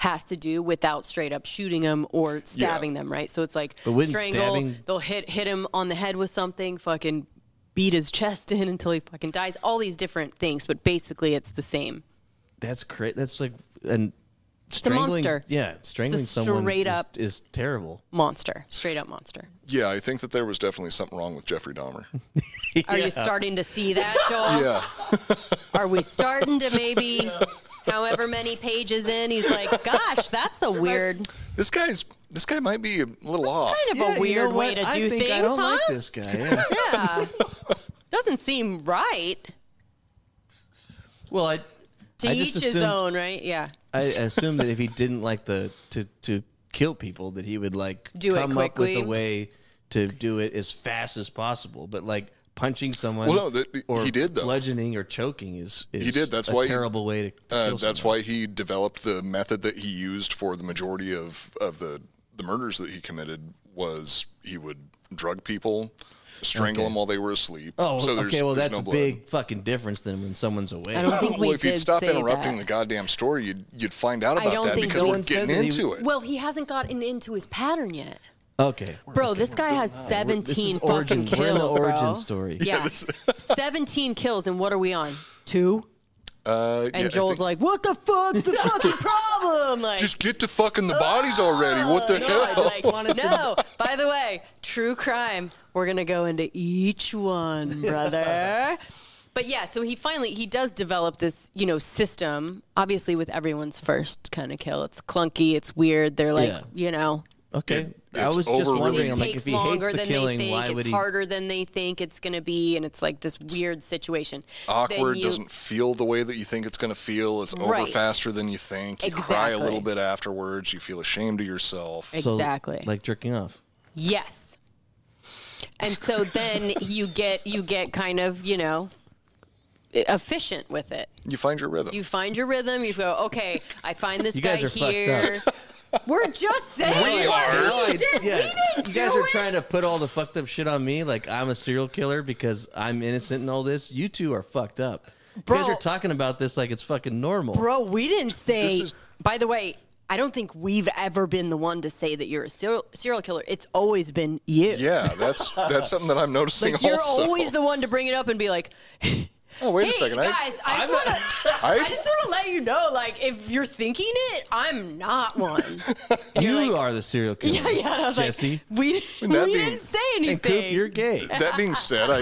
S2: has to do without straight up shooting them or stabbing them, right? So it's like
S1: But wouldn't
S2: strangle,
S1: stabbing-
S2: they'll hit hit him on the head with something, fucking beat his chest in until he fucking dies. All these different things, but basically it's the same.
S1: That's cra- That's like an.
S2: It's a
S1: strangling,
S2: monster.
S1: Yeah,
S2: It's a
S1: strangling someone
S2: straight
S1: is-
S2: up-
S1: is terrible.
S2: Monster, straight up monster.
S3: Yeah, I think that there was definitely something wrong with Jeffrey Dahmer.
S2: Are
S3: Yeah.
S2: you starting to see that, Joel?
S3: yeah.
S2: Are we starting to maybe, however many pages in, he's like, gosh, that's a weird.
S3: This guy's this guy might be a little off.
S2: kind of a weird way to do things, huh?
S1: this guy. Yeah.
S2: yeah. Doesn't seem right.
S1: Well, I
S2: To
S1: I
S2: each
S1: just
S2: his
S1: assumed-
S2: own, right? Yeah.
S1: I assume that if he didn't like the to to kill people that he would like
S2: Do it
S1: come up with
S2: quickly.
S1: a way to do it as fast as possible. But like punching someone,
S3: Well, no, that-
S1: or
S3: he did, though.
S1: bludgeoning or choking is, is
S3: he did. That's
S1: a
S3: why
S1: terrible
S3: he,
S1: way to. to
S3: Uh,
S1: kill
S3: that's
S1: someone.
S3: why he developed the method that he used for the majority of of the the murders that he committed was he would drug people, strangle
S1: Okay.
S3: them while they were asleep.
S1: Oh,
S3: so there's,
S1: okay. Well,
S3: there's
S1: that's
S3: no
S1: a
S3: blood.
S1: big fucking difference than when someone's awake.
S2: I don't think we
S3: well, if you'd
S2: did
S3: stop
S2: say
S3: interrupting
S2: that.
S3: the goddamn story, you'd you'd find out
S2: I
S3: about
S2: don't
S3: that
S2: think
S3: because
S2: no
S3: we're
S2: one
S1: said
S3: getting
S1: that he-
S3: into it.
S2: Well, he hasn't gotten into his pattern yet.
S1: Okay.
S2: Bro, this guy has 17
S1: We're- this is
S2: fucking
S1: origin- we're in
S2: kills,
S1: the origin
S2: bro.
S1: story.
S2: Yeah. 17 kills, and what are we on? Two?
S3: uh, yeah,
S2: And
S3: I
S2: Joel's
S3: think-
S2: like, what the fuck's the fucking problem? Like,
S3: just get to fucking the bodies already. What the
S2: God,
S3: hell?
S2: like, no, by the way, true crime. We're going to go into each one, brother. but yeah, so he finally, he does develop this, you know, system, obviously with everyone's first kind of kill. It's clunky. It's weird. They're like,
S1: Yeah.
S2: you know,
S1: Okay.
S3: It-
S1: I
S3: it's
S1: was just
S3: overwritten.
S1: wondering,
S2: it
S1: I'm like,
S2: takes
S1: if he hates
S2: longer
S1: the
S2: than
S1: killing,
S2: they think.
S1: why
S2: it's
S1: would he?
S2: harder than they think it's going to be, and it's like this weird situation. Then
S3: awkward,
S2: you-
S3: doesn't feel the way that you think it's going to feel. It's over
S2: Right.
S3: faster than you think. You cry a little
S2: Exactly.
S3: bit afterwards. You feel ashamed of yourself.
S1: So,
S2: exactly
S1: like jerking off.
S2: yes. And so then you get you get kind of you know efficient with it.
S3: You find your rhythm.
S2: You find your rhythm. You go, okay, I find this
S1: You
S2: guy
S1: guys are fucked
S2: here. We're just saying what
S3: are.
S2: he did.
S1: yeah.
S2: didn't
S1: you guys
S2: do
S1: are
S2: it.
S1: trying to put all the fucked up shit on me. Like I'm a serial killer because I'm innocent and all this. You two are fucked up. You guys
S2: Bro.
S1: are talking about this like it's fucking normal.
S2: Bro, we didn't say.
S3: is-
S2: By the way, I don't think we've ever been the one to say that you're a serial, serial killer. It's always been you.
S3: yeah, that's that's something that I'm noticing
S2: Like, you're
S3: also.
S2: always the one to bring it up and be like,
S3: oh, wait
S2: hey,
S3: a second. I,
S2: guys, I, just want to.
S3: I-
S2: I, just want to let you know, like, if you're thinking it, I'm not one. And
S1: you
S2: you're like,
S1: are the serial killer.
S2: Yeah, yeah. And I was
S1: Jesse.
S2: like, we, we
S3: that being-
S2: didn't say anything.
S1: and Coop, you're gay.
S3: that being said, I,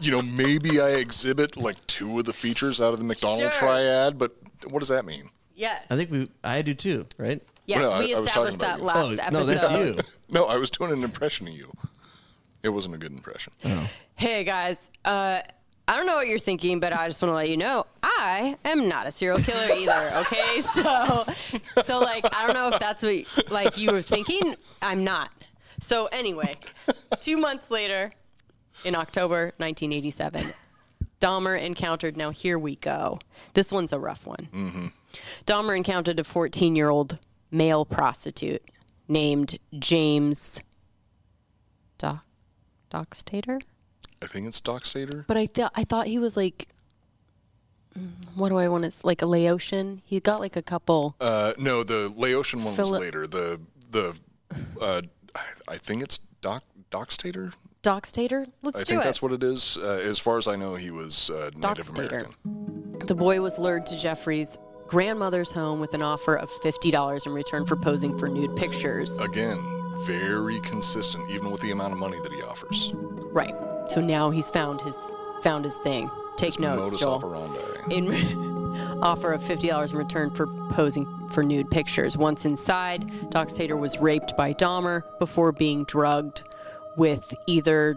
S3: you know, maybe I exhibit like two of the features out of the McDonald
S2: Sure.
S3: triad, but what does that mean?
S2: Yes.
S1: I think we. I do too. Right.
S2: yes,
S3: Well, no, I-
S2: we
S3: I was talking
S2: established that
S3: about you.
S1: Oh
S2: last episode.
S1: no, that's you.
S3: No, I was doing an impression of you. It wasn't a good impression.
S2: Hey guys, uh, I don't know what you're thinking, but I just want to let you know I am not a serial killer either. Okay, so so like I don't know if that's what like you were thinking. I'm not. So anyway, two months later, in October 1987, Dahmer encountered. Now here we go. This one's a rough one. Dahmer encountered a 14 year old male prostitute named James Doc Dockstater.
S3: I think it's Doc Sater.
S2: But I thought I thought he was like, mm, what do I want to like a Laotian? He got like a couple.
S3: Uh, no, the Laotian one was
S2: Philip-
S3: later. The the uh, I, I think it's Doc Docstater.
S2: Doc Stater. Let's
S3: I
S2: do
S3: think
S2: it.
S3: that's what it is. Uh, as far as I know, he was uh, Native
S2: Dockstader.
S3: American.
S2: the boy was lured to Jeffrey's grandmother's home with an offer of fifty dollars in return for posing for nude pictures.
S3: Uh, Again, very consistent, even with the amount of money that he offers.
S2: right. So now he's found his found his thing. Take notes,
S3: Modus
S2: Joel.
S3: operandi.
S2: in offer of $50 in return for posing for nude pictures. Once inside, Doc Sater was raped by Dahmer before being drugged with either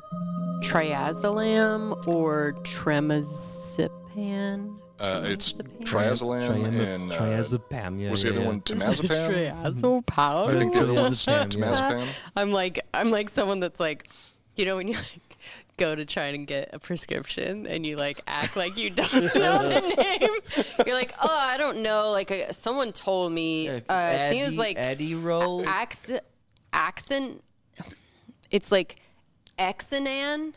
S2: triazolam or tremazepam.
S3: Uh, it's triazolam and uh,
S1: Triazepam. Yeah,
S3: was the
S1: yeah,
S3: other
S1: yeah.
S3: one temazepam?
S2: Triazopam?
S3: Hmm. I think the other one's
S1: Triazepam, yeah.
S3: temazepam.
S2: I'm like I'm like someone that's like, you know, when you like go to try and get a prescription and you like act like you don't know the name. You're like, oh, I don't know. Like uh, someone told me. Uh, I think it was like
S1: Eddie Roll.
S2: Axon. Axon. It's like Exanan.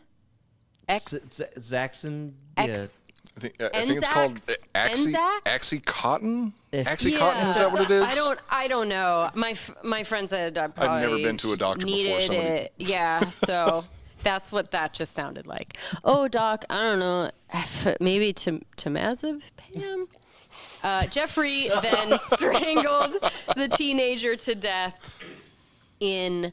S2: Ex.
S1: Zaxon. Yeah.
S2: Ex.
S3: I think, uh, I think it's called
S2: Enzax?
S3: Axi
S2: Enzax?
S3: Oxycontin.
S1: Eh.
S3: Oxycontin is that what it is?
S2: I don't. I don't know. My f- my friend said I probably
S3: never been to a doctor before,
S2: needed
S3: so I'm gonna-
S2: it. Yeah. So that's what that just sounded like. Oh, doc. I don't know. F- Maybe to temazepam. Uh, Jeffrey then strangled the teenager to death in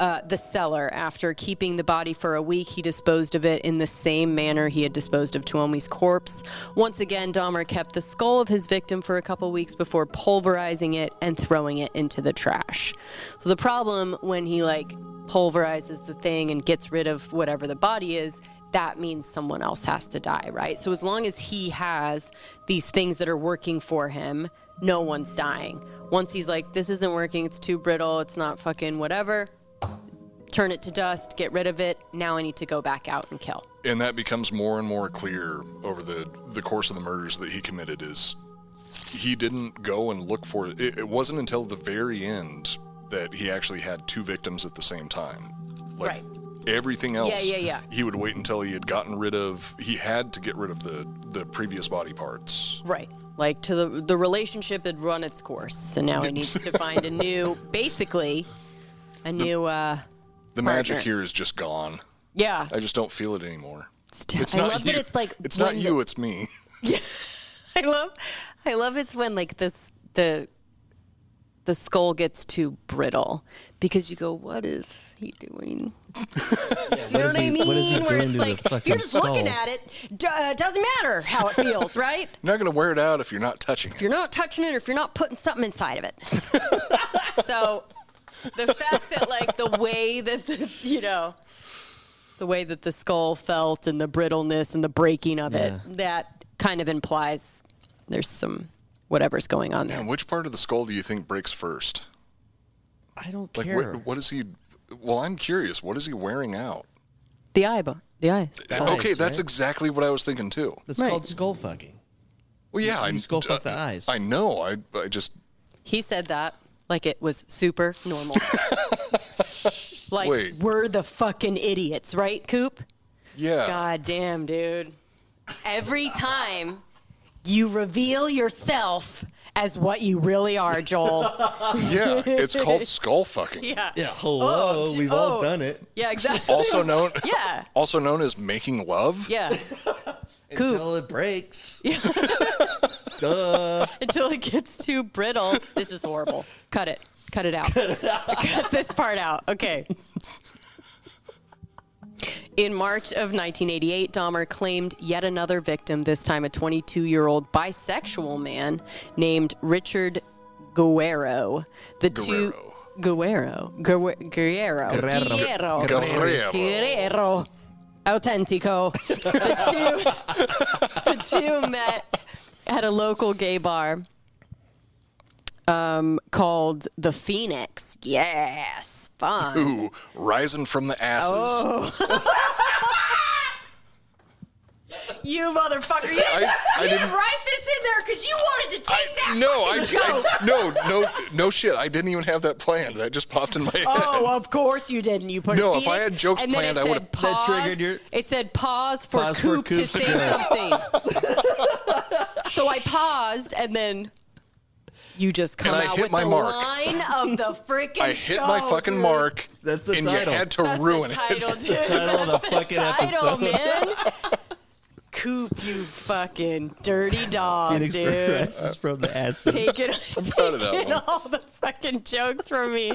S2: uh, the cellar. After keeping the body for a week, he disposed of it in the same manner he had disposed of Tuomi's corpse. Once again, Dahmer kept the skull of his victim for a couple weeks before pulverizing it and throwing it into the trash. So the problem when he like pulverizes the thing and gets rid of whatever the body is that means someone else has to die, right? So as long as he has these things that are working for him, no one's dying. Once he's like, this isn't working, it's too brittle, it's not fucking whatever, turn it to dust, get rid of it. Now I need to go back out and kill.
S3: and that becomes more and more clear over the the course of the murders that he committed is he didn't go and look for it it, it wasn't until the very end that he actually had two victims at the same time like
S2: Right.
S3: everything else
S2: Yeah, yeah, yeah.
S3: he would wait until he had gotten rid of he had to get rid of the the previous body parts
S2: Right. Like to the the relationship had run its course. So now he needs to find a new basically a new uh
S3: the magic
S2: partner.
S3: here is just gone
S2: Yeah.
S1: Uh,
S3: i just don't feel it anymore it's,
S2: I love that it's like
S3: it's not
S2: when
S3: you it's me
S2: I love I love it's when like this the the skull gets too brittle because you go, What is he doing?
S1: Do you know what I mean? What is he
S2: Where
S1: doing
S2: it's
S1: to
S2: like
S1: the fucking
S2: you're just looking
S1: skull?
S2: at it, d- uh, doesn't matter how it feels, right?
S3: you're not going to wear it out if you're not touching it
S2: if you're not touching it or if you're not putting something inside of it. so the fact that like the way that the, you know the way that the skull felt and the brittleness and the breaking of
S3: Yeah.
S2: it that kind of implies there's some whatever's going on there.
S3: And which part of the skull do you think breaks first?
S1: I don't
S3: Like,
S2: care.
S3: What, what is he? Well, I'm curious. What is he wearing out?
S2: The eye bone. The eye.
S3: okay, that's exactly what I was thinking too.
S1: It's called skull fucking.
S3: Well, yeah, I
S1: skull fuck the
S3: eyes. I know. I I just
S2: He said that like it was super normal. like
S3: Wait.
S2: we're the fucking idiots, right, Coop?
S3: yeah.
S2: God damn, dude. Every time you reveal yourself as what you really are, Joel.
S3: Yeah, it's called skull fucking.
S2: Yeah.
S1: hello,
S2: Oh,
S1: we've
S2: oh.
S1: all done it.
S2: Yeah, exactly.
S3: Also known.
S2: Yeah.
S3: Also known as making love.
S2: Yeah.
S1: Until it breaks. Duh.
S2: Until it gets too brittle. This is horrible. Cut it. Cut it out. Cut this part out. Okay. In March of 1988, Dahmer claimed yet another victim, this time a 22 year old bisexual man named Richard Guerrero. The two. Guerrero. Guer- Guerrero.
S1: Guerrero.
S2: Guerrero.
S1: Guerrero.
S2: Guerrero. Autentico. the, two, the two met at a local gay bar um, called The Phoenix. Yes, fun.
S3: Ooh, rising from the asses.
S2: Oh. You motherfucker! You didn't,
S3: I- I
S2: you didn't
S3: didn't-
S2: write this in there because you wanted to take that.
S3: No, I,
S2: fucking joke.
S3: I no no no shit. I didn't even have that planned. That just popped in my head.
S2: Oh, of course you didn't. You put
S3: No,
S2: a
S3: if I
S2: Phoenix,
S3: had jokes
S2: and then
S3: planned,
S2: it
S3: I would've-
S2: said
S1: That triggered
S2: pause-
S1: your-
S2: It said pause for
S1: Pause for
S2: Coop to
S1: Coop's
S2: say
S1: joke.
S2: something. so I paused, and then you just come
S3: And I
S2: out
S3: hit
S2: with
S3: my
S2: the
S3: mark.
S2: line of the freaking.
S3: I hit my
S2: show,
S3: fucking
S2: dude.
S3: mark.
S1: That's the
S3: and
S1: title.
S3: you had to ruin
S2: title,
S3: it.
S2: dude. That's the
S1: title of the fucking
S2: title,
S1: episode.
S2: man. Coop, you fucking dirty dog,
S1: Phoenix
S2: dude.
S1: progresses from the asses.
S2: Take it,
S1: proud of that
S2: take it
S1: one.
S2: all the fucking jokes from me.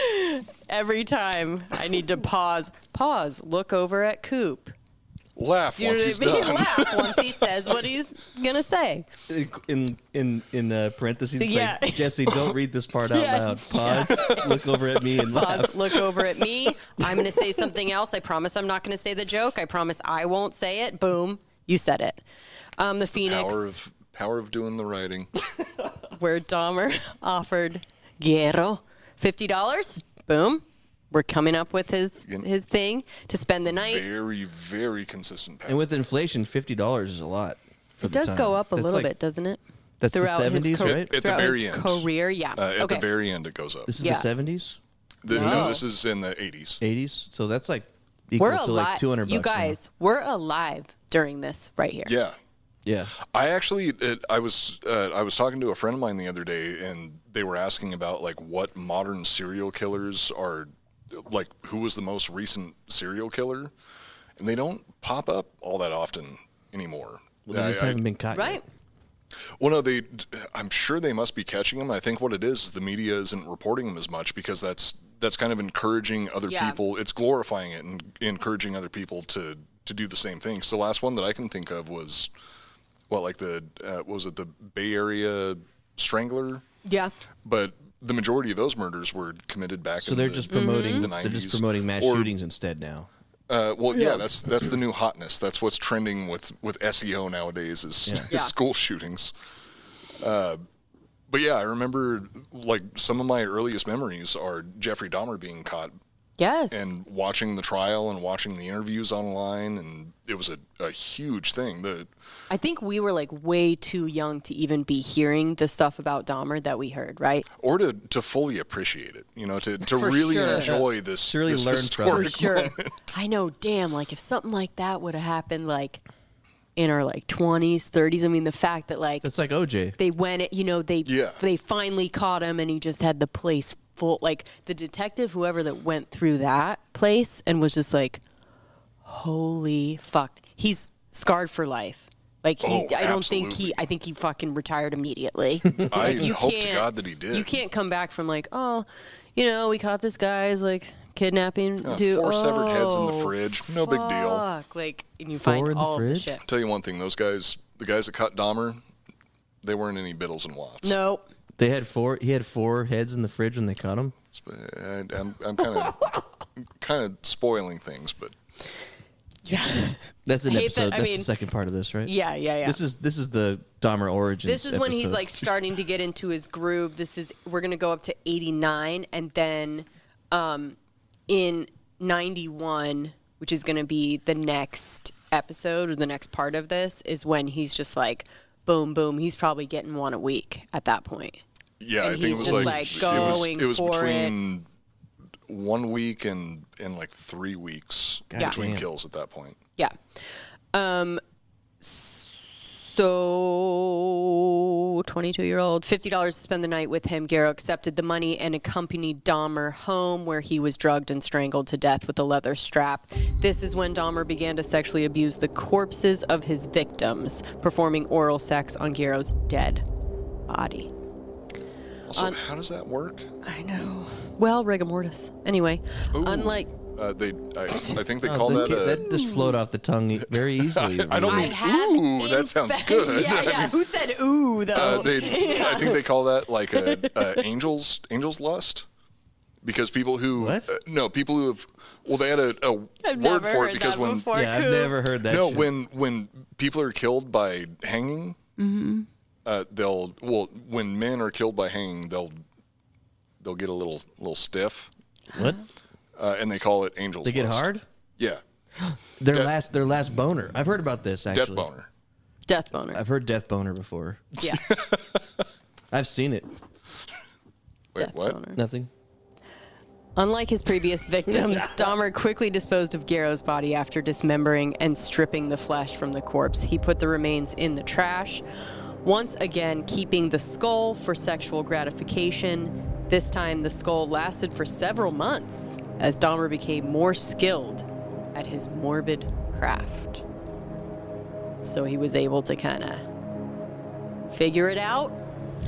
S2: Every time I need to pause, pause, look over at Coop.
S3: Laugh
S2: Do you
S3: once
S2: know
S3: he's
S2: what I mean?
S3: done.
S2: Laugh once he says what he's gonna say.
S1: in in in uh, parentheses, it's
S2: Yeah.
S1: like, Jesse, don't read this part out
S2: Yeah.
S1: loud. Pause. Look over at me and
S2: Pause,
S1: laugh.
S2: look over at me. I'm gonna say something else. I promise I'm not gonna say the joke. I promise I won't say it. Boom, you said it. Um, the Phoenix.
S3: Power of power of doing the writing.
S2: where Dahmer offered Guerrero fifty dollars. Boom. We're coming up with his his thing to spend the night.
S3: Very very consistent. Pattern.
S1: And with inflation, fifty dollars is a lot. for
S2: It
S1: the
S2: does
S1: time.
S2: go up a
S1: That's
S2: little
S1: like-
S2: bit, doesn't it?
S1: That's the
S2: Throughout his
S1: 70s,
S2: co-
S1: right?
S3: At the
S2: throughout
S3: very
S2: his
S3: end.
S2: Career, yeah.
S3: Uh, at
S2: okay.
S3: the very end, it goes up.
S1: This is
S2: Yeah.
S1: the seventies,
S3: The- no.
S2: No.
S3: this is in the 80s.
S1: 80s. So that's like equal
S2: we're alive.
S1: to like two hundred.
S2: you guys, we're alive during this right here.
S3: Yeah,
S1: Yeah.
S3: I actually, it, I was, uh, I was talking to a friend of mine the other day, and they were asking about like what modern serial killers are, like who was the most recent serial killer, and they don't pop up all that often anymore.
S1: Well, they
S3: I-
S1: just
S3: I-
S1: haven't been caught. yet.
S2: Right.
S3: Well, no, they. I'm sure they must be catching them. I think what it is is the media isn't reporting them as much because that's that's kind of encouraging other
S2: Yeah.
S3: people. It's glorifying it and encouraging other people to to do the same thing. So the last one that I can think of was, what like the uh, what was it the Bay Area Strangler?
S2: Yeah.
S3: But the majority of those murders were committed back.
S1: So
S3: in
S1: they're
S3: the-
S2: Mm-hmm.
S1: just promoting.
S3: the
S1: They're
S3: 90s.
S1: just promoting mass
S3: Or-
S1: shootings instead now.
S3: Uh, well, yeah.
S11: Yeah.
S3: that's that's the new hotness. That's what's trending with with SEO nowadays is,
S11: Yeah.
S3: is
S11: Yeah.
S3: school shootings. Uh, but yeah, I remember like some of my earliest memories are Jeffrey Dahmer being caught
S2: Yes.
S3: and watching the trial and watching the interviews online, and it was a, a huge thing. The
S2: I think we were like way too young to even be hearing the stuff about Dahmer that we heard, right?
S3: or to, to fully appreciate it, you know, to, to
S2: For
S3: really
S2: sure.
S3: enjoy this,
S1: To really
S3: this
S1: learn from it.
S3: historic
S2: For sure.
S3: moment.
S2: I know, damn, like if something like that would have happened like in our like 20s, 30s, I mean the fact that like
S1: It's like OJ.
S2: they went, you know, they they finally caught him and he just had the place full like the detective whoever that went through that place and was just like holy fuck. He's scarred for life. Like he,
S3: Oh,
S2: I don't think he. I think he fucking retired immediately.
S3: I
S2: Like, you
S3: hope to
S2: can't-
S3: God that he did.
S2: You can't come back from like, oh, you know, we caught this guy's like kidnapping.
S3: Uh,
S2: to,
S3: four severed heads in
S2: oh,
S3: the fridge. No big deal.
S2: Fuck. Like, and you
S3: Four
S2: find
S3: in the
S2: all of the
S3: fridge?
S2: shit.
S3: Tell you one thing, those guys, the guys that cut Dahmer, they weren't any Biddles and Watts.
S2: No.
S1: They had four. He had four heads in the fridge when they caught him.
S3: I, am I'm kind of kind of spoiling things, but
S1: That's an
S2: I hate
S1: episode.
S2: that- I
S1: That's
S2: mean-
S1: the second part of this, right?
S2: Yeah, yeah, yeah.
S1: This is this is the Dahmer origin.
S2: This is when he's like starting to get into his groove. This is we're gonna go up to eighty nine, and then um, in ninety one, which is gonna be the next episode or the next part of this, is when he's just like, boom, boom. He's probably getting one a week at that point.
S3: yeah, I
S2: And
S3: think it
S2: he's
S3: was
S2: just,
S3: like,
S2: like, going
S3: it was, it was
S2: for it.
S3: between one week and and like three weeks
S2: God Yeah.
S3: between
S2: damn.
S3: kills at that point.
S2: Yeah. Um. So, 22 year old, $50 to spend the night with him. Garrow accepted the money and accompanied Dahmer home where he was drugged and strangled to death with a leather strap. This is when Dahmer began to sexually abuse the corpses of his victims, performing oral sex on Garrow's dead body.
S3: Also,
S2: Um,
S3: how does that work?
S2: I know. Well, rigor mortis. Anyway, unlike
S3: Uh, they, I, I think they
S1: Oh,
S3: call
S1: that
S3: that
S1: ca-
S3: a.
S1: that just flowed off the tongue e- very easily.
S3: I don't mean. Ooh, that sounds good.
S2: yeah, yeah. Who said ooh though?
S11: Oh.
S3: Uh, they,
S2: Yeah.
S3: I think they call that like a, a angels angels lust, because people who uh, no people who have well they had a, a
S11: I've
S3: word
S11: never
S3: for
S11: heard
S3: it because
S11: that
S3: when
S11: before, Yeah, I've Coop. never heard that
S3: No,
S11: shit.
S3: when when people are killed by hanging,
S11: Mm-hmm.
S3: uh, they'll well when men are killed by hanging they'll they'll get a little little stiff.
S1: What?
S3: Uh, and they call it angels.
S1: They get
S3: lust.
S1: hard?
S3: Yeah,
S1: Their last their last boner. I've heard about this actually.
S3: death boner.
S2: Death boner.
S1: I've heard death boner before.
S2: Yeah.
S1: I've seen it.
S3: Wait, what?
S1: Nothing.
S2: Unlike his previous victims, Dahmer quickly disposed of Garrow's body after dismembering and stripping the flesh from the corpse. He put the remains in the trash, once again keeping the skull for sexual gratification. This time, the skull lasted for several months as Dahmer became more skilled at his morbid craft. So he was able to kind of figure it out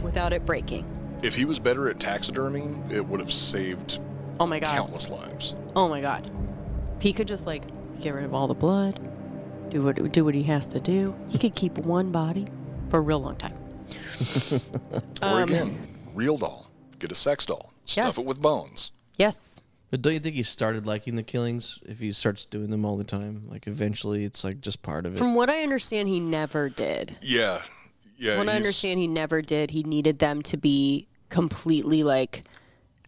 S2: without it breaking.
S3: If he was better at taxidermy, it would have saved
S2: Oh my god.
S3: countless lives.
S2: Oh my god. He could just like get rid of all the blood, do what do what he has to do. He could keep one body for a real long time. Um,
S3: Or again, real doll. Get a sex doll. Stuff
S2: Yes.
S3: it with bones.
S2: Yes.
S1: But don't you think he started liking the killings if he starts doing them all the time? Like eventually it's like just part of it.
S2: From what I understand, he never did.
S3: Yeah. Yeah.
S2: From what I
S3: he's-
S2: understand, he never did. He needed them to be completely like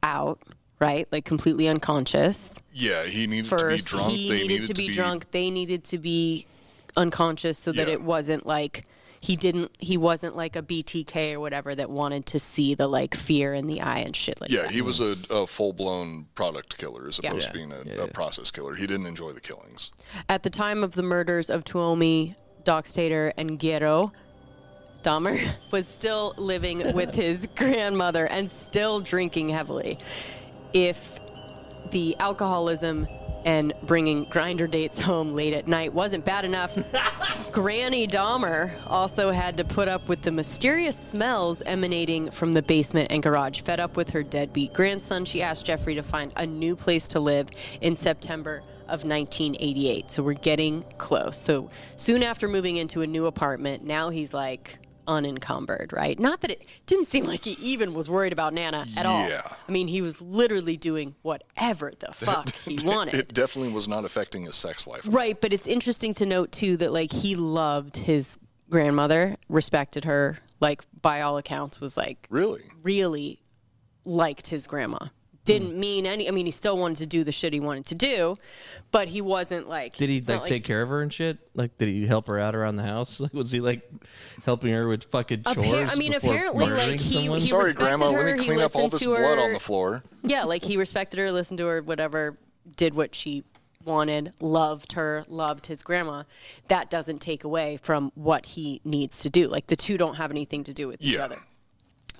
S2: out, right? Like completely unconscious.
S3: Yeah, he needed to be
S2: First,
S3: drunk.
S2: he
S3: they
S2: needed, to be drunk. They needed to be unconscious so that
S3: Yeah.
S2: it wasn't like he didn't. He wasn't like a BTK or whatever that wanted to see the like fear in the eye and shit like
S3: yeah,
S2: that.
S3: he was a, a full blown product killer as
S2: Yeah.
S3: opposed
S2: Yeah.
S3: to being a, a process killer. He didn't enjoy the killings.
S2: At the time of the murders of Tuomi, Doc Stater, and Guerrero, Dahmer was still living with his grandmother and still drinking heavily. If the alcoholism and bringing grinder dates home late at night wasn't bad enough, Granny Dahmer also had to put up with the mysterious smells emanating from the basement and garage. Fed up with her deadbeat grandson, she asked Jeffrey to find a new place to live in September of 1988. So we're getting close. So soon after moving into a new apartment, now he's like, unencumbered, right? Not that it didn't seem like he even was worried about Nana at all.
S3: Yeah.
S2: I mean, he was literally doing whatever the fuck he wanted.
S3: It definitely was not affecting his sex life.
S2: Right, but it's interesting to note too that like he loved his grandmother, respected her, like by all accounts was like
S3: really
S2: really liked his grandma.
S1: Hmm.
S2: Didn't mean any I mean he still wanted to do the shit he wanted to do, but he wasn't like
S1: Did he
S2: it's not
S1: like, take care of her and shit? Like, did he help her out around the house? Like, was he like helping her with fucking chores?
S2: Appar- I mean,
S1: before
S2: apparently, like,
S1: murdering
S2: he-
S1: someone?
S2: he
S3: Sorry,
S2: respected
S3: Grandma.
S2: her,
S3: let me
S2: he
S3: clean up all
S2: listened
S3: this
S2: to
S3: blood
S2: her.
S3: on the floor.
S2: Yeah, like he respected her, listened to her, whatever, did what she wanted, loved her, loved his grandma. That doesn't take away from what he needs to do. Like the two don't have anything to do with each
S3: Yeah.
S2: other.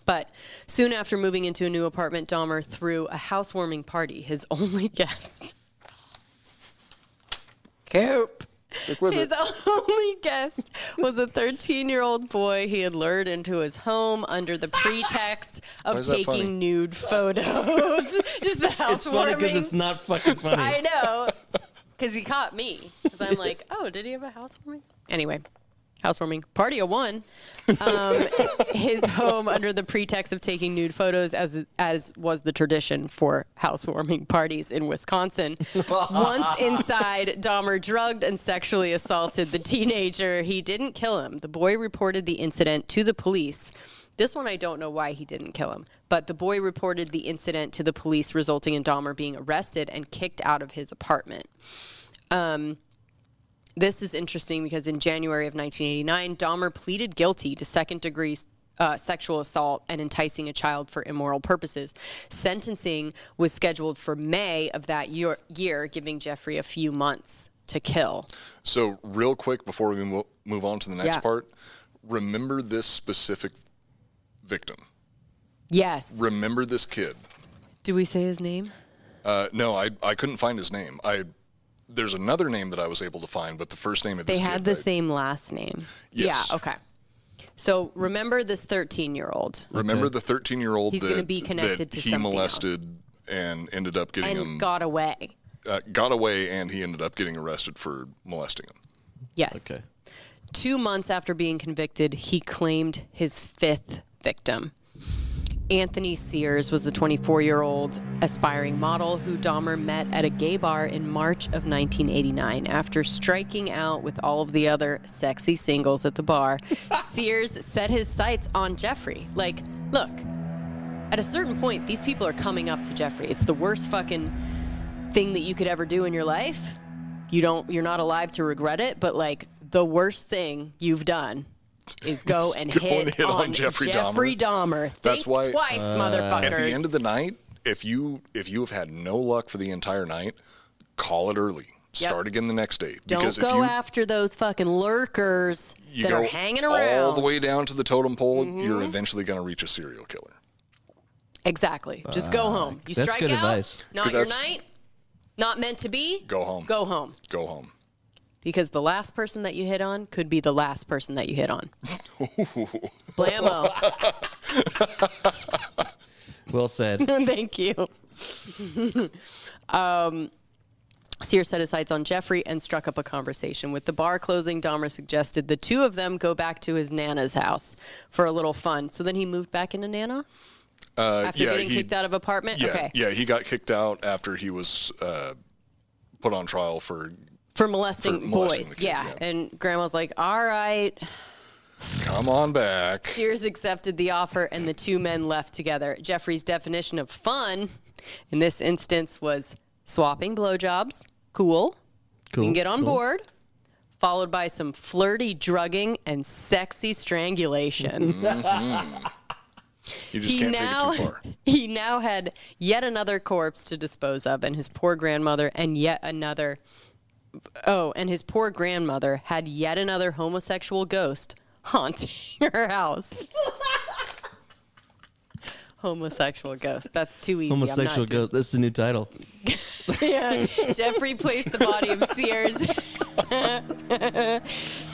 S2: But soon after moving into a new apartment, Dahmer threw a housewarming party, his only guest. Coop. His only guest was a 13 year old boy he had lured into his home under the pretext
S1: Why
S2: of
S1: is that funny?
S2: taking nude photos. Just the
S1: It's funny
S2: housewarming.
S1: because it's not fucking funny.
S2: I know. Because he caught me. Because I'm like, oh, did he have a housewarming? Anyway, housewarming party of one. Um, his home under the pretext of taking nude photos, as as was the tradition for housewarming parties in Wisconsin. Once inside, Dahmer drugged and sexually assaulted the teenager. He didn't kill him. The boy reported the incident to the police. This one, I don't know why he didn't kill him, but the boy reported the incident to the police, resulting in Dahmer being arrested and kicked out of his apartment. Um, this is interesting because in January of 1989, Dahmer pleaded guilty to second degree uh, sexual assault and enticing a child for immoral purposes. Sentencing was scheduled for May of that year, year giving Jeffrey a few months to kill.
S3: So, real quick before we mo- move on to the next
S2: Yeah.
S3: part, remember this specific victim.
S2: Yes.
S3: Remember this kid.
S2: Do we say his name?
S3: Uh, no, I I couldn't find his name. I there's another name that I was able to find, but the first name of
S2: They
S3: this
S2: had
S3: kid,
S2: the
S3: I-
S2: same last name.
S3: Yes.
S2: Yeah, okay. So remember this 13 year old.
S3: Remember the 13 year old
S2: He's
S3: that,
S2: gonna be connected
S3: that
S2: to
S3: he
S2: something else.
S3: molested and ended up getting
S2: and
S3: him
S2: got away.
S3: uh, got away, and he ended up getting arrested for molesting him.
S2: Yes.
S3: Okay.
S2: Two months after being convicted, he claimed his fifth victim. Anthony Sears was a 24 year old aspiring model who Dahmer met at a gay bar in March of 1989. After striking out with all of the other sexy singles at the bar, Sears set his sights on Jeffrey. Like, look, at a certain point, these people are coming up to Jeffrey. It's the worst fucking thing that you could ever do in your life. You don't you're not alive to regret it, but like the worst thing you've done is go and
S3: Go
S2: hit,
S3: and hit on Jeffrey Dahmer.
S2: Dahmer.
S3: That's
S2: Think
S3: why
S2: twice, motherfuckers.
S3: At the end of the night, if you if you have had no luck for the entire night, call it early.
S2: Yep.
S3: Start again the next day.
S2: don't
S3: because
S2: go
S3: if you
S2: after those fucking lurkers
S3: you
S2: that
S3: go
S2: are hanging
S3: all
S2: around.
S3: the way down to the totem pole, you're
S2: Mhm.
S3: eventually going to reach a serial killer.
S2: exactly. Just go home. You
S3: Uh, That's
S2: strike
S3: good
S2: out.
S3: advice. 'Cause
S2: Not your
S3: that's-
S2: night. Not meant to be.
S3: Go home.
S2: Go home.
S3: Go home.
S2: Because the last person that you hit on could be the last person that you hit on. Blammo.
S1: Well said.
S2: Thank you. um, Sears set his sights on Jeffrey and struck up a conversation. With the bar closing, Dahmer suggested the two of them go back to his Nana's house for a little fun. So then he moved back into Nana
S3: Uh,
S2: after
S3: yeah,
S2: getting
S3: he,
S2: kicked out of apartment.
S3: Yeah,
S2: okay.
S3: yeah, he got kicked out after he was uh, put on trial for
S2: For molesting,
S3: For molesting
S2: boys.
S3: the kid,
S2: yeah. And grandma's like, all right.
S3: come on back.
S2: Sears accepted the offer and the two men left together. Jeffrey's definition of fun in this instance was swapping blowjobs. Cool. You
S1: Cool,
S2: can get on
S1: cool.
S2: board. Followed by some flirty drugging and sexy strangulation.
S3: Mhm. You just can't take it too far.
S2: He now had yet another corpse to dispose of, and his poor grandmother, and yet another. Oh, and his poor grandmother had yet another homosexual ghost haunting her house. homosexual ghost. That's too easy. I'm not
S1: Homosexual
S2: doing-
S1: ghost. That's the new title.
S2: yeah. Jeffrey placed the body of Sears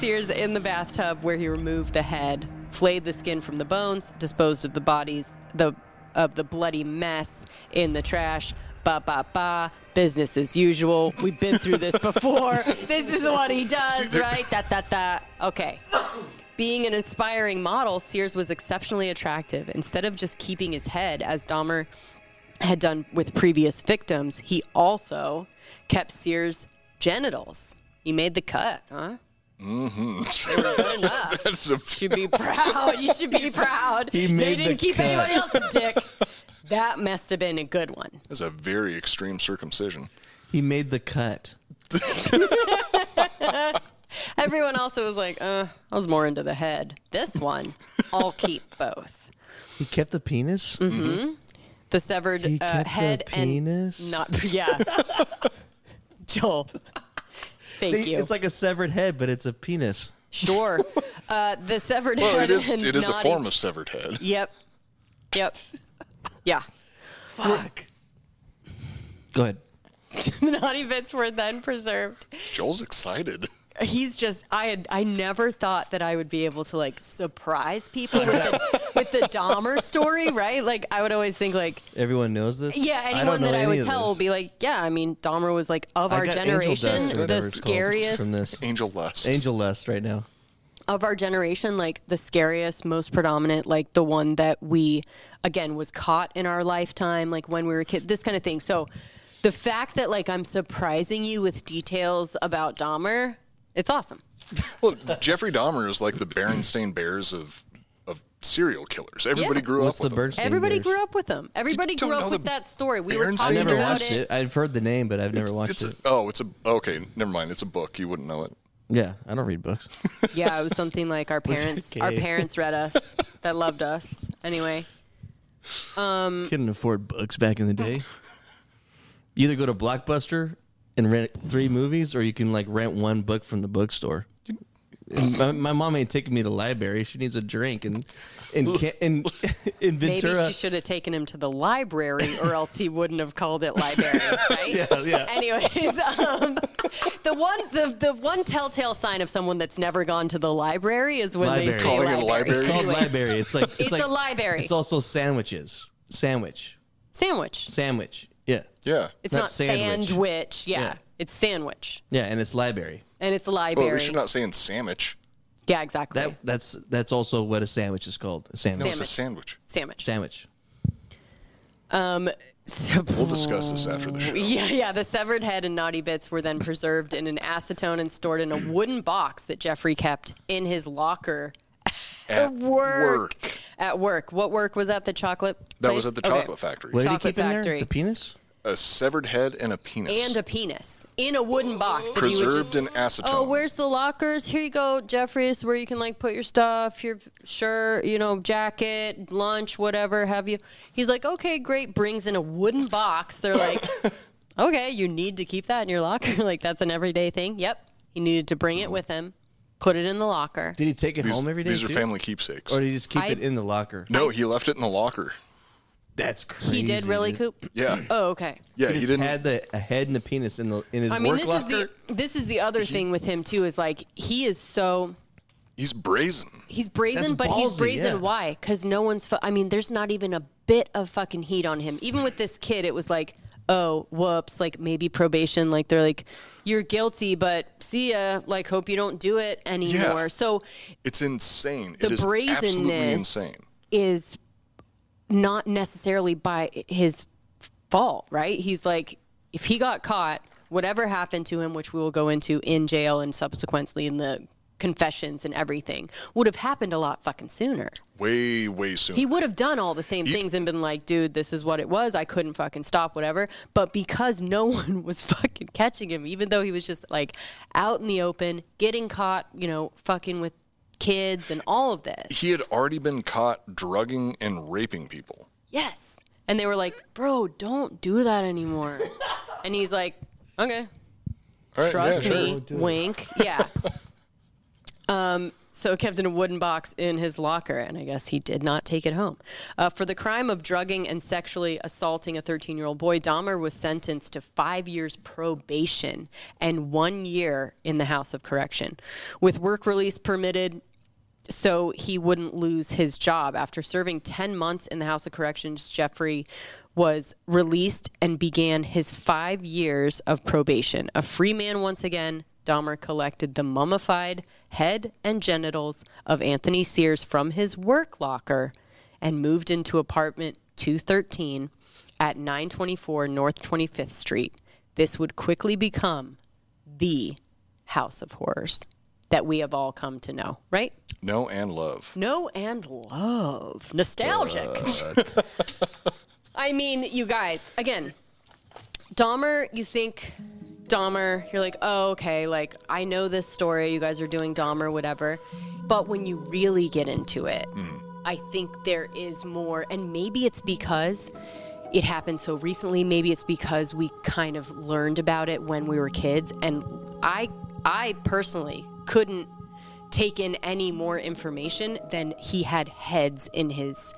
S2: Sears in the bathtub where he removed the head, flayed the skin from the bones, disposed of the bodies the of the bloody mess in the trash. Ba ba ba. Business as usual. We've been through this before. this is what he does,
S11: See, there-
S2: right? Da da da. Okay. Being an aspiring model, Sears was exceptionally attractive. Instead of just keeping his head, as Dahmer had done with previous victims, he also kept Sears' genitals. He made the cut, huh?
S3: Mm-hmm.
S2: They were good enough.
S3: That's a
S2: should be proud. You should be proud.
S3: He
S2: they
S3: made the
S2: didn't keep
S3: cut.
S2: anybody else's dick. That must have been a good one.
S3: That's a very extreme circumcision.
S1: He made the cut.
S2: Everyone else was like, uh, I was more into the head. This one, I'll keep both.
S1: He kept the penis.
S2: hmm The severed
S1: He
S2: uh,
S1: kept the
S2: head
S1: penis?
S2: and not yeah. Joel, thank
S1: They-
S2: you.
S1: It's like a severed head, but it's a penis.
S2: sure, uh, the severed
S3: Well,
S2: head
S3: it is
S2: and
S3: it is a
S2: naughty-
S3: form of severed head.
S2: Yep, yep, yeah.
S1: Fuck. Go ahead.
S2: the naughty bits were then preserved.
S3: Joel's excited.
S2: He's just I had I never thought that I would be able to like surprise people with the, with the Dahmer story, right? Like I would always think like
S1: Everyone knows this.
S2: Yeah,
S1: don't
S2: anyone that
S1: know
S2: I
S1: any
S2: would
S1: of
S2: tell
S1: this.
S2: will be like, yeah, I mean, Dahmer was like of
S1: I
S2: our
S1: got angel dust or
S2: generation,
S1: whatever
S2: the
S1: it's called
S2: scariest
S1: from this
S3: angel lust.
S1: Angel lust right now.
S2: of our generation, like the scariest, most predominant, like the one that we again was caught in our lifetime, like when we were kids, this kind of thing. So the fact that like I'm surprising you with details about Dahmer, it's awesome.
S3: Well, Jeffrey Dahmer is like the Berenstain Bears of of serial killers. Everybody grew
S1: What's
S3: up with
S1: the
S3: them.
S1: Bernstein
S2: Everybody
S1: Bears?
S2: grew up with them. Everybody
S3: don't
S2: grew
S3: know
S2: up with
S3: the
S2: that story. We were
S3: Berenstain
S1: I've
S2: talking
S1: never
S2: about
S1: watched
S2: it.
S1: it. I've heard the name, but I've never watched
S3: It's a,
S1: it.
S3: oh, it's a okay. Never mind. It's a book. You wouldn't know it.
S1: Yeah, I don't read books.
S2: Yeah, it was something like our
S1: Which,
S2: parents. Our
S1: okay.
S2: parents read us that loved us. Anyway, um,
S1: Couldn't afford books back in the day. You either go to Blockbuster and rent three movies, or you can like rent one book from the bookstore. And my, my mom ain't taking me to the library. She needs a drink, and and can, and in Ventura,
S2: Maybe she should have taken him to the library, or else he wouldn't have called it library, right?
S1: Yeah, yeah.
S2: Anyways, um, the one the the one telltale sign of someone that's never gone to the library is when
S1: library.
S2: they say
S3: Calling it a
S1: It's
S2: library.
S3: library?
S1: called
S2: Anyways,
S1: library. It's like it's,
S2: It's
S1: like,
S2: a library.
S1: It's also sandwiches. Sandwich.
S2: sandwich.
S1: Sandwich. Yeah.
S3: Yeah.
S2: It's
S1: Not
S2: not,
S1: sandwich.
S2: sandwich. Yeah.
S1: Yeah.
S2: it's sandwich,
S1: Yeah, and it's library.
S2: and it's a
S3: Well,
S2: library.
S3: at least you're not saying sandwich.
S2: yeah, exactly.
S1: That that's that's also what a sandwich is called. A sandwich.
S3: No, it's a sandwich.
S2: sandwich.
S1: Sandwich.
S2: Um, so
S3: We'll discuss this after the show.
S2: Yeah, yeah. The severed head and naughty bits were then preserved in an acetone and stored in a wooden box that Jeffrey kept in his locker
S3: At
S2: work. at work. What work was that? The chocolate.
S3: That was
S2: place?
S3: at the
S2: Okay.
S3: chocolate factory.
S1: What did he
S2: Chocolate
S1: keep in there?
S2: factory.
S1: The penis?
S3: A severed head and a penis.
S2: And a penis in a wooden box. That he would
S3: preserved
S2: just,
S3: in acetone.
S2: Oh, where's the lockers? Here you go, Jeffrey. It's where you can like put your stuff, your shirt, you know, jacket, lunch, whatever have you. He's like, okay, great. Brings in a wooden box. They're like, okay, you need to keep that in your locker. like that's an everyday thing. Yep, he needed to bring it with him, put it in the locker.
S1: Did he take it
S3: these,
S1: home every day?
S3: These are
S1: too?
S3: family keepsakes.
S1: Or did he just keep
S2: I-
S1: it in the locker?
S3: no, he left it in the locker.
S1: That's crazy.
S2: He did really
S1: dude.
S2: coop.
S3: Yeah.
S2: Oh, okay.
S3: Yeah, he,
S1: He, just
S3: didn't.
S1: had the a head and a penis in the in his
S2: I mean,
S1: work
S2: this
S1: locker.
S2: is the this is the other thing with him too. Is like he is so
S3: He's brazen.
S2: He's brazen,
S1: That's
S2: but he's
S1: ballsy,
S2: brazen.
S1: yeah.
S2: Why? Because no one's. Fu- I mean, there's not even a bit of fucking heat on him. Even with this kid, it was like, oh, whoops. Like maybe probation. Like they're like, you're guilty, but see ya. Like hope you don't do it anymore. So
S3: It's insane.
S2: The
S3: it is absolutely
S2: brazenness.
S3: insane.
S2: is not necessarily by his fault, right? He's like, if he got caught, whatever happened to him, which we will go into in jail and subsequently in the confessions and everything, would have happened a lot fucking sooner.
S3: Way, way soon.
S2: He would have done all the same things and been like, dude, this is what it was. I couldn't fucking stop, whatever. But because no one was fucking catching him, even though he was just like out in the open, getting caught, you know, fucking with kids and all of this.
S3: he had already been caught drugging and raping people.
S2: Yes. And they were like, bro, don't do that anymore. and he's like, okay,
S3: All right,
S2: trust
S3: yeah, sure.
S2: me, wink. Yeah. um, so it kept in a wooden box in his locker, and I guess he did not take it home. Uh, for the crime of drugging and sexually assaulting a 13 year old boy, Dahmer was sentenced to five years probation and one year in the House of Correction, with work release permitted. So he wouldn't lose his job. After serving 10 months in the House of Corrections, Jeffrey was released and began his five years of probation. A free man once again, Dahmer collected the mummified head and genitals of Anthony Sears from his work locker and moved into apartment 213 at 924 North 25th Street. This would quickly become the House of Horrors that we have all come to know, right?
S3: No and love.
S2: No and love. Nostalgic. I mean, you guys, again, Dahmer, you think Dahmer, you're like, oh, okay, like, I know this story. You guys are doing Dahmer, whatever. But when you really get into it, I think there is more. And maybe it's because it happened so recently. Maybe it's because we kind of learned about it when we were kids. And I, I personally couldn't take in any more information than he had heads in his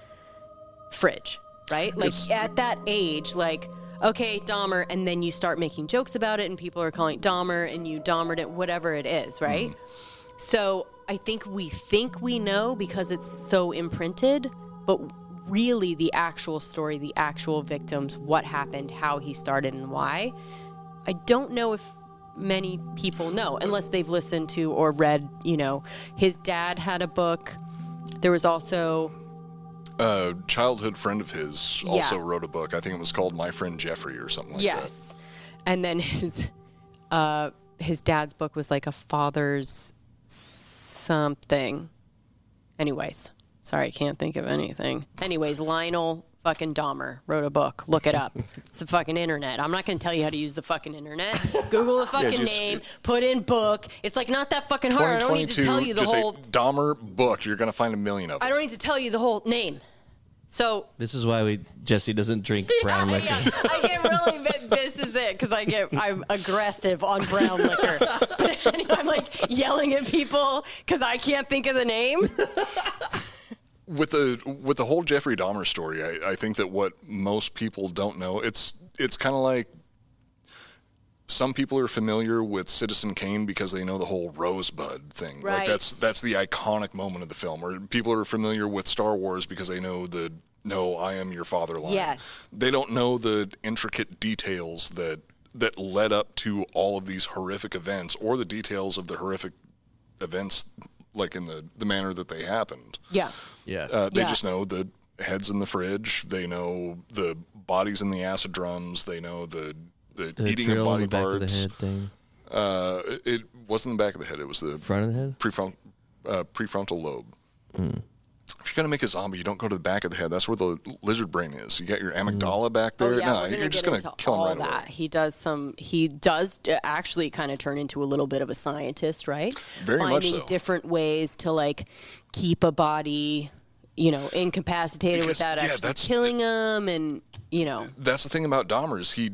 S2: fridge, right? Like
S11: It's-
S2: at that age, like, okay, Dahmer, and then you start making jokes about it, and people are calling it Dahmer, and you Dahmered it, whatever it is, right? So I think we think we know because it's so imprinted, but really the actual story, the actual victims, what happened, how he started, and why, I don't know if many people know unless they've listened to or read, you know, his dad had a book. There was also
S3: A childhood friend of his also
S2: Yeah.
S3: wrote a book. I think it was called My Friend Jeffrey or something like that.
S2: yes. And then his uh his dad's book was like a father's something. Anyways, sorry, I can't think of anything. Anyways, Lionel fucking Dahmer wrote a book. Look it up. it's the fucking internet. I'm not going to tell you how to use the fucking internet. Google the
S3: Yeah,
S2: fucking
S3: just-
S2: name, put in book. It's like not that fucking hard. I don't need to tell you the
S3: just
S2: whole
S3: a Dahmer book. You're going to find a million of
S2: I
S3: them.
S2: don't need to tell you the whole name. So
S1: This is why we Jesse doesn't drink brown liquor.
S2: I get really bit- this is it because I get I'm aggressive on brown liquor. Anyway, I'm like yelling at people because I can't think of the name.
S3: With the with the whole Jeffrey Dahmer story, I, I think that what most people don't know, it's it's kind of like some people are familiar with Citizen Kane because they know the whole Rosebud thing. Like
S12: Right.
S3: that's that's the iconic moment of the film. Or people are familiar with Star Wars because they know the "No, I am your father" line.
S12: Yes.
S3: They don't know the intricate details that that led up to all of these horrific events, or the details of the horrific events, like in the the manner that they happened.
S2: Yeah.
S1: Yeah.
S3: Uh, they
S2: Yeah.
S3: just know the heads in the fridge. They know the bodies in the acid drums. They know the the,
S1: The
S3: eating of
S1: drill in
S3: body
S1: the back of the
S3: parts.
S1: head thing.
S3: Uh, it- it wasn't the back of the head. It was the
S1: front of the head.
S3: Prefrontal, uh, prefrontal lobe.
S1: Mm.
S3: If you're gonna make a zombie, you don't go to the back of the head. That's where the lizard brain is. You got your
S1: Hmm.
S3: amygdala back there.
S2: Oh, yeah,
S3: no,
S2: we're
S3: you're just
S2: get
S3: gonna
S2: into
S3: kill him
S2: all
S3: right away.
S2: that. He does some. He does uh, actually kind of turn into a little bit of a scientist, right?
S3: Very
S2: Finding
S3: much so.
S2: different ways to like keep a body, you know, incapacitated
S3: Because,
S2: without
S3: yeah,
S2: actually
S3: that's-
S2: killing him, and you know,
S3: That's the thing about Dahmer is he.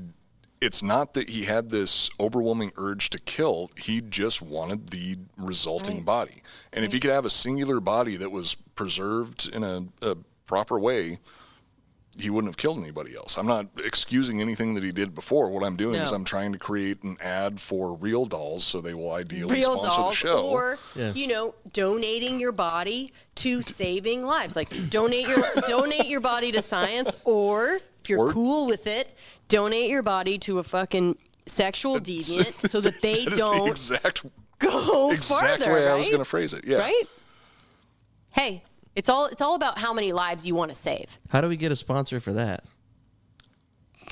S3: It's not that he had this overwhelming urge to kill. He just wanted the resulting body. And if he could have a singular body that was preserved in a, a proper way, he wouldn't have killed anybody else. I'm not excusing anything that he did before. What I'm doing is
S2: No.
S3: I'm trying to create an ad for real dolls so they will ideally
S2: real
S3: sponsor the
S2: dolls
S3: show.
S2: or you know donating your body to saving lives like donate your donate your body to science or if you're
S3: Or-
S2: cool with it donate your body to a fucking sexual deviant so that they
S3: That is
S2: don't
S3: the exact
S2: go
S3: exact
S2: farther
S3: way I was
S2: right?
S3: going to phrase it. Yeah.
S2: right hey it's all it's all about how many lives you want to save
S1: How do we get a sponsor for that?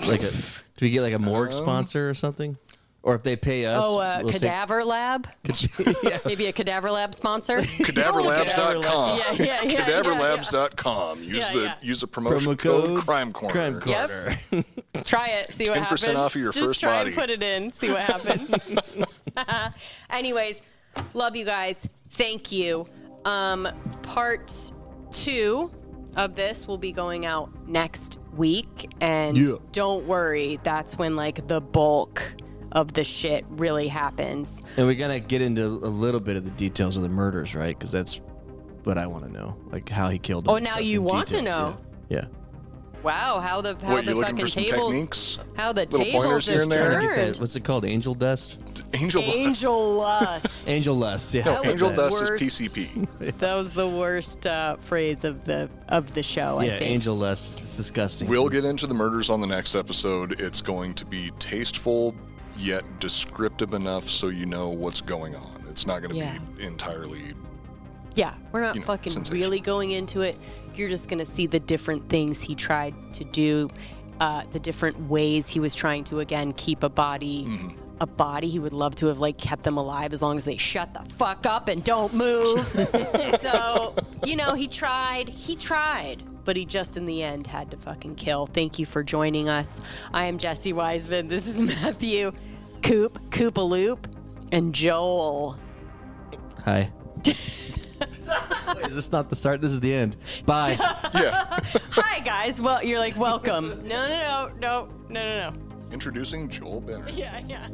S1: Like a, do we get like a morgue
S2: Um,
S1: sponsor or something? Or if they pay us?
S2: oh uh,
S1: we'll take-
S2: cadaver lab maybe a cadaver lab sponsor
S3: Cadaverlabs.com.
S2: yeah yeah yeah, yeah, yeah.
S3: Cadaverlabs.com. Use
S2: Yeah,
S3: the
S2: yeah.
S3: use the promotion
S1: Promo
S3: code,
S1: code
S3: Crime Corner.
S1: Crime
S2: Yep.
S1: Corner.
S2: Try it. See what
S3: 10%
S2: happens.
S3: off of your
S2: Just
S3: first
S2: try
S3: body.
S2: and put it in. See what happens. Anyways, love you guys. Thank you. Um, part two of this will be going out next week, and
S13: Yeah.
S2: don't worry, that's when like the bulk of the shit really happens.
S1: And we're gonna get into a little bit of the details of the murders, right? Because that's what I want to know, like how he killed.
S2: Oh,
S1: him and
S2: now
S1: stuff
S2: you
S1: in
S2: want to
S1: details. Yeah. yeah.
S2: Wow, how the how
S3: What,
S2: the
S3: you looking
S2: fucking
S3: for some
S2: tables
S3: techniques?
S2: how the
S3: Little
S2: tables
S3: pointers here
S2: have
S3: and there?
S1: Trying to get
S2: turned.
S1: that- what's it called? Angel dust.
S3: Angel
S2: Angel lust.
S1: Angel lust. Yeah.
S2: That was
S1: Angel
S2: the
S1: dust
S2: worst-
S1: is PCP.
S2: That was the worst uh, phrase of the of the show. I
S1: yeah.
S2: think.
S1: Angel lust. It's disgusting.
S3: We'll get into the murders on the next episode. It's going to be tasteful yet descriptive enough so you know what's going on. It's not going to
S2: Yeah.
S3: be entirely
S2: Yeah, we're not
S3: You know,
S2: fucking
S3: sensational.
S2: really going into it. You're just gonna see the different things he tried to do, uh, the different ways he was trying to again keep a body,
S3: mm-hmm.
S2: a body he would love to have like kept them alive as long as they shut the fuck up and don't move. so you know he tried, he tried, but he just in the end had to fucking kill. Thank you for joining us. I am Jesse Wiseman. This is Matthew, Coop, Koopaloop, and Joel.
S1: Hi. Wait, is this not the start? This is the end. Bye.
S2: Hi guys. Well, you're like welcome. No, no, no, no, no, no, no.
S3: introducing Joel Benner.
S2: Yeah, yeah.